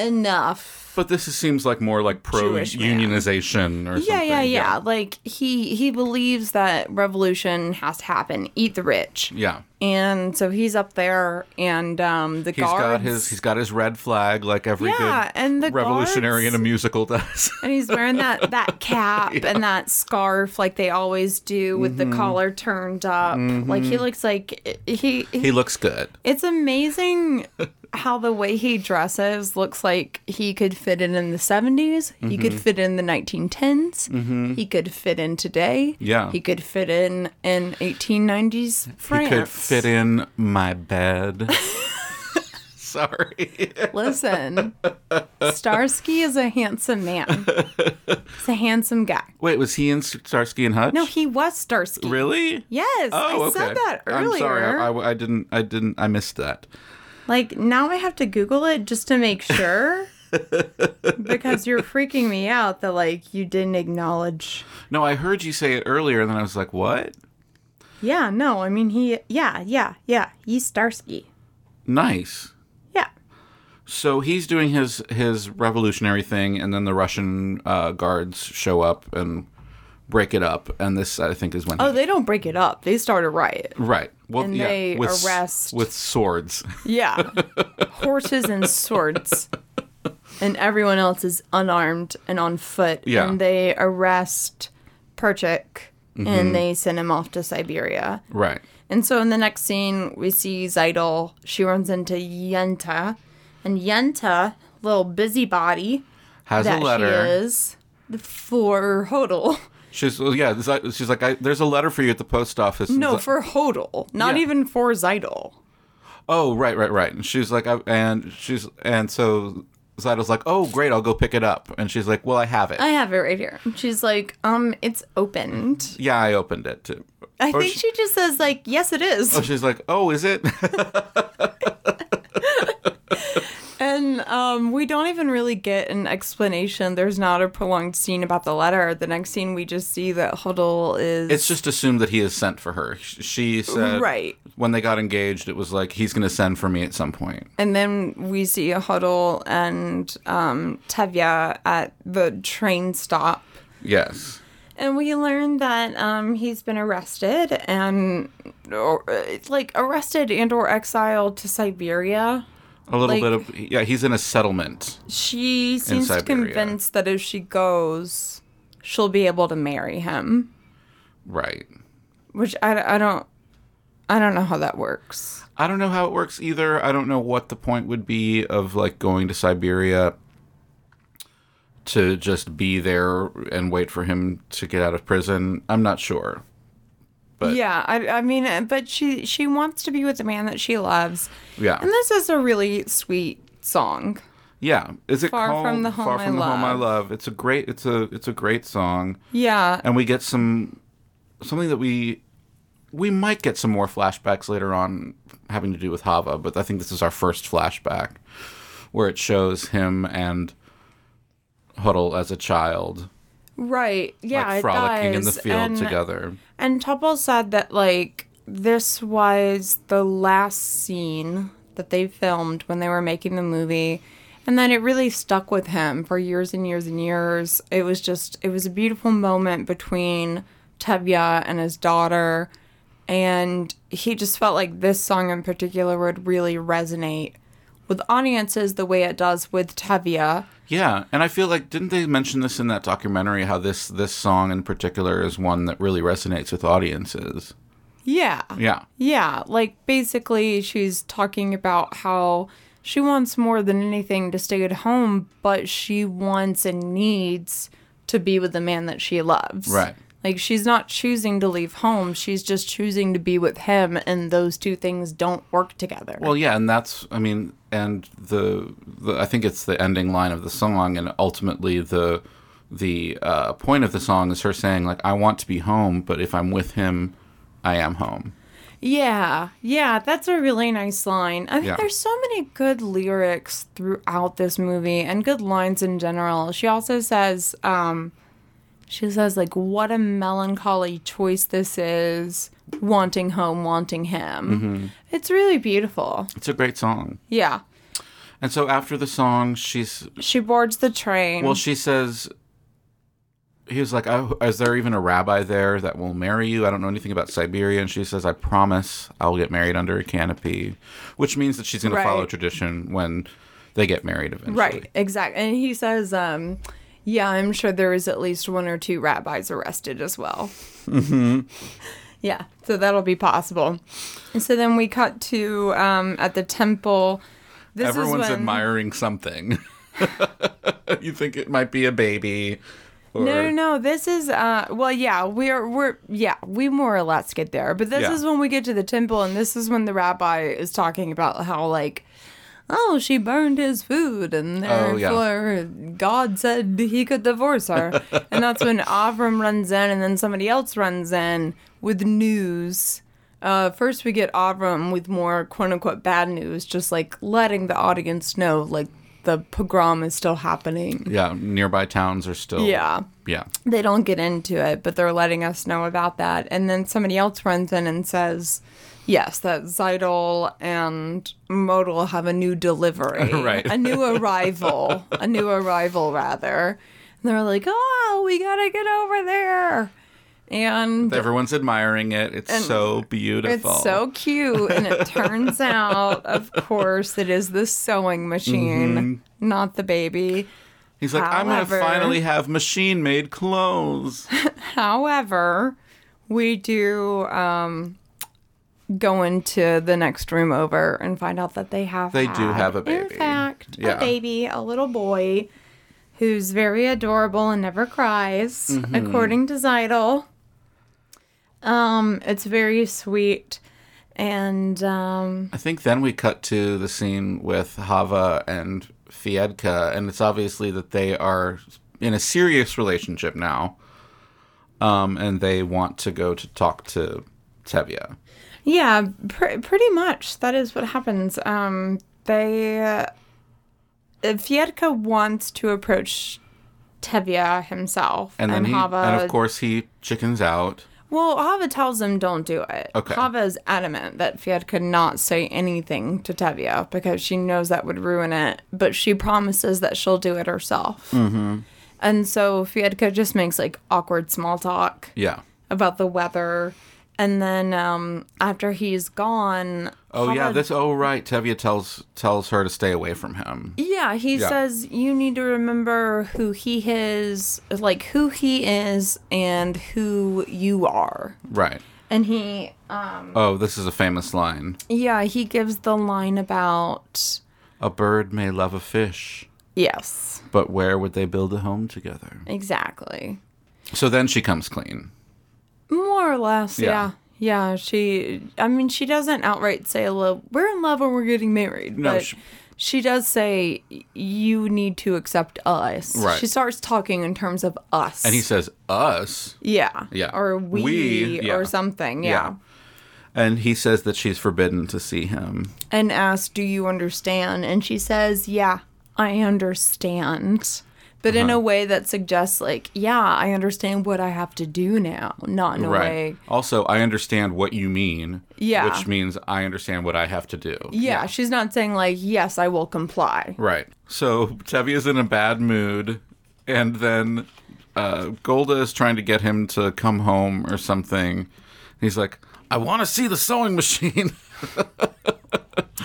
Speaker 1: enough.
Speaker 2: but this is- seems like more like pro
Speaker 1: Jewish man.
Speaker 2: unionization or
Speaker 1: Yeah,
Speaker 2: something.
Speaker 1: yeah, yeah. Like he he believes that revolution has to happen. Eat the rich.
Speaker 2: Yeah.
Speaker 1: And so he's up there and um the
Speaker 2: He's
Speaker 1: guards
Speaker 2: got his he's got his red flag like every
Speaker 1: Yeah,
Speaker 2: good
Speaker 1: and the
Speaker 2: revolutionary
Speaker 1: guards-
Speaker 2: in a musical does.
Speaker 1: and he's wearing that that cap and that scarf like they always do with
Speaker 2: Mm-hmm.
Speaker 1: the collar turned up like he looks like he,
Speaker 2: he looks good.
Speaker 1: it's amazing how the way he dresses looks like he could fit in in the 70s he
Speaker 2: Mm-hmm.
Speaker 1: could fit in the 1910s he could fit in today
Speaker 2: Yeah.
Speaker 1: he could fit in in 1890s france
Speaker 2: He could fit in my bed. Sorry.
Speaker 1: listen starsky is a handsome man he's a handsome guy
Speaker 2: Wait, was he in Starsky and Hutch?
Speaker 1: no he was starsky
Speaker 2: really.
Speaker 1: Yes,
Speaker 2: Oh,
Speaker 1: I
Speaker 2: okay.
Speaker 1: said that earlier.
Speaker 2: I'm sorry. I, I- I didn't. I didn't. I missed that.
Speaker 1: Like now I have to Google it just to make sure. because you're freaking me out that like you didn't acknowledge.
Speaker 2: No, I heard you say it earlier, and then I was like, "What?
Speaker 1: Yeah, no, I mean he yeah, yeah, yeah. He's Starsky.
Speaker 2: Nice."
Speaker 1: Yeah.
Speaker 2: So he's doing his his revolutionary thing, and then the Russian uh, guards show up and break it up. And this, I think, is when.
Speaker 1: Oh,
Speaker 2: he,
Speaker 1: they don't break it up. They start a riot.
Speaker 2: right. Well,
Speaker 1: and
Speaker 2: yeah,
Speaker 1: they
Speaker 2: with, s-
Speaker 1: arrest-
Speaker 2: with swords.
Speaker 1: Yeah. Horses and swords. And everyone else is unarmed and on foot.
Speaker 2: Yeah.
Speaker 1: And they arrest Perchik
Speaker 2: Mm-hmm.
Speaker 1: and they send him off to Siberia.
Speaker 2: right.
Speaker 1: And so in the next scene, we see Zeidel. She runs into Yenta, and Yenta, little busybody
Speaker 2: Has
Speaker 1: that
Speaker 2: a
Speaker 1: she
Speaker 2: letter.
Speaker 1: is, for Hodel.
Speaker 2: She's well, yeah. it's like- She's like, I, there's a letter for you at the post office. It's
Speaker 1: No,
Speaker 2: like-
Speaker 1: for Hodel, not
Speaker 2: Yeah.
Speaker 1: even for Zeidel.
Speaker 2: oh, right, right, right. And she's like, I, and she's and so Zyda's like, oh, great, I'll go pick it up. And she's like, well, I have it.
Speaker 1: I have it right here. She's like, um, it's opened.
Speaker 2: yeah, I opened it too.
Speaker 1: I
Speaker 2: Or
Speaker 1: think
Speaker 2: she-
Speaker 1: she just says like, yes, it is.
Speaker 2: Oh, she's like, oh, is it?
Speaker 1: And um, we don't even really get an explanation. There's not a prolonged scene about the letter. The next scene, we just see that Huddle is.
Speaker 2: it's just assumed that he has sent for her. Sh- She said,
Speaker 1: Right.
Speaker 2: When they got engaged, it was like he's going to send for me at some point.
Speaker 1: and then we see Huddle and um, Tevya at the train stop.
Speaker 2: Yes.
Speaker 1: And we learn that um, he's been arrested and, or uh, it's like arrested and or exiled to Siberia.
Speaker 2: A little
Speaker 1: Like-
Speaker 2: bit of yeah. He's in a settlement.
Speaker 1: She seems
Speaker 2: Siberia.
Speaker 1: convinced that if she goes, she'll be able to marry him.
Speaker 2: Right.
Speaker 1: which I, I don't I don't know how that works.
Speaker 2: I don't know how it works either. I don't know what the point would be of like going to Siberia to just be there and wait for him to get out of prison. I'm not sure. But-
Speaker 1: yeah, I, I mean, uh, but she she wants to be with the man that she loves,
Speaker 2: Yeah.
Speaker 1: and this is a really sweet song.
Speaker 2: yeah. Is it
Speaker 1: Far
Speaker 2: called
Speaker 1: from the Home
Speaker 2: Far
Speaker 1: I
Speaker 2: from the Home I
Speaker 1: Love.
Speaker 2: Love? It's a great it's a it's a great song.
Speaker 1: Yeah,
Speaker 2: And we get some something that we we might get some more flashbacks later on having to do with Hava, but I think this is our first flashback where it shows him and Huddle as a child.
Speaker 1: right. Yeah,
Speaker 2: like
Speaker 1: it
Speaker 2: frolicking in the
Speaker 1: does.
Speaker 2: field
Speaker 1: and,
Speaker 2: together.
Speaker 1: And Topple said that like this was the last scene that they filmed when they were making the movie. And then it really stuck with him for years and years and years. It was just it was a beautiful moment between Tevya and his daughter and he just felt like this song in particular would really resonate with audiences the way it does with Tevya.
Speaker 2: Yeah, and I feel like didn't they mention this in that documentary how this this song in particular is one that really resonates with audiences.
Speaker 1: Yeah.
Speaker 2: Yeah.
Speaker 1: Yeah, like basically she's talking about how she wants more than anything to stay at home, but she wants and needs to be with the man that she loves.
Speaker 2: Right.
Speaker 1: Like she's not choosing to leave home, she's just choosing to be with him and those two things don't work together.
Speaker 2: Well, yeah, and that's I mean, and the, the I think it's the ending line of the song, and ultimately the the uh, point of the song is her saying like I want to be home, but if I'm with him, I am home.
Speaker 1: Yeah, yeah, that's a really nice line. I mean,
Speaker 2: Yeah.
Speaker 1: there's so many good lyrics throughout this movie and good lines in general. She also says, um, she says, like, what a melancholy choice this is, wanting home, wanting him.
Speaker 2: Mm-hmm.
Speaker 1: It's really beautiful.
Speaker 2: It's a great song.
Speaker 1: Yeah.
Speaker 2: And so after the song, she's
Speaker 1: She boards the train.
Speaker 2: Well, she says, he was like, I, Is there even a rabbi there that will marry you? I don't know anything about Siberia. And she says, I promise I'll get married under a canopy, which means that she's going to follow
Speaker 1: Right.
Speaker 2: tradition when they get married eventually.
Speaker 1: right, exactly. And he says, um, yeah, I'm sure there is at least one or two rabbis arrested as well.
Speaker 2: Mm-hmm.
Speaker 1: Yeah, so that'll be possible. And so then we cut to um, at the temple. This
Speaker 2: Everyone's
Speaker 1: is when...
Speaker 2: admiring something. you think it might be a baby. Or,
Speaker 1: No, no, no. This is uh. Well, yeah, we're we're yeah, we more or less get there. But this
Speaker 2: Yeah.
Speaker 1: is when we get to the temple, and this is when the rabbi is talking about how like. Oh, she burned his food, and
Speaker 2: Oh, yeah.
Speaker 1: therefore God said he could divorce her. and that's when Avram runs in, and then somebody else runs in with news. Uh, first, we get Avram with more quote unquote bad news, just like letting the audience know, like, the pogrom is still happening.
Speaker 2: Yeah, nearby towns are still.
Speaker 1: Yeah
Speaker 2: Yeah.
Speaker 1: they don't get into it, but they're letting us know about that. And then somebody else runs in and says, Yes, that Zeidel and Modal have a new delivery.
Speaker 2: Right.
Speaker 1: A new arrival. a new arrival, rather. And they're like, Oh, we got to get over there. And
Speaker 2: Everyone's admiring it. It's so beautiful.
Speaker 1: it's so cute. And it turns out, of course, it is the sewing machine, not the baby.
Speaker 2: He's like, I'm going to
Speaker 1: However-
Speaker 2: finally have machine made clothes.
Speaker 1: However, we do um, go into the next room over and find out that they have
Speaker 2: They do
Speaker 1: had,
Speaker 2: have
Speaker 1: In
Speaker 2: a baby.
Speaker 1: fact,
Speaker 2: Yeah.
Speaker 1: a baby, a little boy who's very adorable and never cries,
Speaker 2: Mm-hmm.
Speaker 1: according to Zeidel. Um, it's very sweet. And um,
Speaker 2: I think then we cut to the scene with Hava and Fiedka, and it's obviously that they are in a serious relationship now, um, and they want to go to talk to Tevya.
Speaker 1: yeah, pr- pretty much that is what happens. Um, they. Uh, Fierka wants to approach Tevya himself.
Speaker 2: And then he,
Speaker 1: Hava
Speaker 2: and of course he chickens out.
Speaker 1: Well, Hava tells him don't do it.
Speaker 2: Okay.
Speaker 1: Hava is adamant that Fiat could not say anything to Tevya because she knows that would ruin it, but she promises that she'll do it herself. Mm-hmm. And so Fiatka just makes like awkward small talk
Speaker 2: Yeah.
Speaker 1: about the weather. And then um, after he's gone,
Speaker 2: Oh yeah,
Speaker 1: Hava-
Speaker 2: this. Oh right, Tevya tells tells her to stay away from him.
Speaker 1: Yeah, he
Speaker 2: Yeah.
Speaker 1: says you need to remember who he is, like who he is and who you are.
Speaker 2: Right.
Speaker 1: And he uh,
Speaker 2: Oh, this is a famous line.
Speaker 1: Yeah, he gives the line about
Speaker 2: A bird may love a fish,
Speaker 1: yes,
Speaker 2: but where would they build a home together?
Speaker 1: exactly.
Speaker 2: So then she comes clean.
Speaker 1: More or less,
Speaker 2: Yeah.
Speaker 1: yeah. yeah. she I mean, she doesn't outright say love we're in love when we're getting married.
Speaker 2: No,
Speaker 1: but
Speaker 2: she-
Speaker 1: she, does say you need to accept us.
Speaker 2: Right.
Speaker 1: She starts talking in terms of us.
Speaker 2: And he says, "Us."
Speaker 1: Yeah.
Speaker 2: Yeah.
Speaker 1: Or we,
Speaker 2: We, yeah.
Speaker 1: or something.
Speaker 2: Yeah.
Speaker 1: yeah.
Speaker 2: And he says that she's forbidden to see him.
Speaker 1: and asks, Do you understand? And she says, Yeah, I understand. But in
Speaker 2: Uh-huh.
Speaker 1: a way that suggests, like, yeah, I understand what I have to do now, not in a way.
Speaker 2: Also, I understand what you mean.
Speaker 1: Yeah.
Speaker 2: Which means I understand what I have to do.
Speaker 1: Yeah, she's not saying, like, yes, I will comply.
Speaker 2: Right. So Tevye's in a bad mood, and then uh, Golda is trying to get him to come home or something. He's like, "I want to see the sewing machine."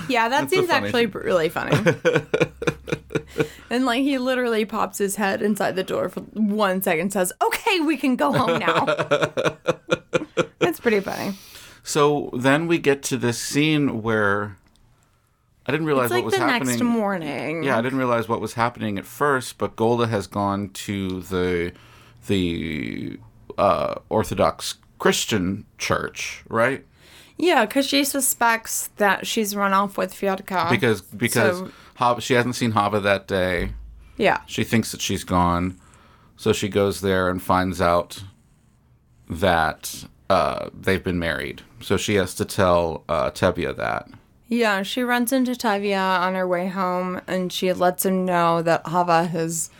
Speaker 1: Yeah, that
Speaker 2: a
Speaker 1: seems
Speaker 2: funny
Speaker 1: actually
Speaker 2: thing.
Speaker 1: pr- really funny. and, like, he literally pops his head inside the door for one second, says, Okay, we can go home now. That's pretty funny.
Speaker 2: so then we get to this scene where I didn't
Speaker 1: It's
Speaker 2: realize what
Speaker 1: like
Speaker 2: was
Speaker 1: the
Speaker 2: happening.
Speaker 1: next morning.
Speaker 2: Yeah, I didn't realize what was happening at first, but Golda has gone to the the uh, Orthodox Christian church, right?
Speaker 1: Yeah, because she suspects that she's run off with Fiatka.
Speaker 2: Because because
Speaker 1: So-
Speaker 2: Hava, she hasn't seen Hava that day.
Speaker 1: yeah,
Speaker 2: She thinks that she's gone, so she goes there and finds out that uh, they've been married. So she has to tell uh, Tevye that.
Speaker 1: yeah, she runs into Tavia on her way home, and she lets him know that Hava has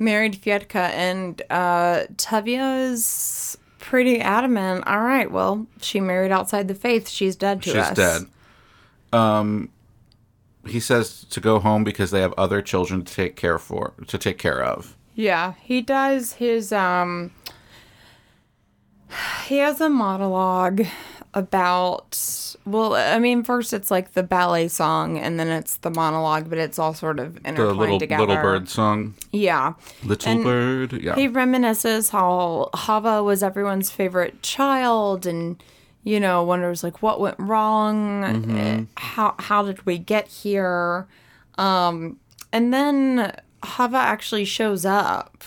Speaker 1: married Fiatka, and uh, Tavia is pretty adamant. All right, well, she married outside the faith. She's dead to
Speaker 2: She's
Speaker 1: us.
Speaker 2: dead. Um, he says to go home because they have other children to take care for to take care of.
Speaker 1: Yeah, he does his um he has a monologue about well, I mean first it's like the ballet song and then it's the monologue, but it's all sort of
Speaker 2: The
Speaker 1: intertwined
Speaker 2: little
Speaker 1: together.
Speaker 2: little bird song,
Speaker 1: Yeah.
Speaker 2: little
Speaker 1: And
Speaker 2: bird. Yeah,
Speaker 1: He reminisces how Hava was everyone's favorite child and you know, wonders like what went wrong,
Speaker 2: Mm-hmm.
Speaker 1: eh, how how did we get here? Um and then Hava actually shows up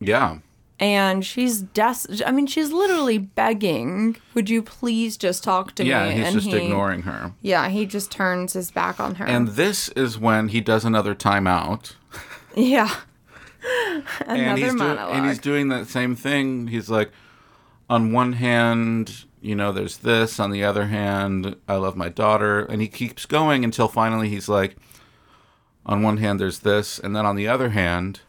Speaker 2: yeah.
Speaker 1: and she's des- I mean, she's literally begging, "Would you please just talk to
Speaker 2: Yeah,
Speaker 1: me?"
Speaker 2: he's
Speaker 1: and
Speaker 2: just
Speaker 1: he,
Speaker 2: ignoring her.
Speaker 1: Yeah, he just turns his back on her.
Speaker 2: And this is when he does another timeout.
Speaker 1: yeah,
Speaker 2: and
Speaker 1: another
Speaker 2: he's doing,
Speaker 1: monologue.
Speaker 2: and he's doing that same thing. He's like, on one hand, you know, there's this. On the other hand, I love my daughter, and he keeps going until finally he's like, on one hand, there's this, and then on the other hand,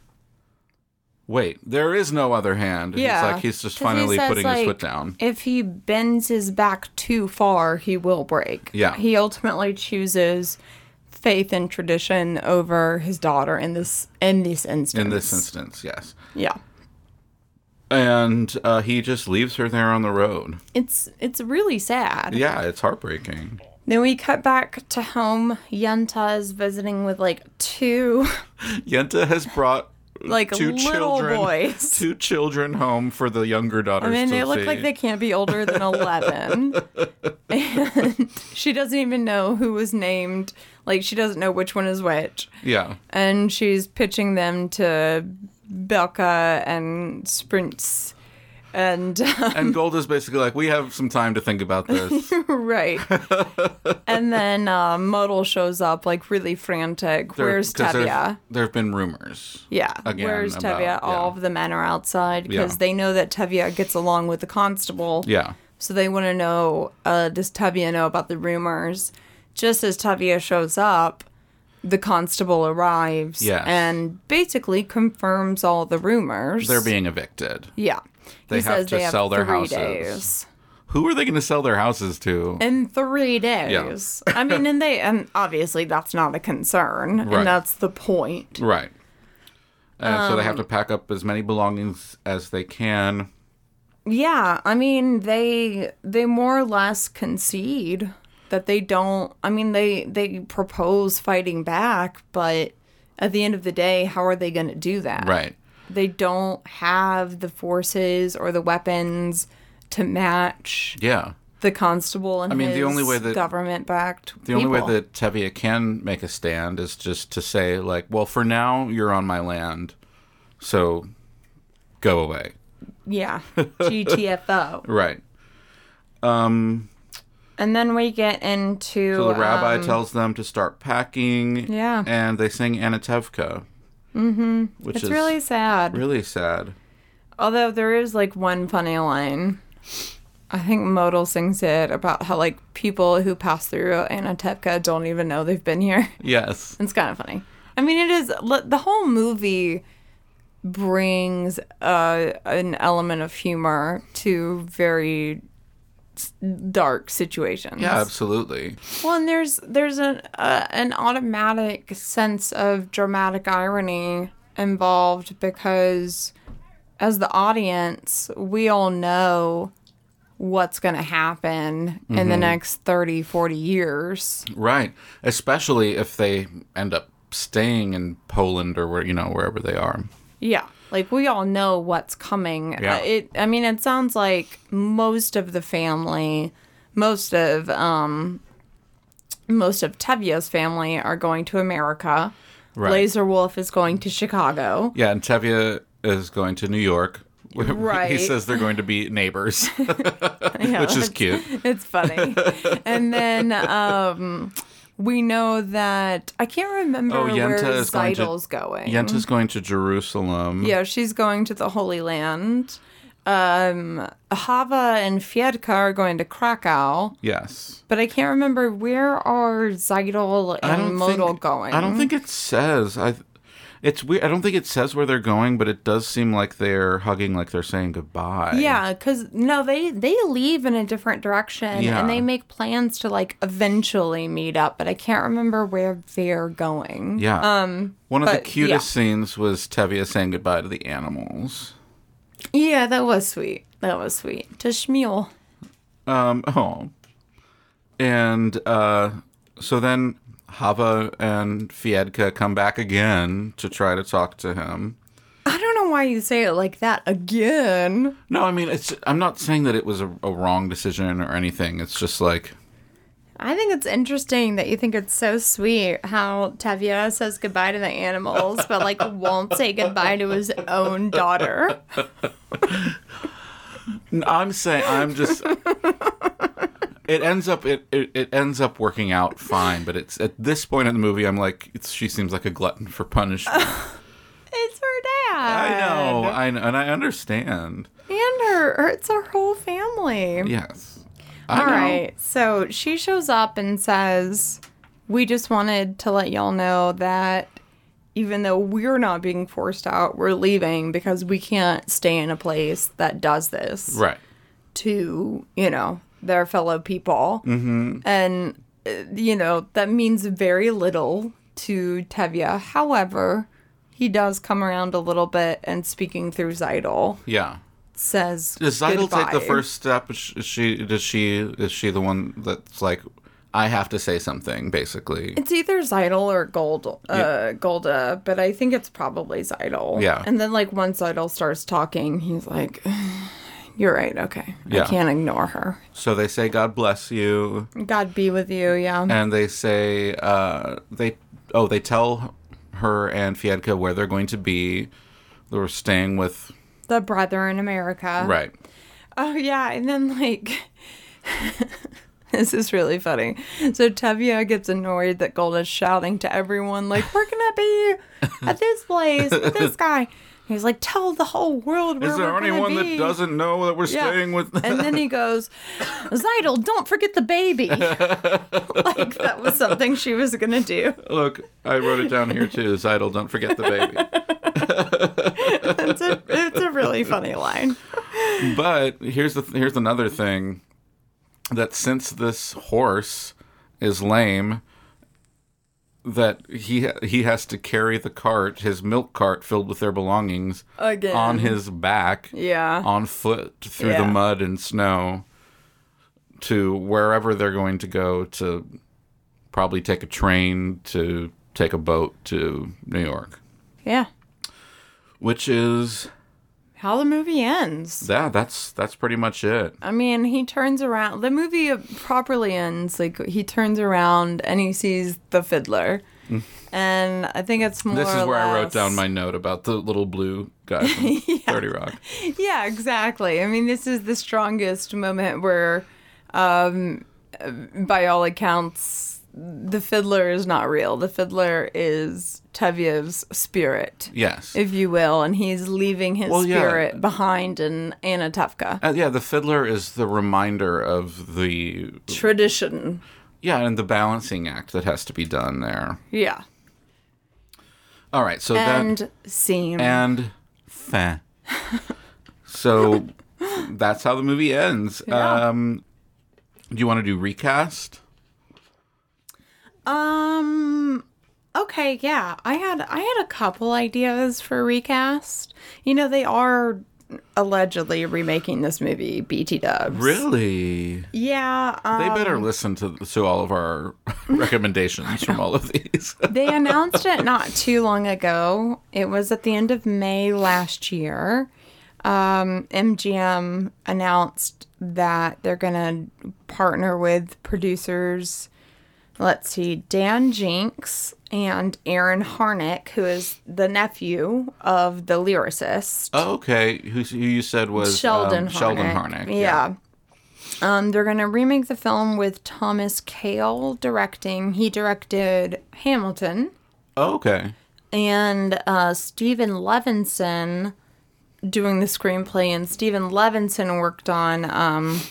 Speaker 2: wait, there is no other hand. And
Speaker 1: yeah,
Speaker 2: he's like he's just
Speaker 1: 'cause he
Speaker 2: finally
Speaker 1: says,
Speaker 2: putting his
Speaker 1: like,
Speaker 2: foot down.
Speaker 1: If he bends his back too far, he will break.
Speaker 2: Yeah.
Speaker 1: he ultimately chooses faith and tradition over his daughter in this in this instance.
Speaker 2: In this instance, yes,
Speaker 1: yeah.
Speaker 2: and uh, he just leaves her there on the road.
Speaker 1: It's it's really sad.
Speaker 2: Yeah, it's heartbreaking.
Speaker 1: Then we cut back to home. Yenta is visiting with like two
Speaker 2: Yenta has brought
Speaker 1: like
Speaker 2: two
Speaker 1: little
Speaker 2: children,
Speaker 1: boys.
Speaker 2: two children home for the younger daughters.
Speaker 1: I mean,
Speaker 2: to
Speaker 1: they look like
Speaker 2: see.
Speaker 1: they can't be older than 11. and she doesn't even know who was named Like she doesn't know which one is which.
Speaker 2: Yeah.
Speaker 1: And she's pitching them to Belka and Sprints. And um,
Speaker 2: And Gold is basically like, we have some time to think about this.
Speaker 1: right. and then uh, Muddle shows up like really frantic.
Speaker 2: There-
Speaker 1: Where's
Speaker 2: 'cause there's-
Speaker 1: Tevya?
Speaker 2: There have been rumors.
Speaker 1: Yeah.
Speaker 2: again
Speaker 1: Where's
Speaker 2: about-
Speaker 1: Tevya?
Speaker 2: yeah.
Speaker 1: All of the men are outside because
Speaker 2: Yeah.
Speaker 1: they know that Tevya gets along with the constable.
Speaker 2: Yeah.
Speaker 1: So they want to know uh, does Tevya know about the rumors? Just as Tevya shows up, the constable arrives
Speaker 2: Yes.
Speaker 1: and basically confirms all the rumors.
Speaker 2: They're being evicted.
Speaker 1: yeah.
Speaker 2: They have to sell their
Speaker 1: three
Speaker 2: houses.
Speaker 1: Days.
Speaker 2: Who are they going to sell their houses to?
Speaker 1: In three days. I mean, and they, and obviously that's not a concern.
Speaker 2: Right.
Speaker 1: And that's the point.
Speaker 2: Right. And so they have
Speaker 1: Um,
Speaker 2: to pack up as many belongings as they can.
Speaker 1: Yeah, I mean they they more or less concede that they don't I mean they they propose fighting back, but at the end of the day, how are they going to do that?
Speaker 2: Right.
Speaker 1: They don't have the forces or the weapons to match
Speaker 2: Yeah.
Speaker 1: the constable and
Speaker 2: mean,
Speaker 1: his
Speaker 2: the only way that-
Speaker 1: government backed
Speaker 2: The only way that Tevye can make a stand is just to say, like, well, for now, you're on my land, so go away.
Speaker 1: yeah GTFO
Speaker 2: Right.
Speaker 1: and then we get into
Speaker 2: So the rabbi
Speaker 1: um,
Speaker 2: tells them to start packing.
Speaker 1: Yeah.
Speaker 2: And they sing Anatevka. Mm-hmm. Which
Speaker 1: it's
Speaker 2: is
Speaker 1: really sad
Speaker 2: really sad.
Speaker 1: Although there is like one funny line. I think Modal sings it about how like people who pass through Anatepka don't even know they've been here.
Speaker 2: Yes.
Speaker 1: It's kind of funny. I mean, it is li- the whole movie brings uh, an element of humor to very s- dark situations.
Speaker 2: Yeah, absolutely.
Speaker 1: Well, and there's there's an uh, an automatic sense of dramatic irony involved because as the audience, we all know what's going to happen in the next 30, 40 years.
Speaker 2: Right. Especially if they end up staying in Poland or where you know wherever they are.
Speaker 1: Yeah. Like we all know what's coming.
Speaker 2: Yeah.
Speaker 1: Uh, It I mean it sounds like most of the family, most of um most of Tevye's family are going to America.
Speaker 2: Right.
Speaker 1: Laser Wolf is going to Chicago.
Speaker 2: Yeah, and Tevye is going to New York. he
Speaker 1: Right.
Speaker 2: says they're going to be neighbors,
Speaker 1: Yeah,
Speaker 2: which
Speaker 1: that's-
Speaker 2: is cute.
Speaker 1: It's funny. and then um we know that I can't remember
Speaker 2: Oh,
Speaker 1: where
Speaker 2: Yenta is going to-
Speaker 1: Zeidel's going.
Speaker 2: Yenta's going to Jerusalem.
Speaker 1: Mm. Yeah, she's going to the Holy Land. Um, Hava and Fiedka are going to Krakow,
Speaker 2: Yes.
Speaker 1: but I can't remember where are Zeidel
Speaker 2: I
Speaker 1: and
Speaker 2: don't
Speaker 1: Modal
Speaker 2: think,
Speaker 1: going.
Speaker 2: I don't think it says. I. It's weird. I don't think it says where they're going, but it does seem like they're hugging, like they're saying goodbye.
Speaker 1: Yeah, because no, they they leave in a different direction
Speaker 2: Yeah.
Speaker 1: and they make plans to like eventually meet up, but I can't remember where they're going.
Speaker 2: Yeah. Um. One of the
Speaker 1: but, yeah.
Speaker 2: cutest scenes was Tevye saying goodbye to the animals.
Speaker 1: Yeah, that was sweet. That was sweet. To Shmuel.
Speaker 2: Um, oh. And uh, so then Hava and Fiedka come back again to try to talk to him.
Speaker 1: I don't know why you say it like that again.
Speaker 2: No, I mean it's. I'm not saying that it was a, a wrong decision or anything. It's just like,
Speaker 1: I think it's interesting that you think it's so sweet how Tavia says goodbye to the animals, but like won't say goodbye to his own daughter.
Speaker 2: n- I'm saying I'm just. it ends up it, it it ends up working out fine, but it's at this point in the movie I'm like, it's, she seems like a glutton for punishment.
Speaker 1: It's her
Speaker 2: I
Speaker 1: dad.
Speaker 2: know, I know, and I understand.
Speaker 1: And her, her it's her whole family.
Speaker 2: Yes. I
Speaker 1: All
Speaker 2: know.
Speaker 1: right. So she shows up and says, We just wanted to let y'all know that even though we're not being forced out, we're leaving because we can't stay in a place that does this.
Speaker 2: Right.
Speaker 1: to you know their fellow people mm-hmm. and uh, you know that means very little to tevya however he does come around a little bit and speaking through zeidel
Speaker 2: Yeah.
Speaker 1: says
Speaker 2: Does Zeidel take the
Speaker 1: goodbye.
Speaker 2: first step? Is she- is she does she is she the one that's like I have to say something basically?
Speaker 1: it's either Zeidel or Gold, uh, Golda, but I think it's probably Zeidel.
Speaker 2: Yeah.
Speaker 1: And then, like, once Zeidel starts talking, he's like, You're right. Okay.
Speaker 2: Yeah.
Speaker 1: I can't ignore her.
Speaker 2: So they say, God bless you.
Speaker 1: God be with you. Yeah.
Speaker 2: And they say, uh, they, oh, they tell her and Fiedka where they're going to be. They're staying with,
Speaker 1: the brother in America.
Speaker 2: right.
Speaker 1: Oh yeah, and then like this is really funny. So Tevye gets annoyed that Golda's shouting to everyone like, "We're gonna be at this place with this guy." He's like, "Tell the whole world where
Speaker 2: Is
Speaker 1: we're
Speaker 2: there
Speaker 1: gonna
Speaker 2: anyone
Speaker 1: be."
Speaker 2: that doesn't know that we're
Speaker 1: Yeah.
Speaker 2: staying with?
Speaker 1: and then he goes, "Zeidel, don't forget the baby." like that was something she was gonna do.
Speaker 2: Look, I wrote it down here too. Zeidel, don't forget the baby.
Speaker 1: It's a it's a really funny line.
Speaker 2: But here's the here's another thing that since this horse is lame, that he he has to carry the cart, his milk cart filled with their belongings,
Speaker 1: Again.
Speaker 2: on his back,
Speaker 1: Yeah.
Speaker 2: on foot through the
Speaker 1: Yeah.
Speaker 2: mud and snow to wherever they're going to go to probably take a train to take a boat to New York,
Speaker 1: Yeah.
Speaker 2: which is
Speaker 1: How the movie ends.
Speaker 2: yeah, that's that's pretty much it.
Speaker 1: I mean, he turns around. The movie properly ends like he turns around and he sees the fiddler, and I think it's more.
Speaker 2: Mm. This is
Speaker 1: or
Speaker 2: where I wrote
Speaker 1: less-
Speaker 2: down my note about the little blue guy from 30 Rock.
Speaker 1: Yeah, exactly. I mean, this is the strongest moment where, um, by all accounts, the fiddler is not real. The fiddler is Tevye's spirit,
Speaker 2: Yes.
Speaker 1: if you will, and he's leaving his
Speaker 2: Well, yeah.
Speaker 1: spirit behind in Anna Tufka.
Speaker 2: Uh, yeah, the fiddler is the reminder of the
Speaker 1: Tradition.
Speaker 2: yeah, and the balancing act that has to be done there.
Speaker 1: Yeah.
Speaker 2: All right, so
Speaker 1: And
Speaker 2: that
Speaker 1: scene.
Speaker 2: and fin. so that's how the movie ends.
Speaker 1: Yeah.
Speaker 2: Um do you want to do recast?
Speaker 1: Um okay, yeah. I had I had a couple ideas for recast. You know, they are allegedly remaking this movie BT dubs.
Speaker 2: Really?
Speaker 1: Yeah, um,
Speaker 2: They better listen to to all of our recommendations from all of these.
Speaker 1: they announced it not too long ago. It was at the end of May last year. Um, MGM announced that they're going to partner with producers. Let's see, Dan Jinks and Aaron Harnick, who is the nephew of the lyricist
Speaker 2: Oh, okay. Who, who you said was
Speaker 1: Sheldon
Speaker 2: um,
Speaker 1: Harnick.
Speaker 2: Sheldon Harnick.
Speaker 1: Yeah. Um, they're going to remake the film with Thomas Kail directing. He directed Hamilton.
Speaker 2: Oh, okay.
Speaker 1: and uh, Stephen Levinson doing the screenplay, and Stephen Levinson worked on um,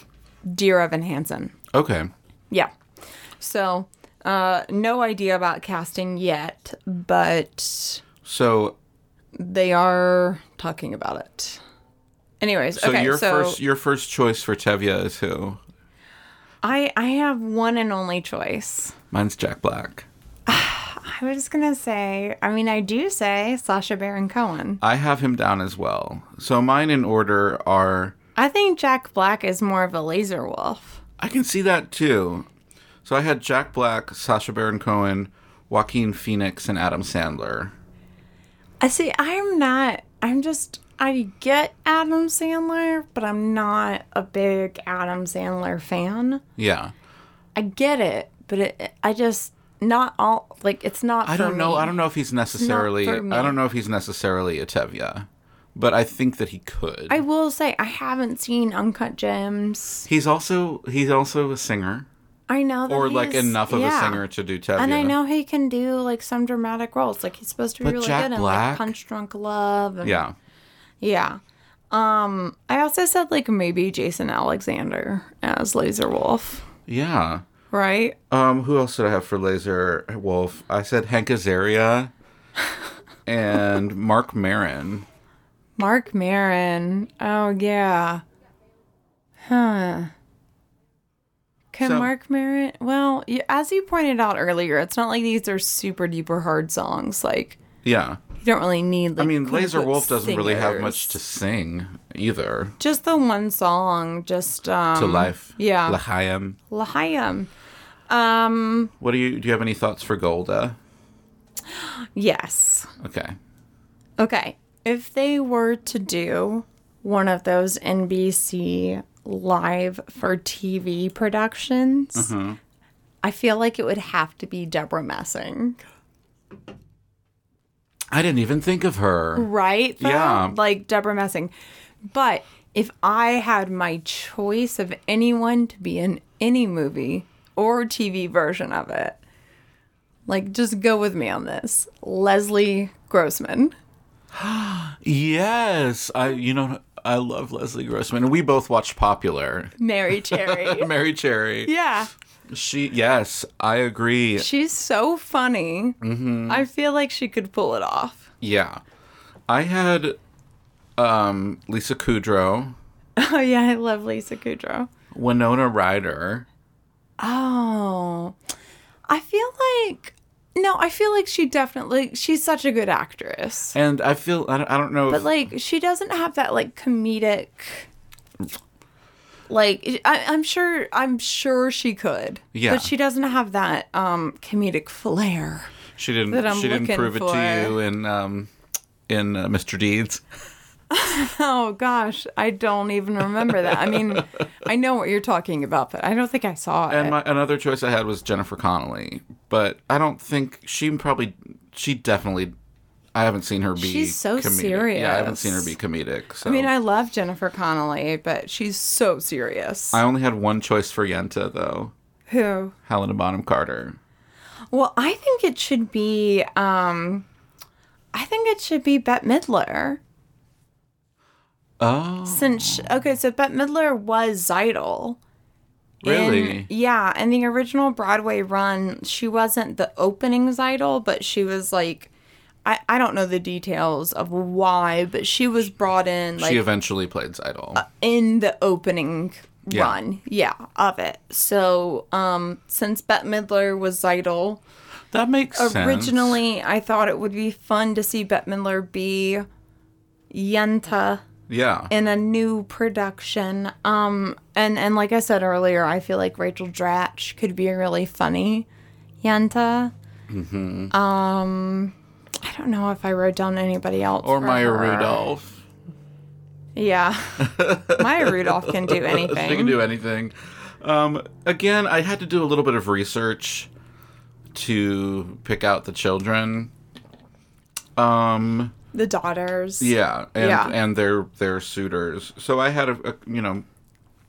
Speaker 1: Dear Evan Hansen.
Speaker 2: Okay.
Speaker 1: Yeah. So, uh, no idea about casting yet, but
Speaker 2: So,
Speaker 1: they are talking about it. Anyways,
Speaker 2: so
Speaker 1: okay,
Speaker 2: your
Speaker 1: so
Speaker 2: first your first choice for Tevye is who?
Speaker 1: I I have one and only choice.
Speaker 2: Mine's Jack Black.
Speaker 1: I was gonna say, I mean, I do say Sasha Baron Cohen.
Speaker 2: I have him down as well. So mine in order are
Speaker 1: I think Jack Black is more of a laser wolf.
Speaker 2: I can see that too. So I had Jack Black, Sasha Baron Cohen, Joaquin Phoenix, and Adam Sandler.
Speaker 1: I see. I'm not. I'm just. I get Adam Sandler, but I'm not a big Adam Sandler fan.
Speaker 2: Yeah.
Speaker 1: I get it, but it, I just not all like it's not.
Speaker 2: I
Speaker 1: for
Speaker 2: don't know.
Speaker 1: me.
Speaker 2: I don't know if he's necessarily
Speaker 1: for me.
Speaker 2: I don't know if he's necessarily a Tevye, but I think that he could.
Speaker 1: I will say I haven't seen Uncut Gems.
Speaker 2: he's also he's also a singer.
Speaker 1: I know that
Speaker 2: or like
Speaker 1: he's-
Speaker 2: enough of
Speaker 1: yeah.
Speaker 2: a singer to do Tevye.
Speaker 1: And I know he can do like some dramatic roles. Like he's supposed to be
Speaker 2: But
Speaker 1: really
Speaker 2: Jack
Speaker 1: good in
Speaker 2: Black?
Speaker 1: like Punch Drunk Love. And,
Speaker 2: Yeah.
Speaker 1: Yeah. Um, I also said like maybe Jason Alexander as Laser Wolf,
Speaker 2: Yeah.
Speaker 1: right?
Speaker 2: Um, who else did I have for Laser Wolf? I said Hank Azaria and Mark Marin.
Speaker 1: Mark Marin. Oh yeah. Huh. Can
Speaker 2: So-
Speaker 1: Mark Marin? Well, y- as you pointed out earlier, it's not like these are super duper hard songs. Like
Speaker 2: Yeah.
Speaker 1: you don't really need. Like,
Speaker 2: I mean, Laser
Speaker 1: quote-unquote
Speaker 2: Wolf doesn't really have
Speaker 1: singers.
Speaker 2: much to sing either.
Speaker 1: Just the one song. Just um,
Speaker 2: To life.
Speaker 1: Yeah.
Speaker 2: L'chaim.
Speaker 1: Lahayim. Um.
Speaker 2: What do you do you have any thoughts for Golda?
Speaker 1: Yes.
Speaker 2: Okay.
Speaker 1: Okay. If they were to do one of those NBC live for TV productions. I feel like it would have to be Deborah Messing,
Speaker 2: I didn't even think of her.
Speaker 1: right? though?
Speaker 2: Yeah.
Speaker 1: Like Deborah Messing. But if I had my choice of anyone to be in any movie or TV version of it, like just go with me on this Leslie Grossman.
Speaker 2: Yes, I. You know, I love Leslie Grossman, and we both watched Popular.
Speaker 1: Mary Cherry.
Speaker 2: Mary Cherry.
Speaker 1: yeah.
Speaker 2: She. Yes, I agree.
Speaker 1: She's so funny. Mm-hmm. I feel like she could pull it off.
Speaker 2: Yeah, I had um, Lisa Kudrow,
Speaker 1: Oh, yeah. I love Lisa Kudrow.
Speaker 2: Winona Ryder.
Speaker 1: Oh. I feel like. No, I feel like she definitely. She's such a good actress.
Speaker 2: And I feel I don't, I don't know.
Speaker 1: But,
Speaker 2: If,
Speaker 1: like, she doesn't have that, like, comedic. Like I, I'm sure, I'm sure she could.
Speaker 2: Yeah.
Speaker 1: But she doesn't have that um comedic flair.
Speaker 2: she didn't.
Speaker 1: that I'm
Speaker 2: she didn't
Speaker 1: looking
Speaker 2: prove it
Speaker 1: for.
Speaker 2: to you in um, in uh, Mr. Deeds.
Speaker 1: Oh gosh, I don't even remember that. I mean, I know what you're talking about, but I don't think I saw it.
Speaker 2: And my, another choice I had was Jennifer Connelly, but I don't think she probably. She definitely. I haven't seen her be.
Speaker 1: She's so
Speaker 2: comedic. Yeah, I haven't seen her
Speaker 1: serious.
Speaker 2: be comedic. So.
Speaker 1: I mean, I love Jennifer Connelly, but she's so serious.
Speaker 2: I only had one choice for Yenta though.
Speaker 1: Who?
Speaker 2: Helena Bonham Carter.
Speaker 1: Well, I think it should be. um I think it should be Bette Midler.
Speaker 2: Oh,
Speaker 1: Since sh okay, so Bette Midler was Zeidel. in-
Speaker 2: Oh, really?
Speaker 1: yeah, in the original Broadway run, she wasn't the opening Zeidel, but she was like. I, I don't know the details of why, but she was brought in like uh,
Speaker 2: she eventually played Zeidel.
Speaker 1: in the opening
Speaker 2: Yeah.
Speaker 1: run, yeah, of it. So, um, since Bette Midler was Zeidel,
Speaker 2: that makes sense.
Speaker 1: originally I thought it would be fun to see Bette Midler be Yenta
Speaker 2: Yeah.
Speaker 1: in a new production. Um, and and like I said earlier, I feel like Rachel Dratch could be a really funny Yenta.
Speaker 2: Mm-hmm.
Speaker 1: Um, I don't know if I wrote down anybody else
Speaker 2: or
Speaker 1: for
Speaker 2: Maya
Speaker 1: her.
Speaker 2: Rudolph.
Speaker 1: Yeah, Maya Rudolph can do anything.
Speaker 2: She can do anything. Um, again, I had to do a little bit of research to pick out the children. Um,
Speaker 1: the daughters.
Speaker 2: yeah, and
Speaker 1: Yeah.
Speaker 2: and their their suitors. So I had a, a you know,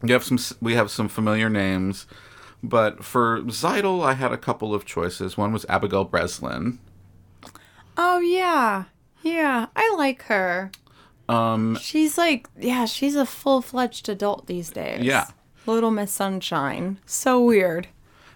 Speaker 2: you have some s- we have some familiar names, but for Zeidel, I had a couple of choices. One was Abigail Breslin.
Speaker 1: Oh yeah. Yeah, I like her.
Speaker 2: Um,
Speaker 1: She's like, yeah, she's a full-fledged adult these days.
Speaker 2: Yeah.
Speaker 1: Little Miss Sunshine. So weird.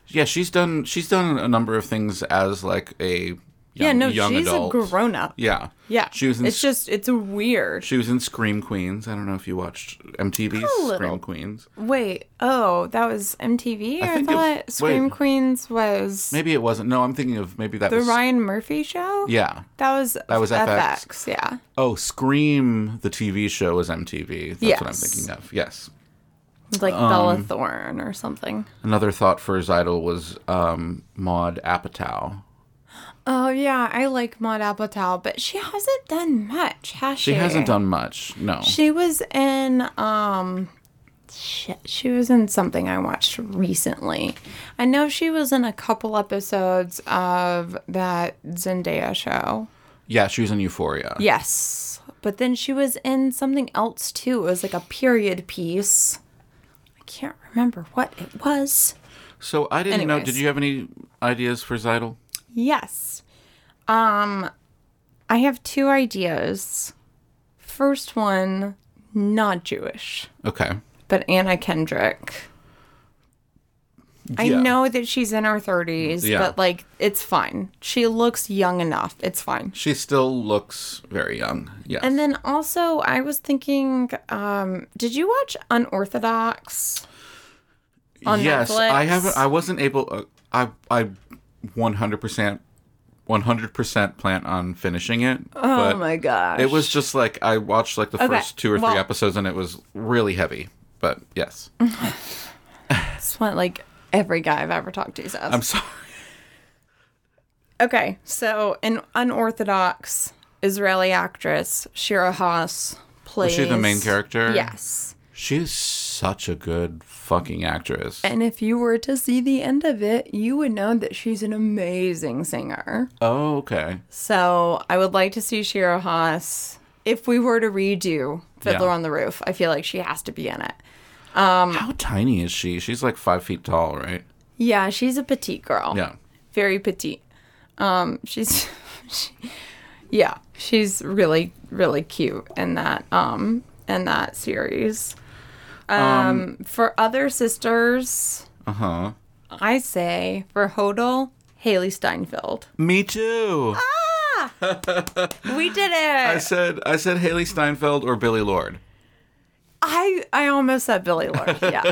Speaker 2: yeah, she's done she's done a number of things as like a young,
Speaker 1: yeah, no,
Speaker 2: young
Speaker 1: she's
Speaker 2: adult.
Speaker 1: a grown-up.
Speaker 2: yeah,
Speaker 1: Yeah.
Speaker 2: She was in
Speaker 1: It's just it's weird.
Speaker 2: She was in Scream Queens. I don't know if you watched MTV's
Speaker 1: A little.
Speaker 2: Scream Queens.
Speaker 1: Wait, oh, that was MTV? I,
Speaker 2: think it-
Speaker 1: thought
Speaker 2: wait.
Speaker 1: Scream Queens was
Speaker 2: Maybe it wasn't. No, I'm thinking of maybe that
Speaker 1: the
Speaker 2: was.
Speaker 1: Ryan Murphy show?
Speaker 2: Yeah.
Speaker 1: That was that
Speaker 2: was FX.
Speaker 1: yeah.
Speaker 2: Oh, Scream, the TV show, was MTV. That's what I'm
Speaker 1: Yes.
Speaker 2: thinking of. Yes.
Speaker 1: Like
Speaker 2: Um,
Speaker 1: Bella Thorne or something.
Speaker 2: Another thought for Zeidel was um, Maud Apatow.
Speaker 1: Oh yeah, I like Maud Apatow, but she hasn't done much, has she?
Speaker 2: She hasn't done much. No.
Speaker 1: She was in um shit, she was in something I watched recently. I know she was in a couple episodes of that Zendaya show.
Speaker 2: yeah, she was in Euphoria.
Speaker 1: Yes. But then she was in something else too. It was like a period piece. I can't remember what it was.
Speaker 2: So I didn't know.
Speaker 1: Anyways.
Speaker 2: Did you have any ideas for Zeidel?
Speaker 1: Yes. Um I have two ideas. First one, not Jewish.
Speaker 2: Okay.
Speaker 1: but Anna Kendrick. I
Speaker 2: Yeah.
Speaker 1: know that she's in her 30s,
Speaker 2: Yeah.
Speaker 1: but like it's fine. She looks young enough. It's fine.
Speaker 2: She still looks very young. Yes.
Speaker 1: And then also, I was thinking, um, did you watch Unorthodox? on
Speaker 2: yes, I
Speaker 1: Netflix?
Speaker 2: haven't. I wasn't able. Uh, I I one hundred percent, one hundred percent plan on finishing it.
Speaker 1: Oh
Speaker 2: but
Speaker 1: my gosh.
Speaker 2: Uh, It was just like I watched like the
Speaker 1: Okay,
Speaker 2: first two or three
Speaker 1: well- plays.
Speaker 2: Is she the main character?
Speaker 1: Yes.
Speaker 2: She's such a good fucking actress.
Speaker 1: And if you were to see the end of it, you would know that she's an amazing singer.
Speaker 2: Oh, okay.
Speaker 1: So I would like to see Shira Haas. If we were to redo Fiddler
Speaker 2: Yeah.
Speaker 1: on the Roof, I feel like she has to be in it. Um,
Speaker 2: How tiny is she? She's like five feet tall, right?
Speaker 1: Yeah, she's a petite girl.
Speaker 2: Yeah.
Speaker 1: Very petite. Um, she's, she, yeah, she's really, really cute in that, um, in that series. Um, for other sisters,
Speaker 2: Uh huh.
Speaker 1: I say for Hodel, Haley Steinfeld.
Speaker 2: Me too.
Speaker 1: We did
Speaker 2: I
Speaker 1: it.
Speaker 2: said I said Haley Steinfeld or Billy Lord.
Speaker 1: I I almost said Billy Lord. Yeah.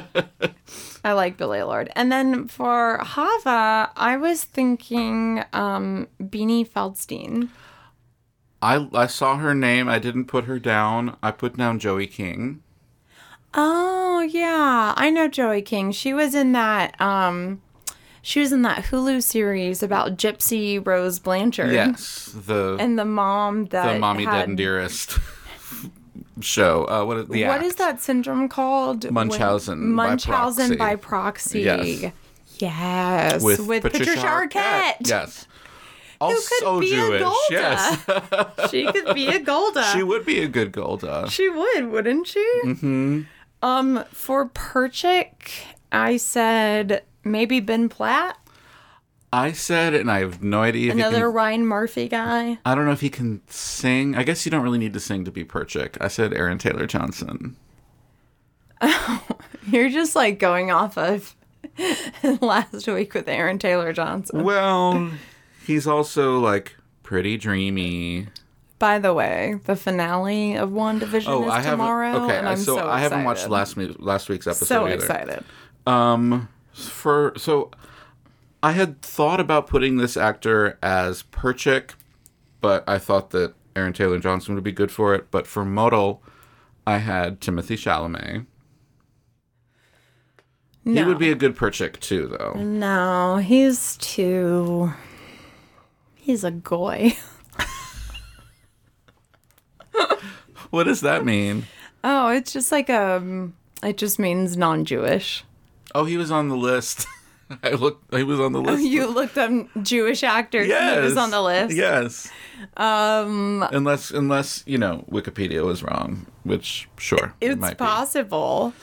Speaker 1: I like Billy Lord. And then for Hava, I was thinking um Beanie Feldstein.
Speaker 2: I I saw her name. I didn't put her down. I put down Joey King.
Speaker 1: Oh yeah, I know Joey King. She was in that um she was in that Hulu series about Gypsy Rose Blanchard.
Speaker 2: Yes, the
Speaker 1: And the mom that
Speaker 2: the mommy
Speaker 1: had,
Speaker 2: dead and dearest show. Uh, what is the
Speaker 1: What
Speaker 2: act.
Speaker 1: is that syndrome called? When-
Speaker 2: Munchausen by
Speaker 1: Munchausen by proxy.
Speaker 2: Yes.
Speaker 1: Yes. With, Patricia, Arquette.
Speaker 2: Yes.
Speaker 1: Who
Speaker 2: also
Speaker 1: could be
Speaker 2: Jewish.
Speaker 1: a Golda?
Speaker 2: Yes,
Speaker 1: she could be a Golda.
Speaker 2: she would be a good Golda.
Speaker 1: She would, wouldn't she? Mm-hmm. Um, for Perchik, I said maybe Ben Platt,
Speaker 2: I said, and I have no idea if he
Speaker 1: another
Speaker 2: can
Speaker 1: Ryan Murphy guy.
Speaker 2: I don't know if he can sing. I guess you don't really need to sing to be Perchik. I said Aaron Taylor Johnson.
Speaker 1: You're just like going off of last week with Aaron Taylor Johnson.
Speaker 2: Well, he's also like pretty dreamy.
Speaker 1: By the way, the finale of One Division
Speaker 2: Oh,
Speaker 1: is
Speaker 2: I haven't.
Speaker 1: tomorrow,
Speaker 2: okay,
Speaker 1: and
Speaker 2: I-
Speaker 1: I'm
Speaker 2: so,
Speaker 1: so,
Speaker 2: I haven't watched
Speaker 1: excited.
Speaker 2: last me- last week's episode
Speaker 1: So
Speaker 2: either.
Speaker 1: excited.
Speaker 2: Um, for so, I had thought about putting this actor as Perchik, but I thought that Aaron Taylor Johnson would be good for it. But for Modal, I had Timothy Chalamet. He
Speaker 1: No.
Speaker 2: would be a good Perchik too, though.
Speaker 1: No, he's too. He's a goy.
Speaker 2: What does that mean?
Speaker 1: Oh, it's just like um. It just means non-Jewish.
Speaker 2: Oh, he was on the list. I looked. He was on the list.
Speaker 1: You looked up Jewish actors. and
Speaker 2: yes,
Speaker 1: It Oh, was on the list.
Speaker 2: Yes. Um. Unless, unless you know, Wikipedia was wrong, which sure it
Speaker 1: It's
Speaker 2: might be.
Speaker 1: possible.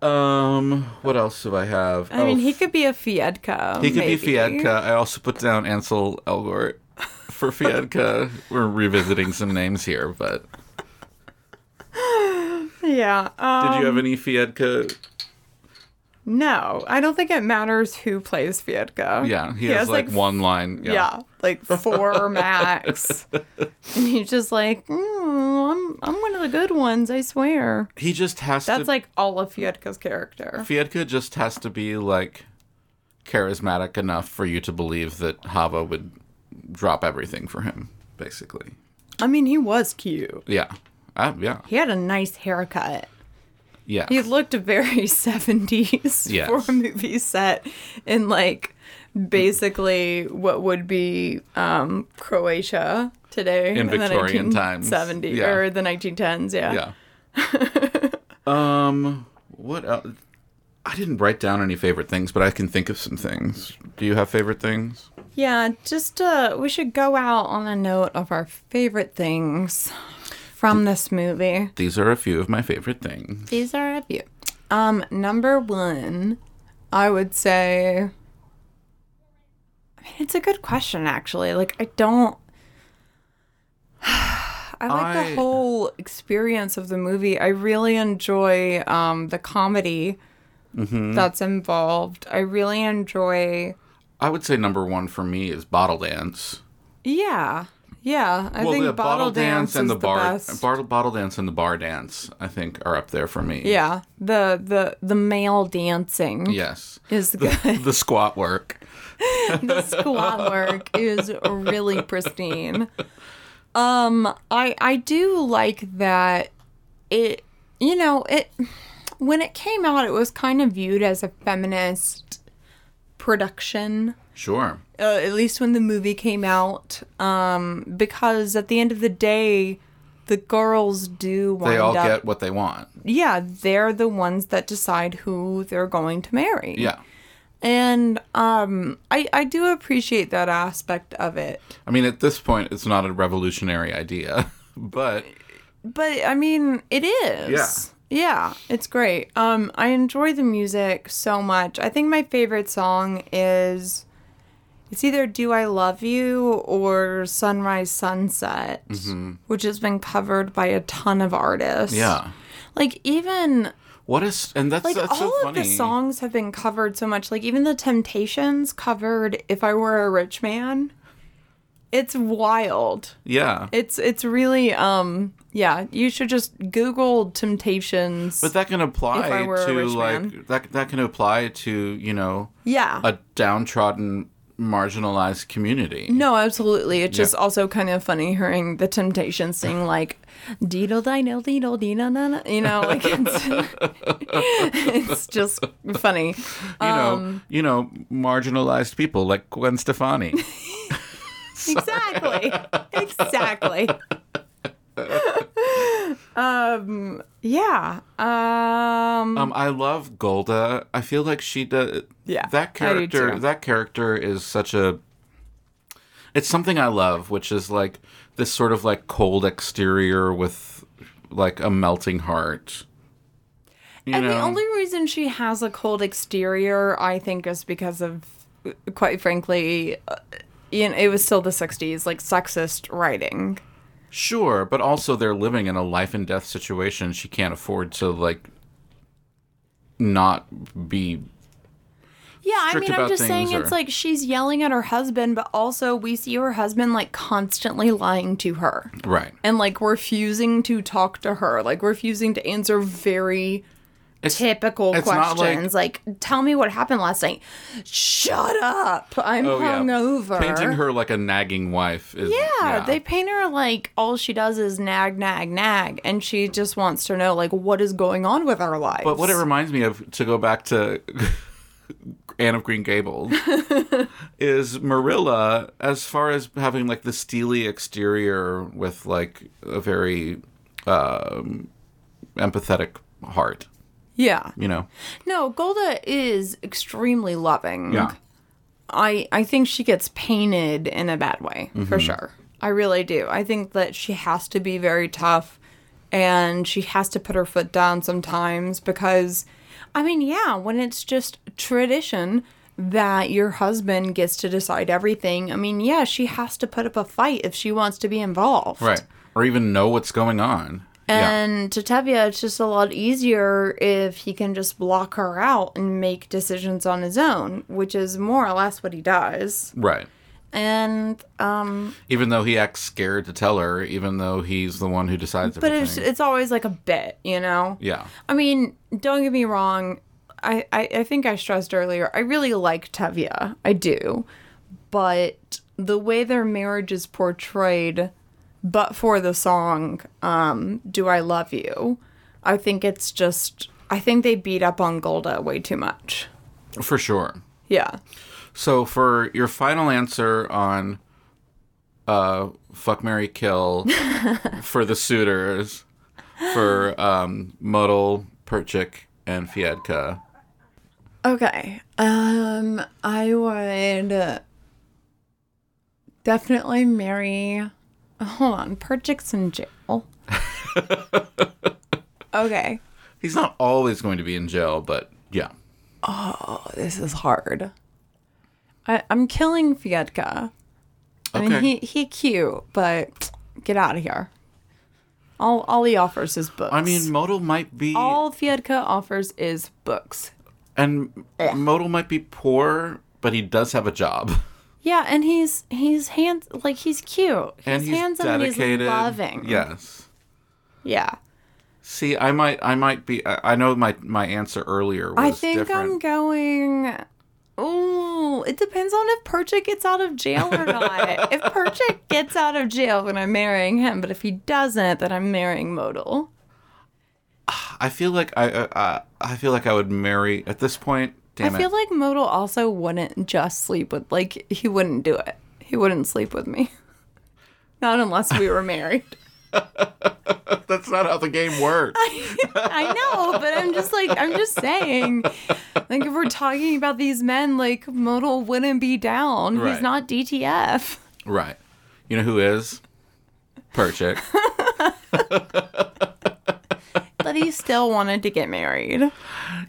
Speaker 2: Um. What else do I have?
Speaker 1: I mean, he could be a Fiedka.
Speaker 2: Oh. he could
Speaker 1: maybe.
Speaker 2: be Fiedka. I also put down Ansel Elgort for Fiedka. We're revisiting some names here, but
Speaker 1: Yeah. Um,
Speaker 2: did you have any Fiedka?
Speaker 1: no, I don't think it matters who plays Fiedka.
Speaker 2: Yeah, he, has, like, one line. Yeah.
Speaker 1: Yeah, like four max. And he's just like, mm, I'm, I'm one of the good ones, I swear.
Speaker 2: He just has
Speaker 1: That's
Speaker 2: to.
Speaker 1: like all of Fiedka's character.
Speaker 2: Fiedka just has to be like charismatic enough for you to believe that Hava would drop everything for him, basically.
Speaker 1: I mean, he was cute.
Speaker 2: Yeah. Uh, yeah.
Speaker 1: He had a nice haircut.
Speaker 2: Yeah.
Speaker 1: He looked very 70s
Speaker 2: Yes.
Speaker 1: for a movie set in like basically what would be um, Croatia today
Speaker 2: In Victorian times.
Speaker 1: 70
Speaker 2: Yeah.
Speaker 1: or the 1910s, yeah.
Speaker 2: yeah. um, what else? I didn't write down any favorite things, but I can think of some things. Do you have favorite things?
Speaker 1: Yeah, just uh, we should go out on a note of our favorite things from this movie.
Speaker 2: These are a few of my favorite things.
Speaker 1: These are a few. Um, number one, I would say. I mean, it's a good question, actually. Like, I don't. I like
Speaker 2: I-
Speaker 1: the whole experience of the movie. I really enjoy um, the comedy
Speaker 2: Mm-hmm.
Speaker 1: that's involved. I really enjoy.
Speaker 2: I would say number one for me is Bottle Dance.
Speaker 1: Yeah, yeah. I think bottle, dance, is
Speaker 2: and the, bar
Speaker 1: best.
Speaker 2: bar- bottle dance and the bar dance, I think, are up there for me.
Speaker 1: yeah, the the the male dancing
Speaker 2: Yes.
Speaker 1: is good.
Speaker 2: the squat work.
Speaker 1: the squat work is really pristine. Um, I I do like that it you know, it when it came out it was kind of viewed as a feminist production.
Speaker 2: Sure.
Speaker 1: Uh, at least when the movie came out um because at the end of the day the girls do wind
Speaker 2: They all
Speaker 1: up.
Speaker 2: get what they want.
Speaker 1: yeah, they're the ones that decide who they're going to marry.
Speaker 2: Yeah.
Speaker 1: And um, I I do appreciate that aspect of it.
Speaker 2: I mean, at this point, it's not a revolutionary idea, but
Speaker 1: but I mean, it is.
Speaker 2: Yeah.
Speaker 1: Yeah, it's great. Um, I enjoy the music so much. I think my favorite song is it's either "Do I Love You" or "Sunrise Sunset," which has been covered by a ton of artists.
Speaker 2: Mm-hmm. yeah.
Speaker 1: like even
Speaker 2: What is and that's
Speaker 1: like
Speaker 2: that's
Speaker 1: all
Speaker 2: so
Speaker 1: of
Speaker 2: funny.
Speaker 1: the songs have been covered so much. Like even the Temptations covered "If I Were a Rich Man." It's wild.
Speaker 2: yeah.
Speaker 1: It's it's really um yeah, you should just Google Temptations.
Speaker 2: But that can
Speaker 1: If I
Speaker 2: apply
Speaker 1: were a
Speaker 2: to
Speaker 1: rich
Speaker 2: like
Speaker 1: man.
Speaker 2: that that can apply to, you know,
Speaker 1: yeah.
Speaker 2: a downtrodden marginalized community.
Speaker 1: no, absolutely. It's just also kind of funny hearing the Temptations sing like deedle dino deedle deedle na na you know, like it's it's just funny.
Speaker 2: You know,
Speaker 1: Um,
Speaker 2: you know, marginalized people like Gwen Stefani.
Speaker 1: Exactly. exactly. um yeah. Um
Speaker 2: um I love Golda. I feel like she does
Speaker 1: Yeah, I do
Speaker 2: That character
Speaker 1: too.
Speaker 2: that character is such a it's something I love, which is like this sort of like cold exterior with like a melting heart. You
Speaker 1: And
Speaker 2: know?
Speaker 1: the only reason she has a cold exterior, I think, is because of, quite frankly, uh, you know, it was still the 60s, like sexist writing.
Speaker 2: Sure, but also they're living in a life and death situation. She can't afford to like not be
Speaker 1: Yeah, I
Speaker 2: Strict
Speaker 1: mean, I'm
Speaker 2: about
Speaker 1: just saying
Speaker 2: things,
Speaker 1: it's
Speaker 2: or-
Speaker 1: like she's yelling at her husband, but also we see her husband like constantly lying to her
Speaker 2: right.
Speaker 1: and like refusing to talk to her, like refusing to answer very
Speaker 2: It's,
Speaker 1: typical
Speaker 2: it's not like-
Speaker 1: questions. Like, tell me what happened last night. Shut up. I'm
Speaker 2: oh, yeah.
Speaker 1: hungover.
Speaker 2: Painting her like a nagging wife is
Speaker 1: Yeah, they paint her like all she does is nag, nag, nag, and she just wants to know like what is going on with our lives.
Speaker 2: But what it reminds me of to go back to Anne of Green Gables is Marilla as far as having like the steely exterior with like a very um, empathetic heart,
Speaker 1: Yeah,
Speaker 2: you know.
Speaker 1: no, Golda is extremely loving.
Speaker 2: Yeah.
Speaker 1: I I think she gets painted in a bad way
Speaker 2: Mm-hmm.
Speaker 1: for sure. I really do. I think that she has to be very tough, and she has to put her foot down sometimes because, I mean, yeah, when it's just tradition that your husband gets to decide everything. I mean, yeah, she has to put up a fight if she wants to be involved.
Speaker 2: Right. Or even know what's going on. yeah.
Speaker 1: And to Tevya, it's just a lot easier if he can just block her out and make decisions on his own, which is more or less what he does.
Speaker 2: Right.
Speaker 1: And um,
Speaker 2: Even though he acts scared to tell her, even though he's the one who decides
Speaker 1: but it's
Speaker 2: everything.
Speaker 1: it's always like a bit, you know.
Speaker 2: yeah.
Speaker 1: I mean, don't get me wrong. I, I, I think I stressed earlier, I really like Tevya. I do. But the way their marriage is portrayed, but for the song, um, Do I Love You? I think it's just, I think they beat up on Golda way too much.
Speaker 2: For sure.
Speaker 1: Yeah.
Speaker 2: So for your final answer on uh fuck Mary Kill for the suitors for um Muddle, Perchik, and Fiedka.
Speaker 1: Okay. Um, I would definitely marry. Hold on, Perchik's in jail. okay,
Speaker 2: He's not always going to be in jail, but yeah. Oh,
Speaker 1: this is hard. I, I'm killing Fiedka. I mean,
Speaker 2: Okay.
Speaker 1: he he cute, but get out of here. All all he offers is books.
Speaker 2: I mean Modal might be
Speaker 1: all Fiedka offers is books.
Speaker 2: and Modal might be poor, but he does have a job.
Speaker 1: Yeah, and he's he's hands like he's cute. He's
Speaker 2: And he's
Speaker 1: handsome and
Speaker 2: dedicated.
Speaker 1: he's loving.
Speaker 2: Yes.
Speaker 1: Yeah.
Speaker 2: See, I might, I might be. I, I know my my answer earlier was
Speaker 1: I think
Speaker 2: different.
Speaker 1: I'm going. Ooh, it depends on if Perchik gets out of jail or not. if Perchik gets out of jail, then I'm marrying him. But if he doesn't, then I'm marrying Modal.
Speaker 2: I feel like I, I, I- I feel like I would marry at this point. Damn
Speaker 1: I
Speaker 2: it.
Speaker 1: feel like Modal also wouldn't just sleep with, like, he wouldn't do it. He wouldn't sleep with me. Not unless we were married.
Speaker 2: That's not how the game works.
Speaker 1: I know, but I'm just like I'm just saying. Like if we're talking about these men, like Modal wouldn't be down.
Speaker 2: Right.
Speaker 1: He's not DTF.
Speaker 2: Right. You know who is? Perchik.
Speaker 1: But he still wanted to get married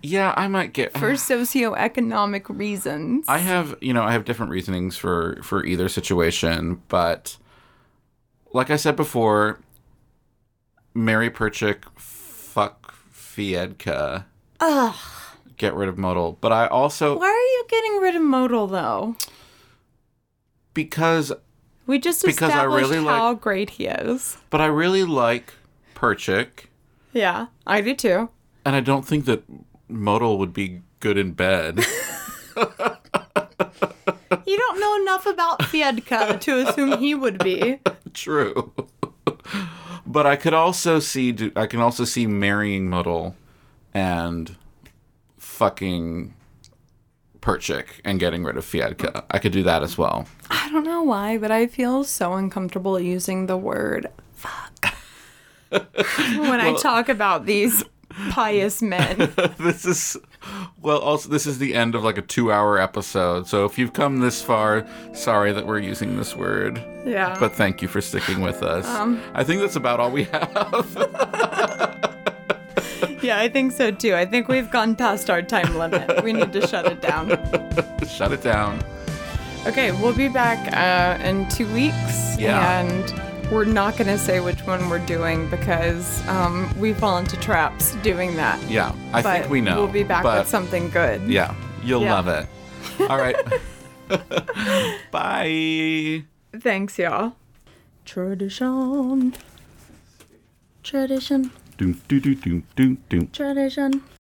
Speaker 2: yeah, I might get.
Speaker 1: for socioeconomic reasons.
Speaker 2: I have, you know, I have different reasonings for for either situation, but like I said before, Mary Perchik, fuck Fiedka,
Speaker 1: Ugh.
Speaker 2: get rid of Modal. But I also
Speaker 1: Why are you getting rid of Modal though?
Speaker 2: because,
Speaker 1: We just
Speaker 2: Because I
Speaker 1: established
Speaker 2: really like-
Speaker 1: how great he is.
Speaker 2: but I really like Perchik,
Speaker 1: Yeah, I do too.
Speaker 2: and I don't think that Modal would be good in bed.
Speaker 1: You don't know enough about Fiedka to assume he would be.
Speaker 2: True. but I could also see do- I can also see marrying Muddle and fucking Perchik and getting rid of Fiedka. I could do that as well.
Speaker 1: I don't know why, but I feel so uncomfortable using the word fuck when I talk about these pious men.
Speaker 2: this is well also this is the end of like a 2-hour episode. So if you've come this far, sorry that we're using this word.
Speaker 1: Yeah. Um.
Speaker 2: But thank you for sticking with us. I think that's about all we have.
Speaker 1: yeah, I think so too. I think we've gone past our time limit. We need to shut it down.
Speaker 2: Shut it down.
Speaker 1: Okay, we'll be back uh, in two weeks.
Speaker 2: Yeah.
Speaker 1: And we're not going to say which one we're doing because um, we fall into traps doing that.
Speaker 2: Yeah, I
Speaker 1: but
Speaker 2: think we know.
Speaker 1: We'll be back
Speaker 2: but-
Speaker 1: with something good.
Speaker 2: Yeah, you'll
Speaker 1: Yeah.
Speaker 2: love it. All right. Bye.
Speaker 1: Thanks, y'all. Tradition. Tradition.
Speaker 2: Doom, doo, doo, doom, doom, doom.
Speaker 1: Tradition.